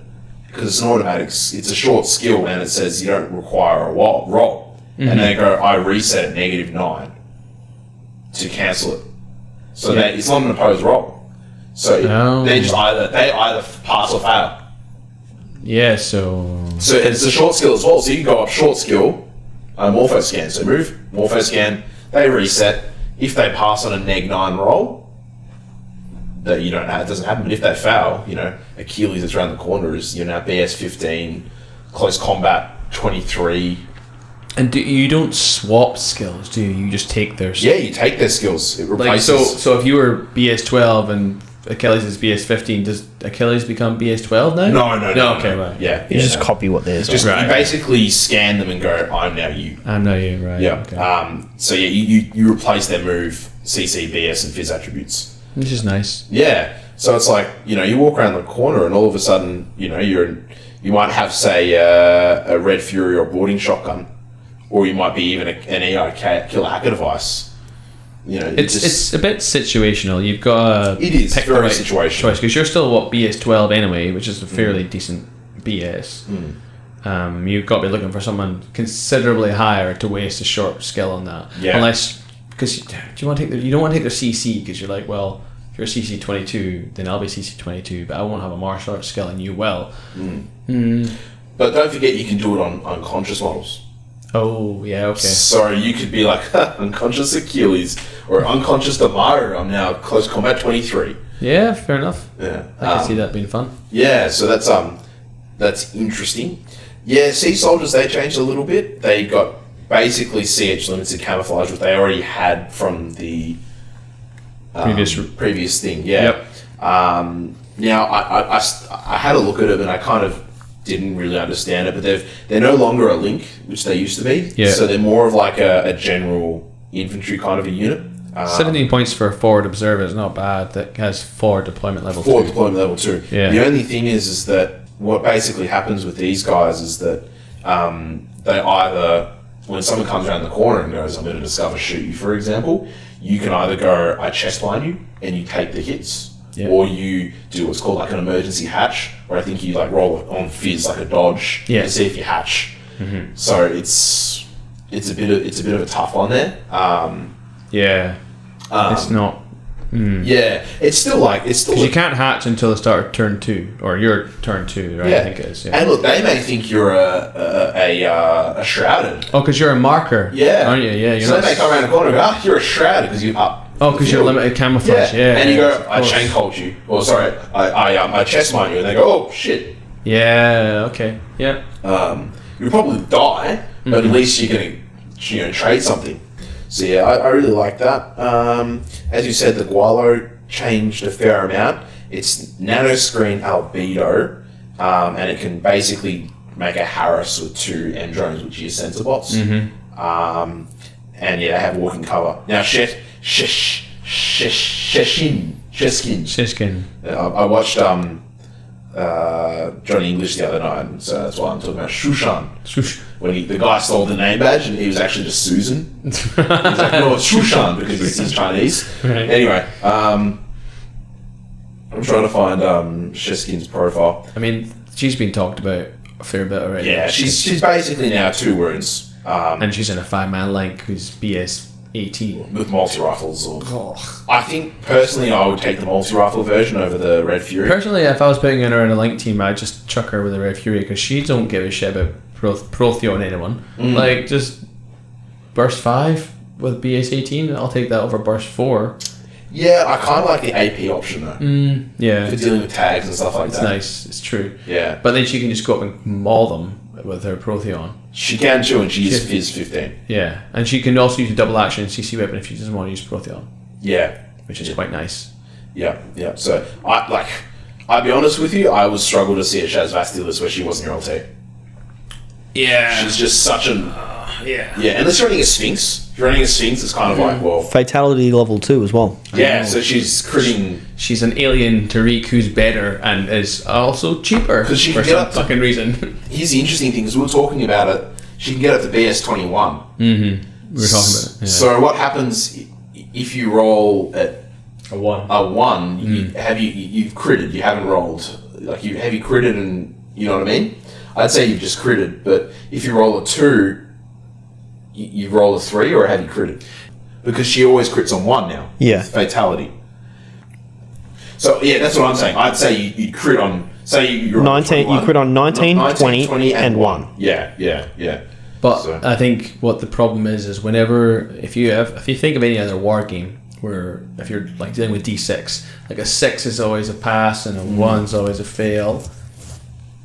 S2: because it's an automatic, s- it's a short skill and it says you don't require a wa- roll. And they go, I reset at negative nine to cancel it. So that it's not an opposed roll. So
S3: Oh.
S2: they just either they either pass or fail.
S3: Yeah, so.
S2: So it's a short skill as well. So you can go up short skill, uh, morpho scan. So move morpho scan. They reset. If they pass on a neg nine roll, that you don't have, it doesn't happen. But if they fail, you know Achilles is around the corner. Is you know BS fifteen, close combat twenty three.
S3: And do, you don't swap skills, do you? You just take their.
S2: Yeah, you take their skills. It
S3: Like,
S2: replaces.
S3: so, so if you were BS12 and Achilles is BS15, does Achilles become BS12 now?
S2: no, no, no, no.
S3: okay,
S2: no.
S3: right.
S2: Yeah,
S1: You
S2: yeah,
S1: just
S2: no.
S1: copy what theirs.
S2: Just
S1: are.
S2: you
S3: Right.
S2: basically scan them and go, I'm now you.
S3: I know you, right.
S2: Yeah.
S3: okay.
S2: Um, so yeah, you, you, you replace their move, CC, BS, and Fizz attributes.
S3: Which is nice.
S2: Yeah. So it's like you know you walk around the corner and all of a sudden you know you're in, you might have say uh, a Red Fury or boarding shotgun, or you might be even a, an EIK killer hacker device. You know, it
S3: It's,
S2: just-
S3: it's a bit situational. You've got to
S2: it is
S3: pick the
S2: very
S3: right
S2: situational. Mm.
S3: choice because you're still what BS twelve anyway, which is a fairly decent BS. Um, you've got to be looking for someone considerably higher to waste a short skill on that.
S2: Yeah.
S3: Unless because do you want to take their, you don't want to take their CC because you're like well if you're CC twenty two then I'll be CC twenty two but I won't have a martial arts skill and you will.
S2: But don't forget you can do it on unconscious models.
S3: Oh yeah okay.
S2: So you could be like unconscious Achilles or unconscious Damaru. I'm now close combat twenty three.
S3: Yeah, fair enough.
S2: Yeah.
S3: I can
S2: Um,
S3: see that being fun.
S2: Yeah, so that's um, that's interesting. Yeah, sea soldiers they changed a little bit. They got basically CH limits to camouflage, which they already had from the um,
S3: Previous-
S2: previous thing. Yeah. Um, now I, I- I s- I had a look at it and I kind of didn't really understand it, but they've they're no longer a link, which they used to be.
S3: Yeah.
S2: So they're more of like a, a general infantry kind of a unit. Um,
S3: 17 points for a forward observer is not bad. That has forward deployment level.
S2: for
S3: too.
S2: deployment level two.
S3: Yeah.
S2: The only thing is, is that what basically happens with these guys is that um, they either when someone comes around the corner and goes, I'm going to discover shoot you, for example, you can either go, I chestline you and you take the hits,
S3: Yeah.
S2: or you do what's called like an emergency hatch, where I think you like roll it on fizz like a dodge
S3: Yeah. Mm-hmm.
S2: to see if you hatch. So it's it's a bit of it's a bit of a tough one there. Um,
S3: Yeah. it's not.
S2: yeah, it's still like it's still
S3: Mm-hmm. Because you can't hatch until the start of turn two, or your turn two, right?
S2: yeah.
S3: I think it is. Yeah.
S2: And look, they may think you're a a, a, uh, a shrouded.
S3: Oh, because you're a marker.
S2: Yeah.
S3: Aren't you? Oh, Yeah. You're
S2: so
S3: not,
S2: they may come around the corner and go, ah, you're a shrouded because you up.
S3: oh, because you're limited camouflage. Yeah.
S2: and you
S3: yeah,
S2: go,
S3: of
S2: I
S3: course.
S2: chain hold you. Or sorry, I I, um, I chest mine you, and they go, oh shit.
S3: Yeah. Okay. Yeah.
S2: Um, you'll probably die, but at least you're gonna you know trade something. So yeah, I, I really like that. Um, as you said, the Gualo changed a fair amount. It's nano screen albedo, um, and it can basically make a Harris with two M drones, which is sensor bots. Um, and yeah, they have walking cover. Now, Shet, Shesh, Shesh, Sheshin, Sheskin.
S3: Shishkin.
S2: I, I watched um, uh, Johnny English the other night, and so that's why I'm talking about Shushan.
S3: Swoosh.
S2: When he, the guy stole the name badge, and he was actually just Susan. He's like, no, it's Shushan because he's, he's Chinese.
S3: Right.
S2: Anyway, um, I'm trying to find um, Sheskin's profile.
S3: I mean, she's been talked about a fair bit already.
S2: Yeah, she's she's basically now two wounds um,
S3: And she's in a five man link who's BS 18.
S2: with multi rifles. Or I think personally, I would take the multi rifle version over the Red Fury.
S3: Personally, if I was putting her in a link team, I'd just chuck her with a Red Fury because she don't give a shit about Proth- Protheon anyone.
S2: Mm.
S3: Like, just burst 5 with BS 18, I'll take that over burst 4.
S2: Yeah, I kind of like the AP option though
S3: Mm, yeah,
S2: for
S3: it's
S2: dealing with tags and stuff like that.
S3: nice, it's true.
S2: Yeah.
S3: But then she can just go up and maul them with her Protheon.
S2: She can too, and she's
S3: She-
S2: Fizz 15.
S3: Yeah, and she can also use a double action CC weapon if she doesn't want to use Protheon,
S2: Yeah,
S3: which is quite nice.
S2: yeah, yeah. So, I like, I'll be honest with you, I would struggle to see a Shaz Vastilis where she wasn't your LT.
S3: Yeah.
S2: She's just such an.
S3: yeah.
S2: Yeah, unless you're running a Sphinx. If you're running a Sphinx, it's kind of
S3: Mm-hmm.
S2: like, well.
S1: Fatality level two as well.
S2: Yeah,
S3: know.
S2: so she's critting.
S3: She's an alien Tariq who's better and is also cheaper
S2: 'Cause she
S3: for
S2: can
S3: some
S2: get up to-
S3: fucking reason.
S2: Here's the interesting thing, because we were talking about it, she can get up to BS 21.
S3: we were talking about it. Yeah.
S2: So, what happens i- if you roll at
S3: a one.
S2: a Uh, one,
S1: Mm.
S2: you, have you you- you've critted? You haven't rolled. Like you have you critted, and you know what I mean. I'd say you've just critted, but if you roll a two, you, you roll a three, or have you critted? Because she always crits on one now.
S1: Yeah.
S2: It's fatality. So yeah, that's what I'm saying. I'd say you, you crit on. Say you, you're on
S1: 19 you
S2: 21.
S1: crit on 19, 20, and one.
S2: Yeah, yeah, yeah.
S3: But
S2: So-
S3: I think what the problem is is whenever if you have if you think of any other war game where if you're like dealing with D six, like a six is always a pass and a one's always a fail.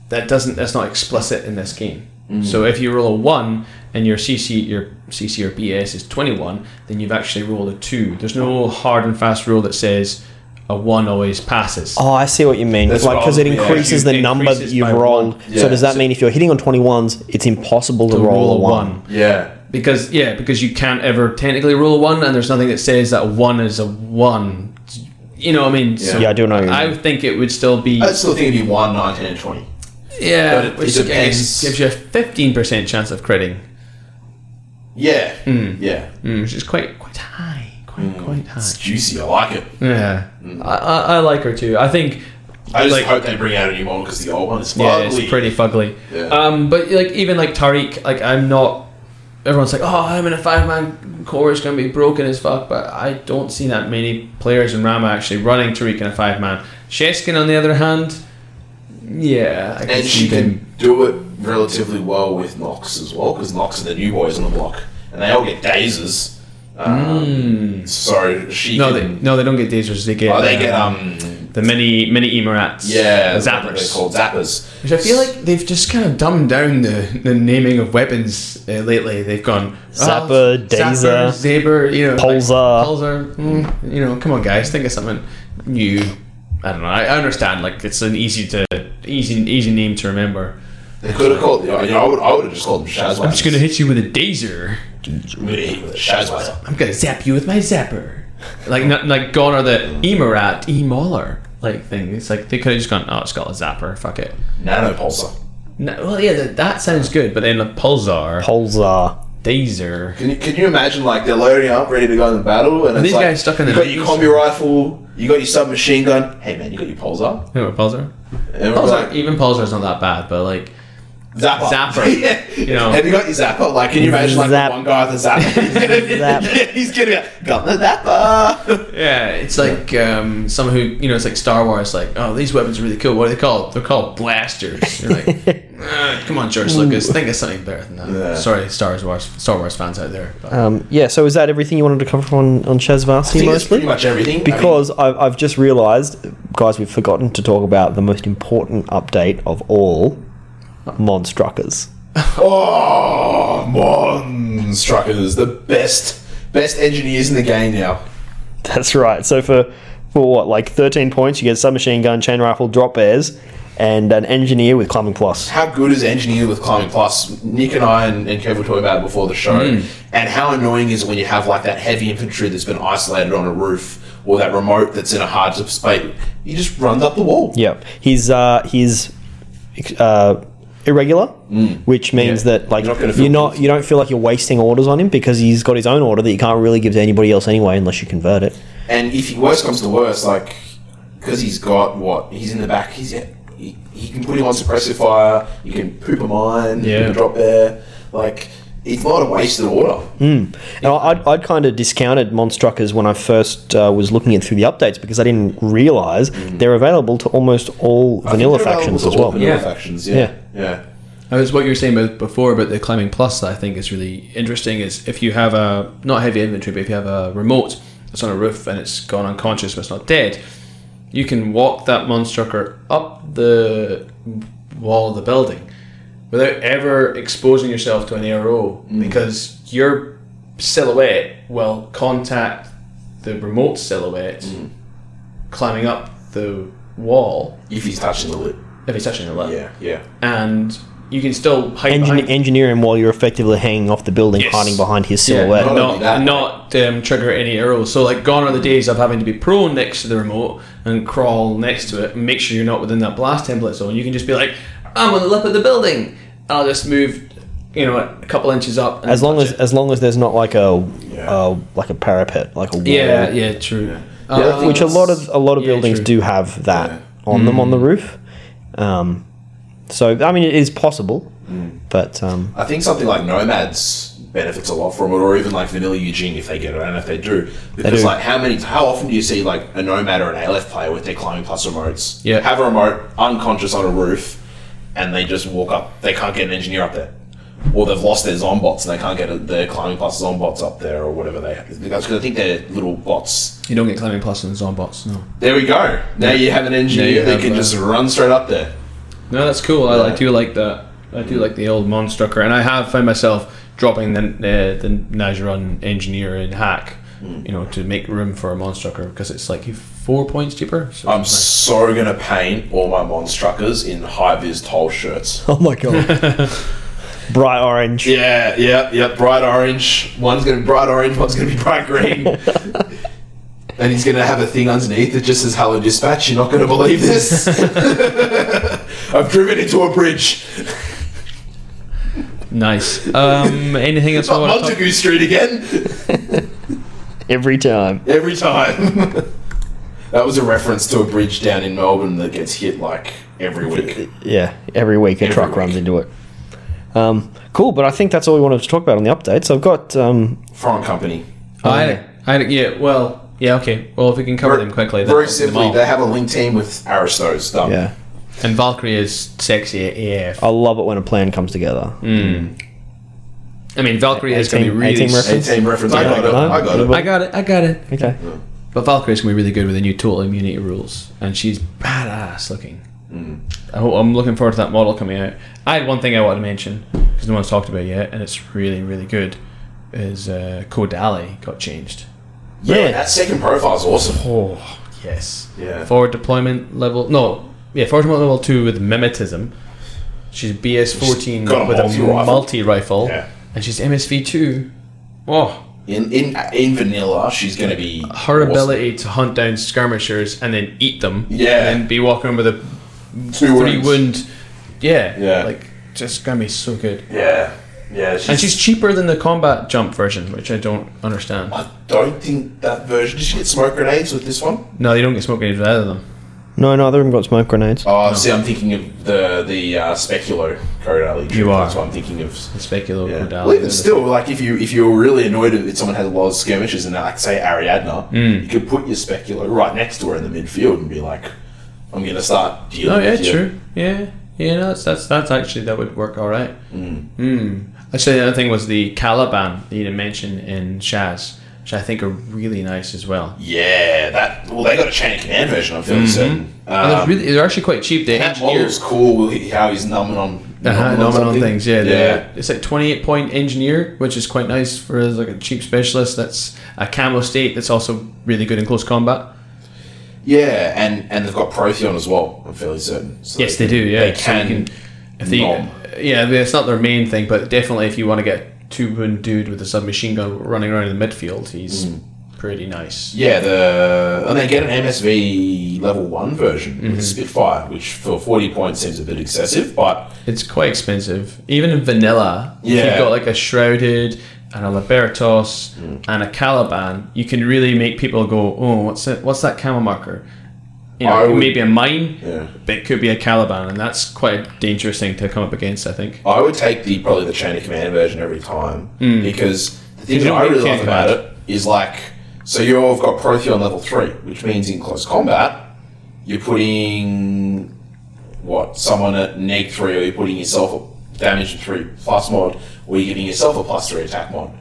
S3: That doesn't that's not explicit in this game. So if you roll a one and your CC your CC or BS is twenty one, then you've actually rolled a two. There's no hard and fast rule that says a one always passes.
S1: Oh, I see what you mean.
S2: That's
S1: like
S2: what
S1: because
S2: I
S1: it
S2: was- yeah,
S1: increases
S3: you-
S1: the
S3: it
S1: number
S3: increases
S1: that you've
S3: by one.
S1: rolled.
S2: Yeah,
S1: So does that
S2: so-
S1: mean if you're hitting on 21s, it's impossible to, roll, a one?
S2: Yeah.
S3: Because yeah, because you can't ever technically roll a one, and there's nothing that says that a one is a one. You know, what I mean,
S2: Yeah,
S1: I do know what you
S3: I would think it would still be
S2: I'd still think it'd be one, 19, and twenty.
S3: yeah,
S2: but it-
S3: which
S2: it
S3: I
S2: depends.
S3: guess gives you a fifteen percent chance of critting, mm,
S2: Yeah.
S1: Mm.
S2: Yeah.
S3: which is quite quite high, quite quite high.
S2: Mm. It's Mm. juicy. I like it.
S3: Yeah, I, I I like her too. I think
S2: I just
S3: Like-
S2: hope they bring out a new model because the old one is
S3: yeah,
S2: ugly.
S3: it's pretty fugly.
S2: Yeah.
S3: Um, but like even like Tariq, like I'm not. Everyone's like, oh, I'm in a five man core. It's gonna be broken as fuck. But I don't see that many players in Rama actually running Tariq in a five man. Sheskin, on the other hand, yeah, I
S2: and
S3: see
S2: she
S3: them-
S2: can do it relatively well with Nox as well because Nox are the new boys on the block and they all get dazers. Um, So she
S3: Hmm. No, they
S2: can.
S3: no, they don't get dazers. They get
S2: oh, they
S3: uh,
S2: get um.
S3: the mini mini emirats.
S2: Yeah, what They're
S3: zappers.
S2: called zappers.
S3: Which I feel like they've just kind of dumbed down the, the naming of weapons uh, lately. They've gone oh,
S1: Zapper,
S3: Zapper, Saber, you know, like,
S1: Pulsar.
S3: Pulsar. Mm, you know, come on, guys, think of something new. I don't know. I, I understand. Like it's an easy to easy easy name to remember.
S2: They could have called. You know, I would. I would have just called them Shazwaz.
S3: I'm just gonna hit you with a dazer.
S2: Shazwaz.
S3: I'm gonna zap you with my zapper. Like not like gone are the emirat emauler like thing. It's like they could have just gone. Oh, it's got a zapper. Fuck it.
S2: Nano pulsar.
S3: No, well, yeah, that, that sounds good. But then the pulsar.
S1: Polestar.
S3: Dazer.
S2: Can you, can you imagine like they're loading up, ready to go in the battle, and,
S3: And
S2: it's
S3: these
S2: like,
S3: guys stuck in
S2: you
S3: the
S2: got your
S3: middle,
S2: combi rifle, you got your submachine gun. Hey man, you got your pulsar.
S3: You know what Pulsar?
S2: And we're
S3: Pulsar,
S2: like,
S3: even Pulsar's not that bad, but like
S2: zapper.
S3: Zapper.
S2: yeah.
S3: You know.
S2: Have you got your zapper? Like, can you imagine like
S1: Zap.
S2: the one guy with a zapper? He's gonna,
S1: Zap.
S2: Yeah, he's gonna be like, got the zapper.
S3: Yeah, it's like um, someone who you know. It's like Star Wars. Like, oh, these weapons are really cool. What are they called? They're called blasters. You're like, "Ah, come on, George Lucas, think of something better than that.
S2: Yeah.
S3: Sorry, Star Wars Star Wars fans out there. But.
S1: Um, yeah, so is that everything you wanted to cover on, on Chaz
S2: I
S1: Varsi
S2: think that's
S1: mostly?
S2: pretty much everything. I mean,
S1: Because I've, I've just realised, guys, we've forgotten to talk about the most important update of all Monstruckers.
S2: oh, Monstruckers, the best, best engineers in the game now.
S1: That's right. So for for what, like 13 points, you get submachine gun, chain rifle, drop bears, and an engineer with climbing plus.
S2: how good is engineer with climbing plus nick and i and, and kev were talking about it before the show
S3: Mm.
S2: and how annoying is it when you have like that heavy infantry that's been isolated on a roof or that remote that's in a hard zip space he just runs up the wall
S1: Yep. He's uh, he's uh, irregular, which means
S3: Yeah.
S1: that like
S2: Mm. You're
S1: you're
S2: not gonna
S1: not,
S2: feel
S1: you're not you don't feel like you're wasting orders on him because he's got his own order that you can't really give to anybody else anyway unless you convert it.
S2: and if he worst comes to worst like because he's got what he's in the back he's he, he can put him on suppressive fire you can poop a mine you
S3: Yeah.
S2: can drop there like it's not a wasted order
S1: Hmm. And I- I'd, I'd kind of discounted Monstruckers when I first uh, was looking at through the updates because I didn't realize they're available to almost all
S2: Mm. I think
S1: vanilla
S2: they're available
S1: factions
S2: to
S1: as
S2: all
S1: well.
S2: vanilla
S3: Yeah.
S2: factions
S1: Yeah.
S2: yeah yeah
S3: That was what you were saying about before about the climbing plus that I think is really interesting is if you have a not heavy inventory, but if you have a remote that's on a roof and it's gone unconscious but it's not dead, you can walk that monstrucker up the wall of the building without ever exposing yourself to an ARO because your silhouette will contact the remote silhouette climbing up the wall
S2: if he's touching the lip
S3: if it's touching the lip
S2: yeah yeah
S3: and you can still hide
S1: Engine,
S3: behind
S1: engineer him while you're effectively hanging off the building,
S3: Yes.
S1: hiding behind his
S3: yeah,
S1: silhouette.
S2: no.
S3: not,
S2: only that.
S3: not um, trigger any arrows. So like gone are the days of having to be prone next to the remote and crawl next to it and make sure you're not within that blast template zone. You can just be like, I'm on the lip of the building. And I'll just move, you know, a couple inches up. And
S1: as long
S3: touch
S1: as
S3: it.
S1: as long as there's not like a
S2: Yeah.
S1: uh, like a parapet, like a wall,
S3: yeah, yeah, true.
S2: Yeah, I think
S1: which a lot of a lot of
S3: yeah,
S1: buildings
S3: true.
S1: do have that on them on the
S2: Mm.
S1: roof. Um, so I mean, it is possible,
S2: Mm.
S1: but um,
S2: I think something like Nomads benefits a lot from it, or even like Vanilla Eugene if they get it. I don't know if they do. Because
S1: do.
S2: like how many how often do you see like a Nomad or an ALF player with their climbing plus remotes?
S3: Yeah.
S2: Have a remote, unconscious on a roof, and they just walk up they can't get an engineer up there. Or they've lost their Zombots and they can't get a, their climbing plus Zombots up there or whatever they have. Because I think they're little bots.
S3: you don't get climbing plus in Zombots. No,
S2: There we go. Now you have an
S3: Now you
S2: engineer that
S3: have
S2: can
S3: a-
S2: just run straight up there.
S3: no, that's cool. I,
S2: Yeah.
S3: I do like that. I do like the old monstrucker, and I have found myself dropping the uh, the Najerun engineer in hack.
S2: Hmm.
S3: You know, to make room for a monstrucker because it's like four points cheaper. So
S2: I'm
S3: it's
S2: so gonna paint all my monstruckers in high vis toll shirts.
S1: oh my god, bright orange.
S2: Yeah, yeah, yeah. Bright orange. One's gonna be bright orange. One's gonna be bright green. and he's gonna have a thing underneath that just says "Hello Dispatch." You're not gonna believe this. I've driven into a bridge.
S3: Nice. Um, anything else? I
S2: Not
S3: want to talk?
S2: Montague Street again.
S1: Every time,
S2: Every time. that was a reference to a bridge down in Melbourne that gets hit like every week.
S1: yeah, every week a
S2: Every
S1: truck
S2: week.
S1: runs into it. Um, cool, but I think that's all we wanted to talk about on the update. So I've got um,
S2: Foreign company.
S3: I, had a- I had a- yeah. Well, yeah. Okay. Well, if we can cover them quickly, then
S2: Very
S3: I'll do them
S2: simply,
S3: all.
S2: they have a linked team with Aristos. Done.
S1: yeah,
S3: And Valkyrie is sexy AF.
S1: I love it when a plan comes together.
S3: I mean, Valkyrie is going to be
S1: A-team-
S3: really.
S1: A-team
S3: s-
S1: reference?
S2: Eight team reference. I
S3: Yeah.
S2: got it. I got it.
S3: I got it. I got it.
S1: Okay,
S3: But Valkyrie's going to be really good with the new total immunity rules, and she's badass looking.
S2: Mm.
S3: I hope, I'm looking forward to that model coming out. I had one thing I wanted to mention because no one's talked about it yet, and it's really, really good. Is uh, Kodali got changed?
S2: Yeah,
S1: Yeah.
S2: that second profile is awesome.
S3: Oh yes.
S2: Yeah.
S3: Forward deployment level no yeah forward deployment level two with mimetism. She's BS fourteen
S2: She's got a
S3: with
S2: multi-rifle.
S3: a multi rifle.
S2: Yeah.
S3: And she's MSV two. Oh,
S2: In in in vanilla, she's gonna be
S3: her
S2: awesome.
S3: ability to hunt down skirmishers and then eat them.
S2: Yeah.
S3: And then be walking around with a
S2: Two
S3: three
S2: wounds.
S3: wound. Yeah.
S2: Yeah.
S3: Like just gonna be so good.
S2: Yeah, Yeah, she's,
S3: And she's cheaper than the combat jump version, which I don't understand.
S2: I don't think that version. Did she get smoke grenades with this one?
S3: No, they don't get smoke grenades with either of them.
S1: No, neither of them got smoke grenades.
S2: Oh, see, I'm thinking of the the uh, speculo code alley.
S3: You are.
S2: That's what I'm thinking of.
S3: The speculo
S2: Yeah.
S3: modality.
S2: Well, even still, like if you if you're really annoyed if someone has a lot of skirmishes and like say Ariadna,
S3: Hmm.
S2: you could put your speculo right next to her in the midfield and be like, I'm gonna start dealing.
S3: Oh yeah,
S2: with you.
S3: true. Yeah, yeah. No, that's that's that's actually that would work all right. Mm.
S2: Hmm.
S3: Actually, the other thing was the Caliban that you didn't mention in Shaz, which I think are really nice as well.
S2: Yeah, that. Well, they got a chain of command version. I'm fairly certain.
S3: Mm-hmm. And they're
S2: Um,
S3: really they're actually quite cheap. They
S2: that
S3: engineer
S2: model's cool. he- How he's numbing on.
S3: uh-huh,
S2: numbing
S3: nominal
S2: something.
S3: things. Yeah,
S2: yeah.
S3: yeah. It's like twenty eight point engineer, which is quite nice for as like a cheap specialist. That's a camo state. That's also really good in close combat.
S2: Yeah, and and they've got Protheon as well. I'm fairly certain. So
S3: Yes, they do. Yeah,
S2: They
S3: So you
S2: can.
S3: if they,
S2: nom.
S3: yeah, I mean, it's not their main thing, but definitely if you want to get a two wound dude with a submachine gun running around in the midfield, he's pretty nice.
S2: yeah, the and they get an MSV level one version
S3: Mm-hmm.
S2: with Spitfire, which for 40 points seems a bit excessive, but
S3: It's quite expensive, even in vanilla. if
S2: Yeah. Hmm.
S3: you've got like a shrouded and a libertos and a Caliban, you can really make people go, "Oh, what's that? What's that camel marker?" You
S2: I
S3: know,
S2: would-
S3: maybe a mine,
S2: Yeah.
S3: but it could be a Caliban, and that's quite a dangerous thing to come up against. I think.
S2: I would take the probably the chain of command version every time because the thing
S3: Mm. You
S2: that
S3: don't
S2: I
S3: get
S2: really
S3: chain
S2: love
S3: of
S2: about it is like so you've got Protheon level three, which means in close combat you're putting what someone at neg three, or you're putting yourself a damage three plus mod, or you're giving yourself a plus three attack mod.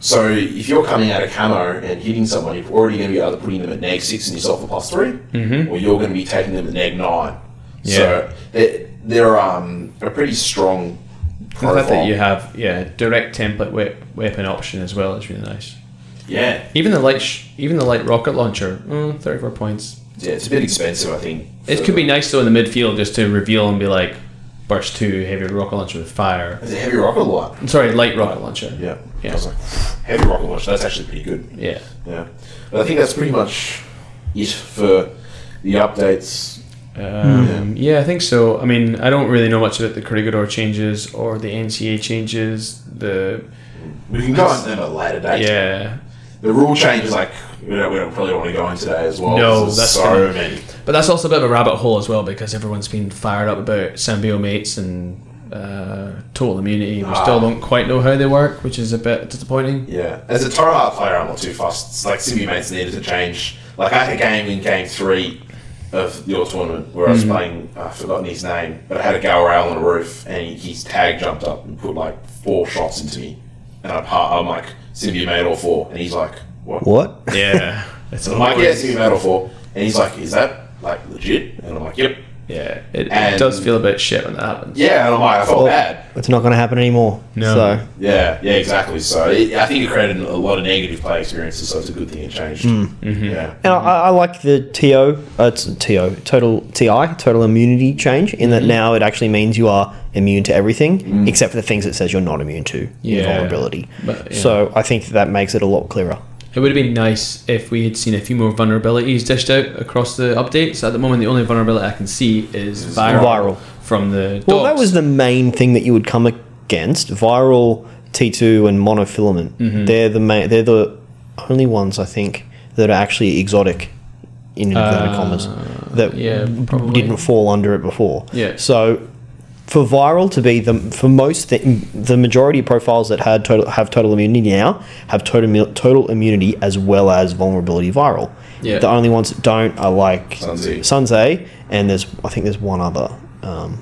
S2: So if you're coming out of camo and hitting someone, you're already going to be either putting them at neg six and yourself a plus 3
S3: Mm-hmm.
S2: or you're going to be taking them at neg nine. So they're, they're um, a pretty strong
S3: The fact that you
S2: profile.
S3: have yeah direct template wep- weapon option as well is really nice.
S2: Yeah,
S3: Even the light, sh- even the light rocket launcher, mm, thirty-four points.
S2: yeah, it's a bit expensive, I think.
S3: It
S2: for-
S3: could be nice though in the midfield just to reveal and be like, burst two heavy rocket launcher with fire.
S2: It's a heavy rocket launch.
S3: Sorry, light rocket launcher.
S2: Yeah,
S3: Yeah.
S2: I was like, heavy rocket launch. That's actually pretty good.
S3: yeah.
S2: Yeah, but I think that's pretty much it for the updates.
S3: Um, yeah, I think so. I mean, I don't really know much about the Corregidor changes or the NCA changes. The
S2: We can go on them at a later date.
S3: yeah,
S2: The rule change is like we don't, we don't probably want to go in today as well.
S3: No,
S2: 'cause there's
S3: that's
S2: so
S3: gonna-
S2: many.
S3: but that's also a bit of a rabbit hole as well because everyone's been fired up about symbiomates and uh, total immunity. We
S2: Ah.
S3: still don't quite know how they work, which is a bit disappointing.
S2: Yeah, as a Toro Heart player, I'm not too fussed. It's like Symbiomates needed to change. Like I had a game in game three of your tournament where I
S3: Mm-hmm.
S2: was playing. uh, I've forgotten his name, but I had a gal rail on the roof, and he, his tag jumped up and put like four shots into me, and I'm, par- I'm like Symbiomate all four, and he's like, "What?"
S1: What?
S3: Yeah, it's
S2: I'm like, "Yeah, Symbiomate all four. and he's like, "Is that like legit?" And I'm like, "Yep."
S3: Yeah, it,
S2: And-
S3: it does feel a bit shit when that happens.
S2: Yeah, and I'm like, I felt
S1: Well,
S2: bad.
S1: It's not going to happen anymore.
S3: No.
S1: So
S2: Yeah, yeah, exactly. So it, I think it created a lot of negative play experiences. So it's a good thing it changed.
S3: Hmm.
S2: Mm-hmm. Yeah.
S1: And I, I like the TO, uh, it's TO, total TI, total immunity change, in
S2: Mm-hmm.
S1: that now it actually means you are immune to everything
S2: Mm.
S1: except for the things it says you're not immune to,
S3: Yeah.
S1: invulnerability.
S3: But, yeah.
S1: So I think that makes it a lot clearer.
S3: It would have been nice if we had seen a few more vulnerabilities dished out across the updates. At the moment, the only vulnerability I can see is viral,
S1: viral.
S3: from the
S1: Well, that
S3: dogs.
S1: was the main thing that you would come against viral T2 and monofilament.
S3: Mm-hmm.
S1: They're, the ma- they're the only ones, I think, that are actually exotic. In inverted commas, that
S3: Uh, yeah, probably.
S1: didn't fall under it before.
S3: Yeah.
S1: So for viral to be the for most th- the majority of profiles that had total have total immunity now have total immu- total immunity as well as vulnerability viral.
S3: Yeah.
S1: The only ones that don't are like
S2: Sunzi.
S1: Sunze, and there's I think there's one other. Um,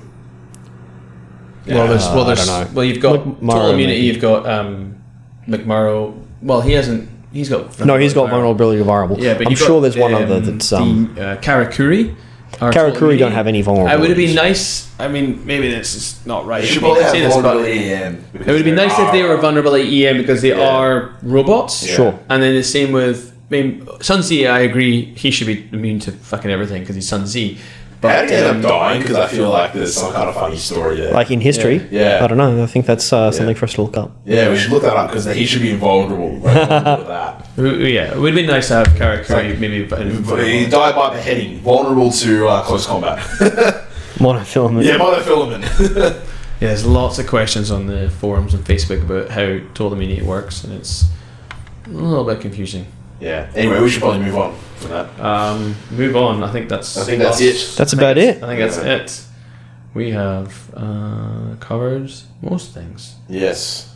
S3: well, there's, well,
S1: I
S3: there's,
S1: don't know.
S3: well, you've got
S1: McMurrow,
S3: total immunity.
S1: maybe.
S3: You've got um, McMurrow. Well, he hasn't. He's got
S1: no, he's got vulnerability viral.
S3: Yeah, but
S1: I'm
S3: you've
S1: sure
S3: got,
S1: there's one other
S3: um,
S1: that's um,
S3: the, uh, Karakuri. are
S1: Karakuri
S3: total
S1: don't have any vulnerabilities.
S3: It would have been nice. I mean, maybe this is not right.
S2: You should
S3: of me to
S2: probably have um,
S3: say this, but-
S2: vulnerability EM.
S3: It would have been nice if they were vulnerable at EM because they
S2: Yeah.
S3: are robots.
S2: Yeah. Sure.
S3: And then the same with I mean, Sun Z. I agree. He should be immune to fucking everything because he's Sun Z.
S2: How did
S3: But
S2: you end
S3: um,
S2: up dying? Because I feel like there's some kind of funny story there.
S1: like in history.
S2: Yeah. Yeah.
S1: I don't know. I think that's uh, something for us to look up.
S2: yeah, we should look that up because he should be invulnerable. Right? Look at that.
S3: w- w- yeah, it would be nice to have Karakuri
S2: Like-
S3: maybe. But
S2: But he died by beheading, vulnerable to uh, close combat.
S1: Monofilament.
S2: yeah, monofilament.
S3: Yeah, there's lots of questions on the forums and Facebook about how Total Mediate works, and it's a little bit confusing.
S2: Yeah. Anyway, we should probably move on from that.
S3: Um, move on. I think that's.
S2: I think that's it.
S1: That's about
S3: I
S1: it.
S3: think that's it. We have uh, covered most things.
S2: Yes.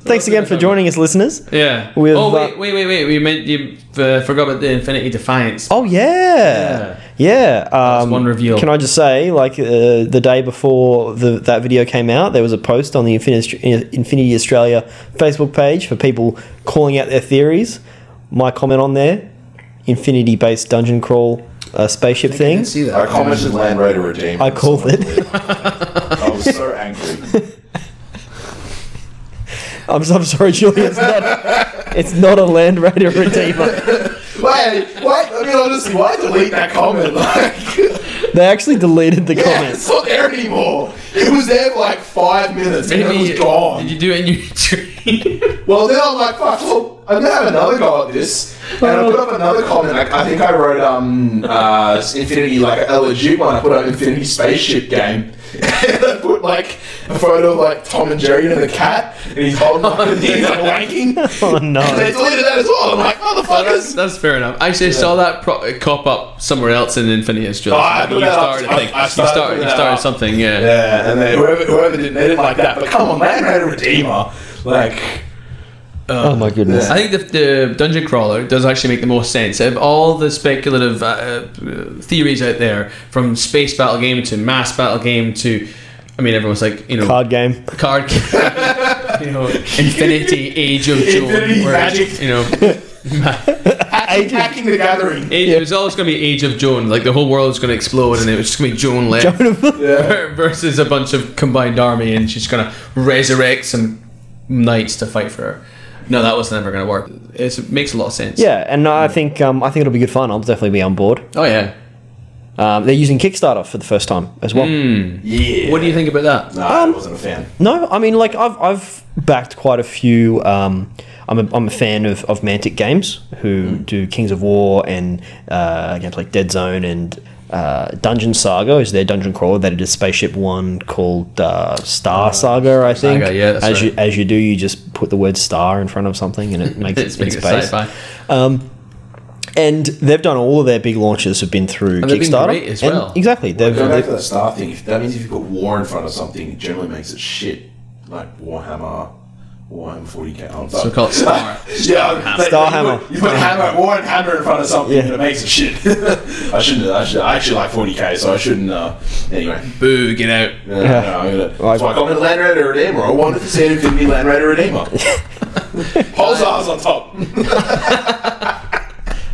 S1: Thanks again for joining us, listeners.
S3: Yeah.
S1: With,
S3: oh wait,
S1: uh,
S3: wait, wait, wait. We meant you uh, forgot about the Infinity Defiance.
S1: Oh yeah, yeah. Um,
S3: one reveal.
S1: Can I just say, like uh, the day before the, that video came out, there was a post on the Infinity, Infinity Australia Facebook page for people calling out their theories. My comment on there: Infinity-based dungeon crawl uh, spaceship thing.
S3: see
S2: I commented Land Raider Redeemer.
S1: I called it.
S2: I was so angry.
S1: I'm, so- I'm sorry, Julie. It's not. It's not a Land Raider redeemer.
S2: Why? Why? I mean, honestly, why delete that comment? Like,
S1: They actually deleted the
S2: yeah,
S1: comments.
S2: it's not there anymore. It was there for like five minutes and it
S3: Maybe
S2: was gone.
S3: Did you do it in your dream?
S2: Well, then I'm like, fuck, well, I'm gonna have another go at this. And I put up another comment. Like, I think I wrote um, uh, Infinity, like a legit one. I put up Infinity Spaceship Game. and I put like a photo of like Tom and Jerry and the cat, and he's holding up and he's like wanking.
S1: Oh no.
S2: And they deleted that as well. I'm like, motherfuckers.
S3: That's fair enough. Actually, I saw that pro- uh, cop up somewhere else in Infinity Australia.
S2: Oh, I put
S3: you
S2: that up.
S3: started,
S2: I-
S3: I think.
S2: I
S3: you
S2: started
S3: started,
S2: putting
S3: you
S2: that
S3: started
S2: up.
S3: something, yeah.
S2: Yeah, and then whoever, whoever didn't, they didn't like that. But come on, man, had a redeemer. Like,
S1: Oh my goodness.
S2: Yeah.
S3: I think the, the dungeon crawler does actually make the most sense. Of all the speculative uh, uh, theories out there, from space battle game to mass battle game to, I mean, everyone's like, you know,
S1: Card game.
S3: card game, you know, infinity, age of joy,
S2: Infinity
S3: where,
S2: magic.
S3: you know,
S2: hacking, hacking the gathering.
S3: age, it was always going to be age of Joan. Like the whole world was going to explode, and it was just going to be Joan left.
S2: Yeah.
S3: versus a bunch of combined army, and she's gonna resurrect some knights to fight for her. No, that was never gonna work. It's, it makes a lot of sense.
S1: Yeah, and I think um, I think it'll be good fun. I'll definitely be on board.
S3: Oh yeah.
S1: Um, they're using Kickstarter for the first time as well.
S2: Yeah.
S3: What do you think about that?
S2: Nah, I wasn't a fan.
S1: No, I mean, like I've I've backed quite a few. Um, I'm a, I'm a fan of, of Mantic Games who
S3: Hmm.
S1: do Kings of War and uh, games like Dead Zone and uh, Dungeon Saga is their dungeon crawler. They did a Spaceship one called uh, Star Saga, I think.
S3: Saga, yeah, that's
S1: as
S3: right.
S1: you as you do, you just put the word star in front of something and it makes
S3: It's
S1: it in
S3: making it
S1: space.
S3: sci-fi.
S1: And they've done all of their big launches have been through
S3: And they've been
S1: Kickstarter.
S3: great as
S1: And-
S3: well.
S1: exactly. They've,
S2: Going back
S1: they've-
S2: to that star thing, if, that means if you put war in front of something, it generally makes it shit. Like Warhammer, Warhammer 40k. Oh,
S3: So called Star.
S2: yeah, but-
S1: Star
S2: but you
S1: Hammer.
S2: Put, you put hammer, war and hammer in front of something,
S1: Yeah.
S2: and it makes it shit. I shouldn't. I, should, I actually like 40k, so I shouldn't. Uh, anyway,
S3: Boo! Get out.
S2: yeah, no, I'm gonna, that's why I call it Land Raider Redeemer. I wanted to see it could be Land Raider Redeemer. Pulsar's on top.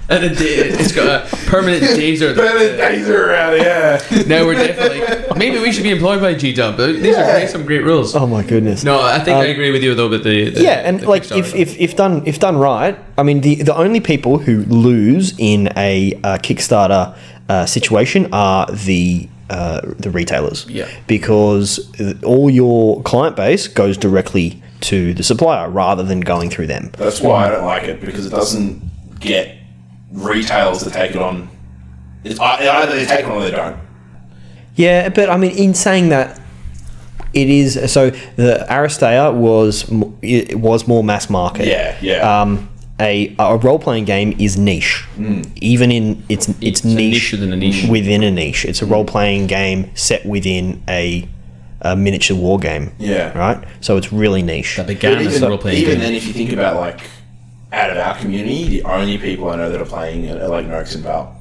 S3: And a da- it's got a permanent taser.
S2: Burning taser around. Yeah.
S3: now we're definitely maybe we should be employed by G Dub. These are great, some great rules.
S1: oh my goodness.
S3: No, I think I agree with you though. But the, the
S1: yeah, and
S3: the
S1: like
S3: Kickstarter
S1: if,
S3: though.
S1: if, if done if done right, I mean the the only people who lose in a uh, Kickstarter uh, situation are the uh, the retailers.
S3: Yeah.
S1: because all your client base goes directly to the supplier rather than going through them.
S2: That's why I don't like it because it doesn't get retailers to take it on. It's I- either they take it on or they don't.
S1: Yeah, but I mean, in saying that, it is so the Aristea was m- it was more mass market.
S2: Yeah, yeah.
S1: Um, a a role playing game is niche, even in its its, niche,
S3: niche within a niche.
S1: within a niche. It's a role playing game set within a, a miniature war game.
S2: Yeah.
S1: right. So it's really niche.
S3: that began as a role playing
S2: even
S3: game.
S2: then, if you think about like out of our community, the only people I know that are playing it are like Norix and Val,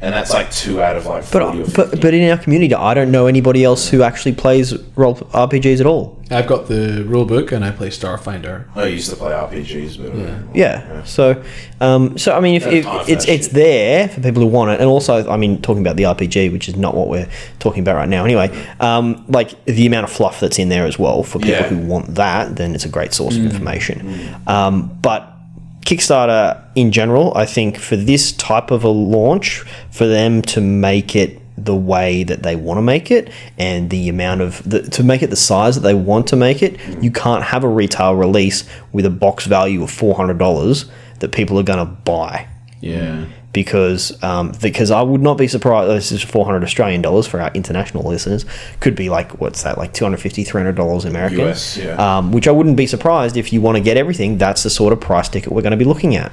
S2: and that's like two out of like forty or
S1: But, but
S2: 50.
S1: but in our community, I don't know anybody else who actually plays role RPGs at all.
S3: I've got the rule book and I play Starfinder.
S2: I used to play RPGs, but
S1: Yeah. So, um, so I mean, if,
S2: Yeah,
S1: if
S2: time for
S1: it's
S2: that
S1: it's there for people who want it, and also, I mean, talking about the RPG, which is not what we're talking about right now, anyway. Um, like the amount of fluff that's in there as well for people
S2: Yeah.
S1: who want that, then it's a great source of information. Um, but Kickstarter in general, I think for this type of a launch, for them to make it the way that they want to make it and the amount of the, to make it the size that they want to make it, you can't have a retail release with a box value of four hundred dollars that people are going to buy
S3: Yeah.
S1: because um, because I would not be surprised. This is four hundred Australian dollars for our international listeners. Could be like what's that like 250 300 dollars American,
S2: US, yeah.
S1: um, which I wouldn't be surprised if you want to get everything. That's the sort of price ticket we're going to be looking at.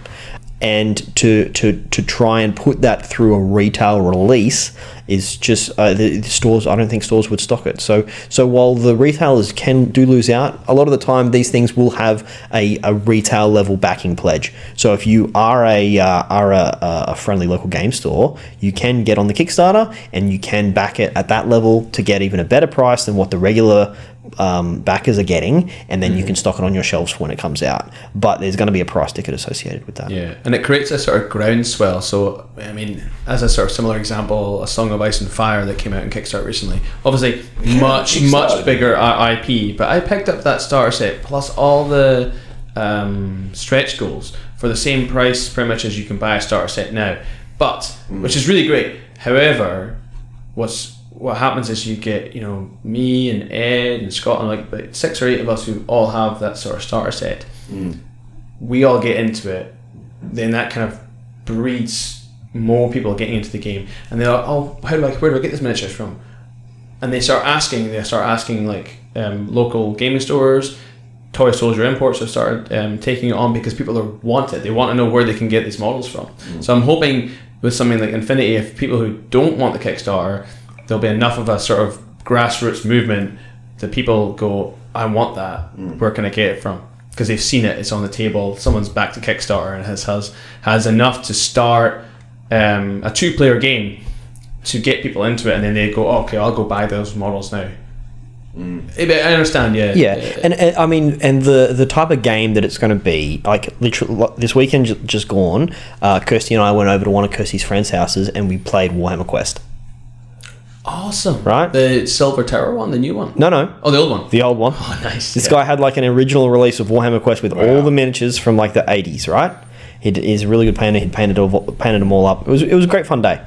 S1: And to, to, to try and put that through a retail release is just uh, the, the stores. I don't think stores would stock it. So so while the retailers can do lose out, a lot of the time these things will have a, a retail level backing pledge. So if you are a uh, are a, a friendly local game store, you can get on the Kickstarter and you can back it at that level to get even a better price than what the regular um, backers are getting, and then you can stock it on your shelves when it comes out. But there's going to be a price ticket associated with that.
S3: Yeah, and it creates a sort of groundswell. So, I mean, as a sort of similar example, a Song of Ice and Fire that came out on Kickstarter recently. Obviously, much much
S2: Kickstarter.
S3: bigger I- IP, but I picked up that starter set plus all the um, stretch goals for the same price, pretty much as you can buy a starter set now. But which is really great. However, what's what happens is you get you know me and Ed and Scott and like, like six or eight of us who all have that sort of starter set we all get into it, then that kind of breeds more people getting into the game, and they're like, oh, how do I, where do I get these miniatures from? And they start asking, they start asking like um, local gaming stores, toy soldier imports have started um, taking it on because people are want it. They want to know where they can get these models from. So I'm hoping with something like Infinity, if people who don't want the Kickstarter, there'll be enough of a sort of grassroots movement that people go, I want that. Where can I get it from? Because they've seen it, it's on the table. Someone's back to Kickstarter and has has, has enough to start um, a two player game to get people into it, and then they go, oh, okay, I'll go buy those models now. Eh, but I understand, yeah.
S1: Yeah, and, and I mean, and the the type of game that it's going to be, like literally like, this weekend ju- just gone, uh, Kirsty and I went over to one of Kirsty's friends' houses and we played Warhammer Quest.
S3: Awesome.
S1: Right?
S3: The Silver Tower one, the new one.
S1: No, no,
S3: Oh, the old one.
S1: the old one.
S3: oh, nice.
S1: This
S3: yeah.
S1: guy had like an original release of Warhammer Quest with all
S2: Wow.
S1: the miniatures from like the eighties, right? He d- He's a really good painter. He painted all, painted them all up. It was it was a great fun day,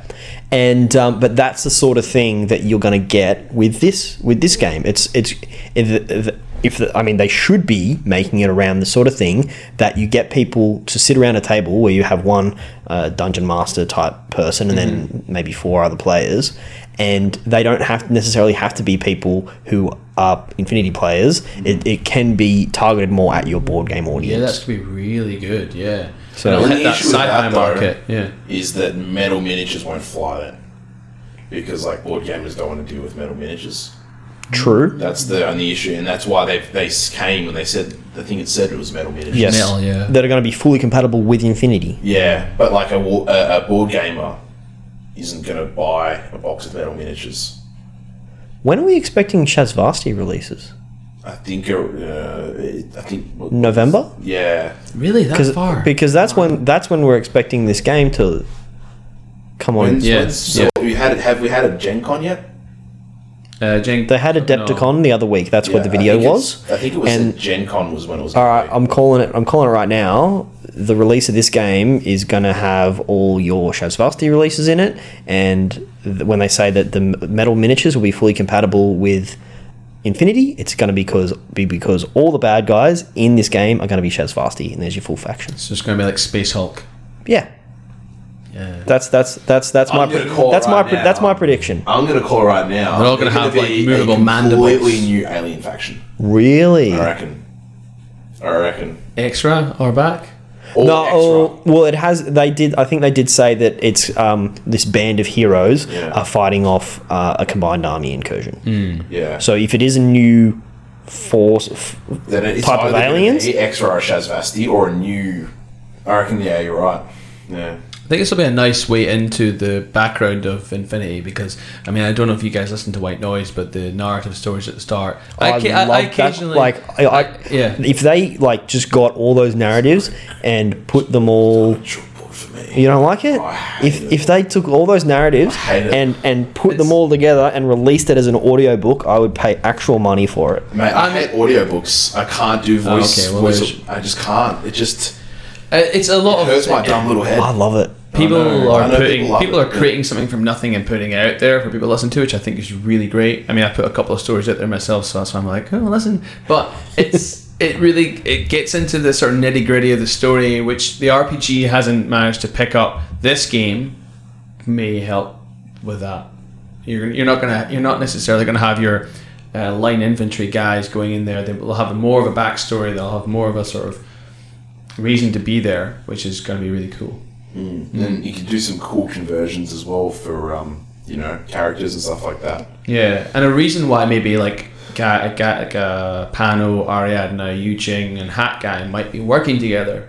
S1: and um, but that's the sort of thing that you're going to get with this with this game. It's it's if, the- if the, I mean they should be making it around the sort of thing that you get people to sit around a table where you have one uh, dungeon master type person and then
S3: Mm-hmm.
S1: maybe four other players, and they don't have necessarily have to be people who are Infinity players. It, it can be targeted more at your board game audience.
S3: Mm-hmm. Yeah, that's going to be really good, yeah.
S1: So-
S3: So
S2: The
S3: and I'll
S2: only
S3: hit that
S2: issue with
S3: sci fi
S2: that, though,
S3: market, yeah.
S2: Is that metal miniatures won't fly then? Because like board gamers don't want to deal with metal miniatures.
S1: true.
S2: That's the only issue, and that's why they they came when they said the thing it said it was metal miniatures.
S1: Yes,
S3: Metal, yeah.
S1: that are going to be fully compatible with Infinity.
S2: Yeah, but like a, wa- a, a board gamer isn't going to buy a box of metal miniatures.
S1: When are we expecting Shazvasti releases?
S2: I think uh, uh, I think
S1: November?
S2: Yeah,
S3: Really? That
S1: 'Cause-
S3: far?
S1: Because that's when that's when we're expecting this game to come on.
S2: When's-
S3: Yeah,
S2: when's- So
S3: yeah.
S2: we had have we had a Gen Con yet?
S3: uh, Jen-
S1: They had Adepticon the other week. That's what the video
S2: I think
S1: was.
S2: it's- I think it was
S1: And-
S2: and Gen Con was when it was.
S1: All right, I'm calling it. I'm calling it right now. The release of this game is gonna have all your Shazvasti releases in it, and th- when they say that the m- metal miniatures will be fully compatible with Infinity, it's gonna be because be because all the bad guys in this game are gonna be Shazvasti, and there's your full factions.
S3: It's just going to be like Space Hulk.
S1: Yeah,
S3: Yeah.
S1: that's that's that's that's
S2: I'm
S1: my
S2: gonna
S1: pre-
S2: call it
S1: that's my
S2: right
S1: pre- that's
S2: now.
S1: my prediction.
S2: I'm going to call right now.
S3: They're all gonna
S2: They're
S3: have,
S2: gonna be
S3: like, movable
S2: a Completely
S3: mandibles.
S2: new alien faction.
S1: Really?
S2: I reckon. I reckon.
S3: Extra or back?
S2: All
S1: No,
S2: extra.
S1: oh, well, it has. They did. I think they did say that it's um, this band of heroes
S2: Yeah.
S1: are fighting off uh, a combined army incursion.
S2: yeah.
S1: So if it is a new force, f-
S2: then it's
S1: type of
S2: either gonna
S1: aliens?
S2: be Extra or Shazvasti or a new. I reckon. Yeah, you're right. Yeah.
S3: I think this will be a nice way into the background of Infinity because I mean I don't know if you guys listen to White Noise, but the narrative stories at the start.
S1: I,
S3: ca-
S1: love that. Like, I, I,
S3: yeah.
S1: if they like just got all those narratives and put them all.
S2: Chalkboard for me.
S1: You don't like it?
S2: I hate
S1: If
S2: it.
S1: if they took all those narratives
S2: hate it.
S1: and and put them all together and released it as an audio book, I would pay actual money for it.
S2: Mate, I
S3: I'm-
S2: hate audiobooks. I can't do
S3: Oh,
S2: voice.
S3: okay, well,
S2: voice
S3: there's-
S2: I just can't. It just
S3: Uh, it's a lot of
S2: hurts my dumb little head.
S1: I love it.
S3: people
S2: I know,
S3: are
S2: I know
S3: putting
S2: people love
S3: people,
S2: it,
S3: are
S2: yeah.
S3: creating something from nothing and putting it out there for people to listen to, which I think is really great. I mean, I put a couple of stories out there myself, so that's why I'm like, oh, listen. But it's it really it gets into the sort of nitty gritty of the story, which the RPG hasn't managed to pick up. This game may help with that. You're, you're not gonna you're not necessarily gonna have your uh, line infantry guys going in there. They'll have more of a backstory. They'll have more of a sort of reason to be there, which is going to be really cool.
S2: And you can do some cool conversions as well for um, you know characters and stuff like that.
S3: Yeah, and a reason why maybe like guy, guy, like uh, Pano, Ariadna, Yu Jing, and Hat Guy might be working together,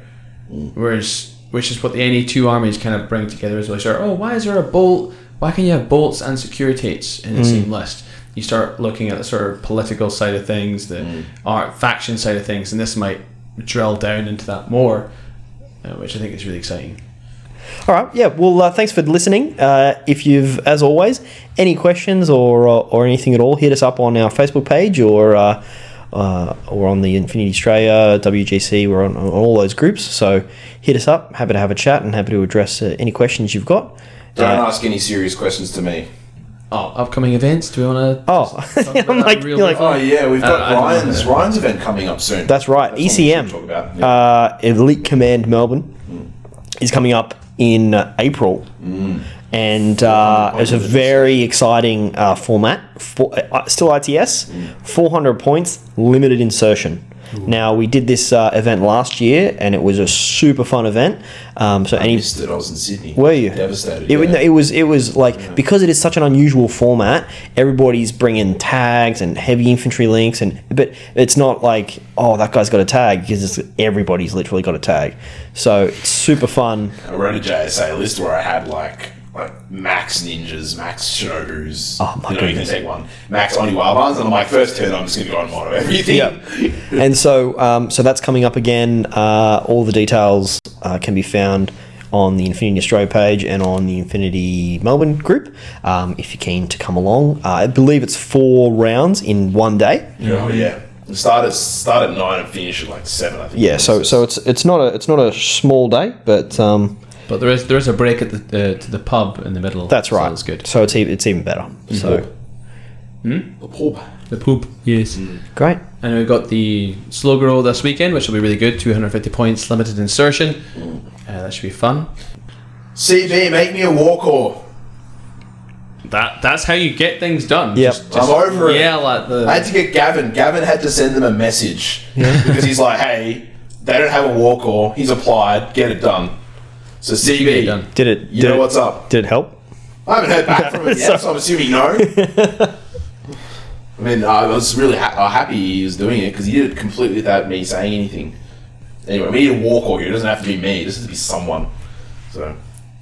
S1: Mm.
S3: whereas which is what the NE two armies kind of bring together as well. Sort oh, why is there a bolt? Why can you have bolts and securitates
S1: Mm.
S3: in the same list? You start looking at the sort of political side of things, the
S1: Mm.
S3: art faction side of things, and this might drill down into that more, uh, which I think is really exciting.
S1: All right. Yeah. Well, uh, thanks for listening. Uh, if you've, as always, any questions or, uh, or or anything at all, hit us up on our Facebook page or uh, uh, or on the Infinity Australia WGC. We're on, on all those groups, so hit us up. Happy to have a chat and happy to address uh, any questions you've got.
S2: Don't
S1: Uh,
S2: ask any serious questions to me.
S3: Oh, upcoming events? Do we want to?
S1: oh, I'm like, you're like,
S2: Oh yeah, we've got
S3: I don't
S2: Ryan's Ryan's event coming up soon.
S1: That's right. E
S2: That's what we should
S1: ECM,
S2: talk about, yeah.
S1: uh, Elite Command Melbourne, is coming up in uh, April, and uh, it's a very exciting uh, format. For, uh, still ITS, 400 points, limited insertion. Now we did this uh, event last year, and it was a super fun event. Um, so
S2: I
S1: any
S2: missed it. I was in Sydney.
S1: were you
S2: devastated?
S1: It, was-
S2: yeah.
S1: no, it was it was like because it is such an unusual format. Everybody's bringing tags and heavy infantry links, and but it's not like oh that guy's got a tag because it's, everybody's literally got a tag. So it's super fun.
S2: I wrote a JSA list where I had like like max ninjas, max shinobus.
S1: Oh, my
S2: you know, you can
S1: goodness.
S2: take one. Max Oniwabans, and I'm like, first turn, I'm just gonna go on mono everything.
S1: and so um, so that's coming up again. Uh, all the details uh, can be found on the Infinity Australia page and on the Infinity Melbourne group. Um, if you're keen to come along, uh, I believe it's four rounds in one day.
S2: Oh yeah. Start at start at nine and finish at like seven. I think.
S1: Yeah, so so it's it's not a it's not a small day, but um,
S3: But there is there is a break at the uh, to the pub in the middle.
S1: that's right.
S3: So that's good.
S1: So it's e- it's even better.
S2: Mm-hmm.
S1: So
S3: The pub, yes.
S1: great.
S3: And we've got the slow grow this weekend, which will be really good. Two hundred fifty points, limited insertion. Uh, that should be fun.
S2: CB, make me a war core.
S3: That that's how you get things done.
S1: Yep.
S3: Just,
S2: I'm
S3: just
S2: over it.
S3: yell at the.
S2: I had to get Gavin. Gavin had to send them a message because he's like, "Hey, they don't have a war core. He's applied. Get it done." So
S3: Get it
S2: CB,
S3: done.
S1: Did it?
S2: You
S1: did
S2: know
S1: it-
S2: what's up.
S1: Did it help?
S2: I haven't heard back from him yet, so I'm assuming no. I mean, I was really ha- uh, happy he was doing it because he did it completely without me saying anything. Anyway, we need a walk or here. It doesn't have to be me. It just has to be someone. So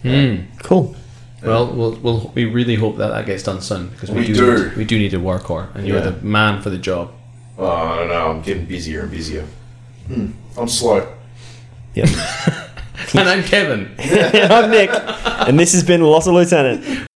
S1: Cool.
S3: well, we'll, we'll, we really hope that that gets done soon because we,
S2: We
S3: do,
S2: do.
S3: Need, we do need a war core, and you're
S2: Yeah.
S3: the man for the job.
S2: oh, I don't know. I'm getting busier and busier. Hmm, I'm slow.
S1: Yep.
S3: and I'm Kevin.
S1: I'm Nick, and this has been Loss of Lieutenant.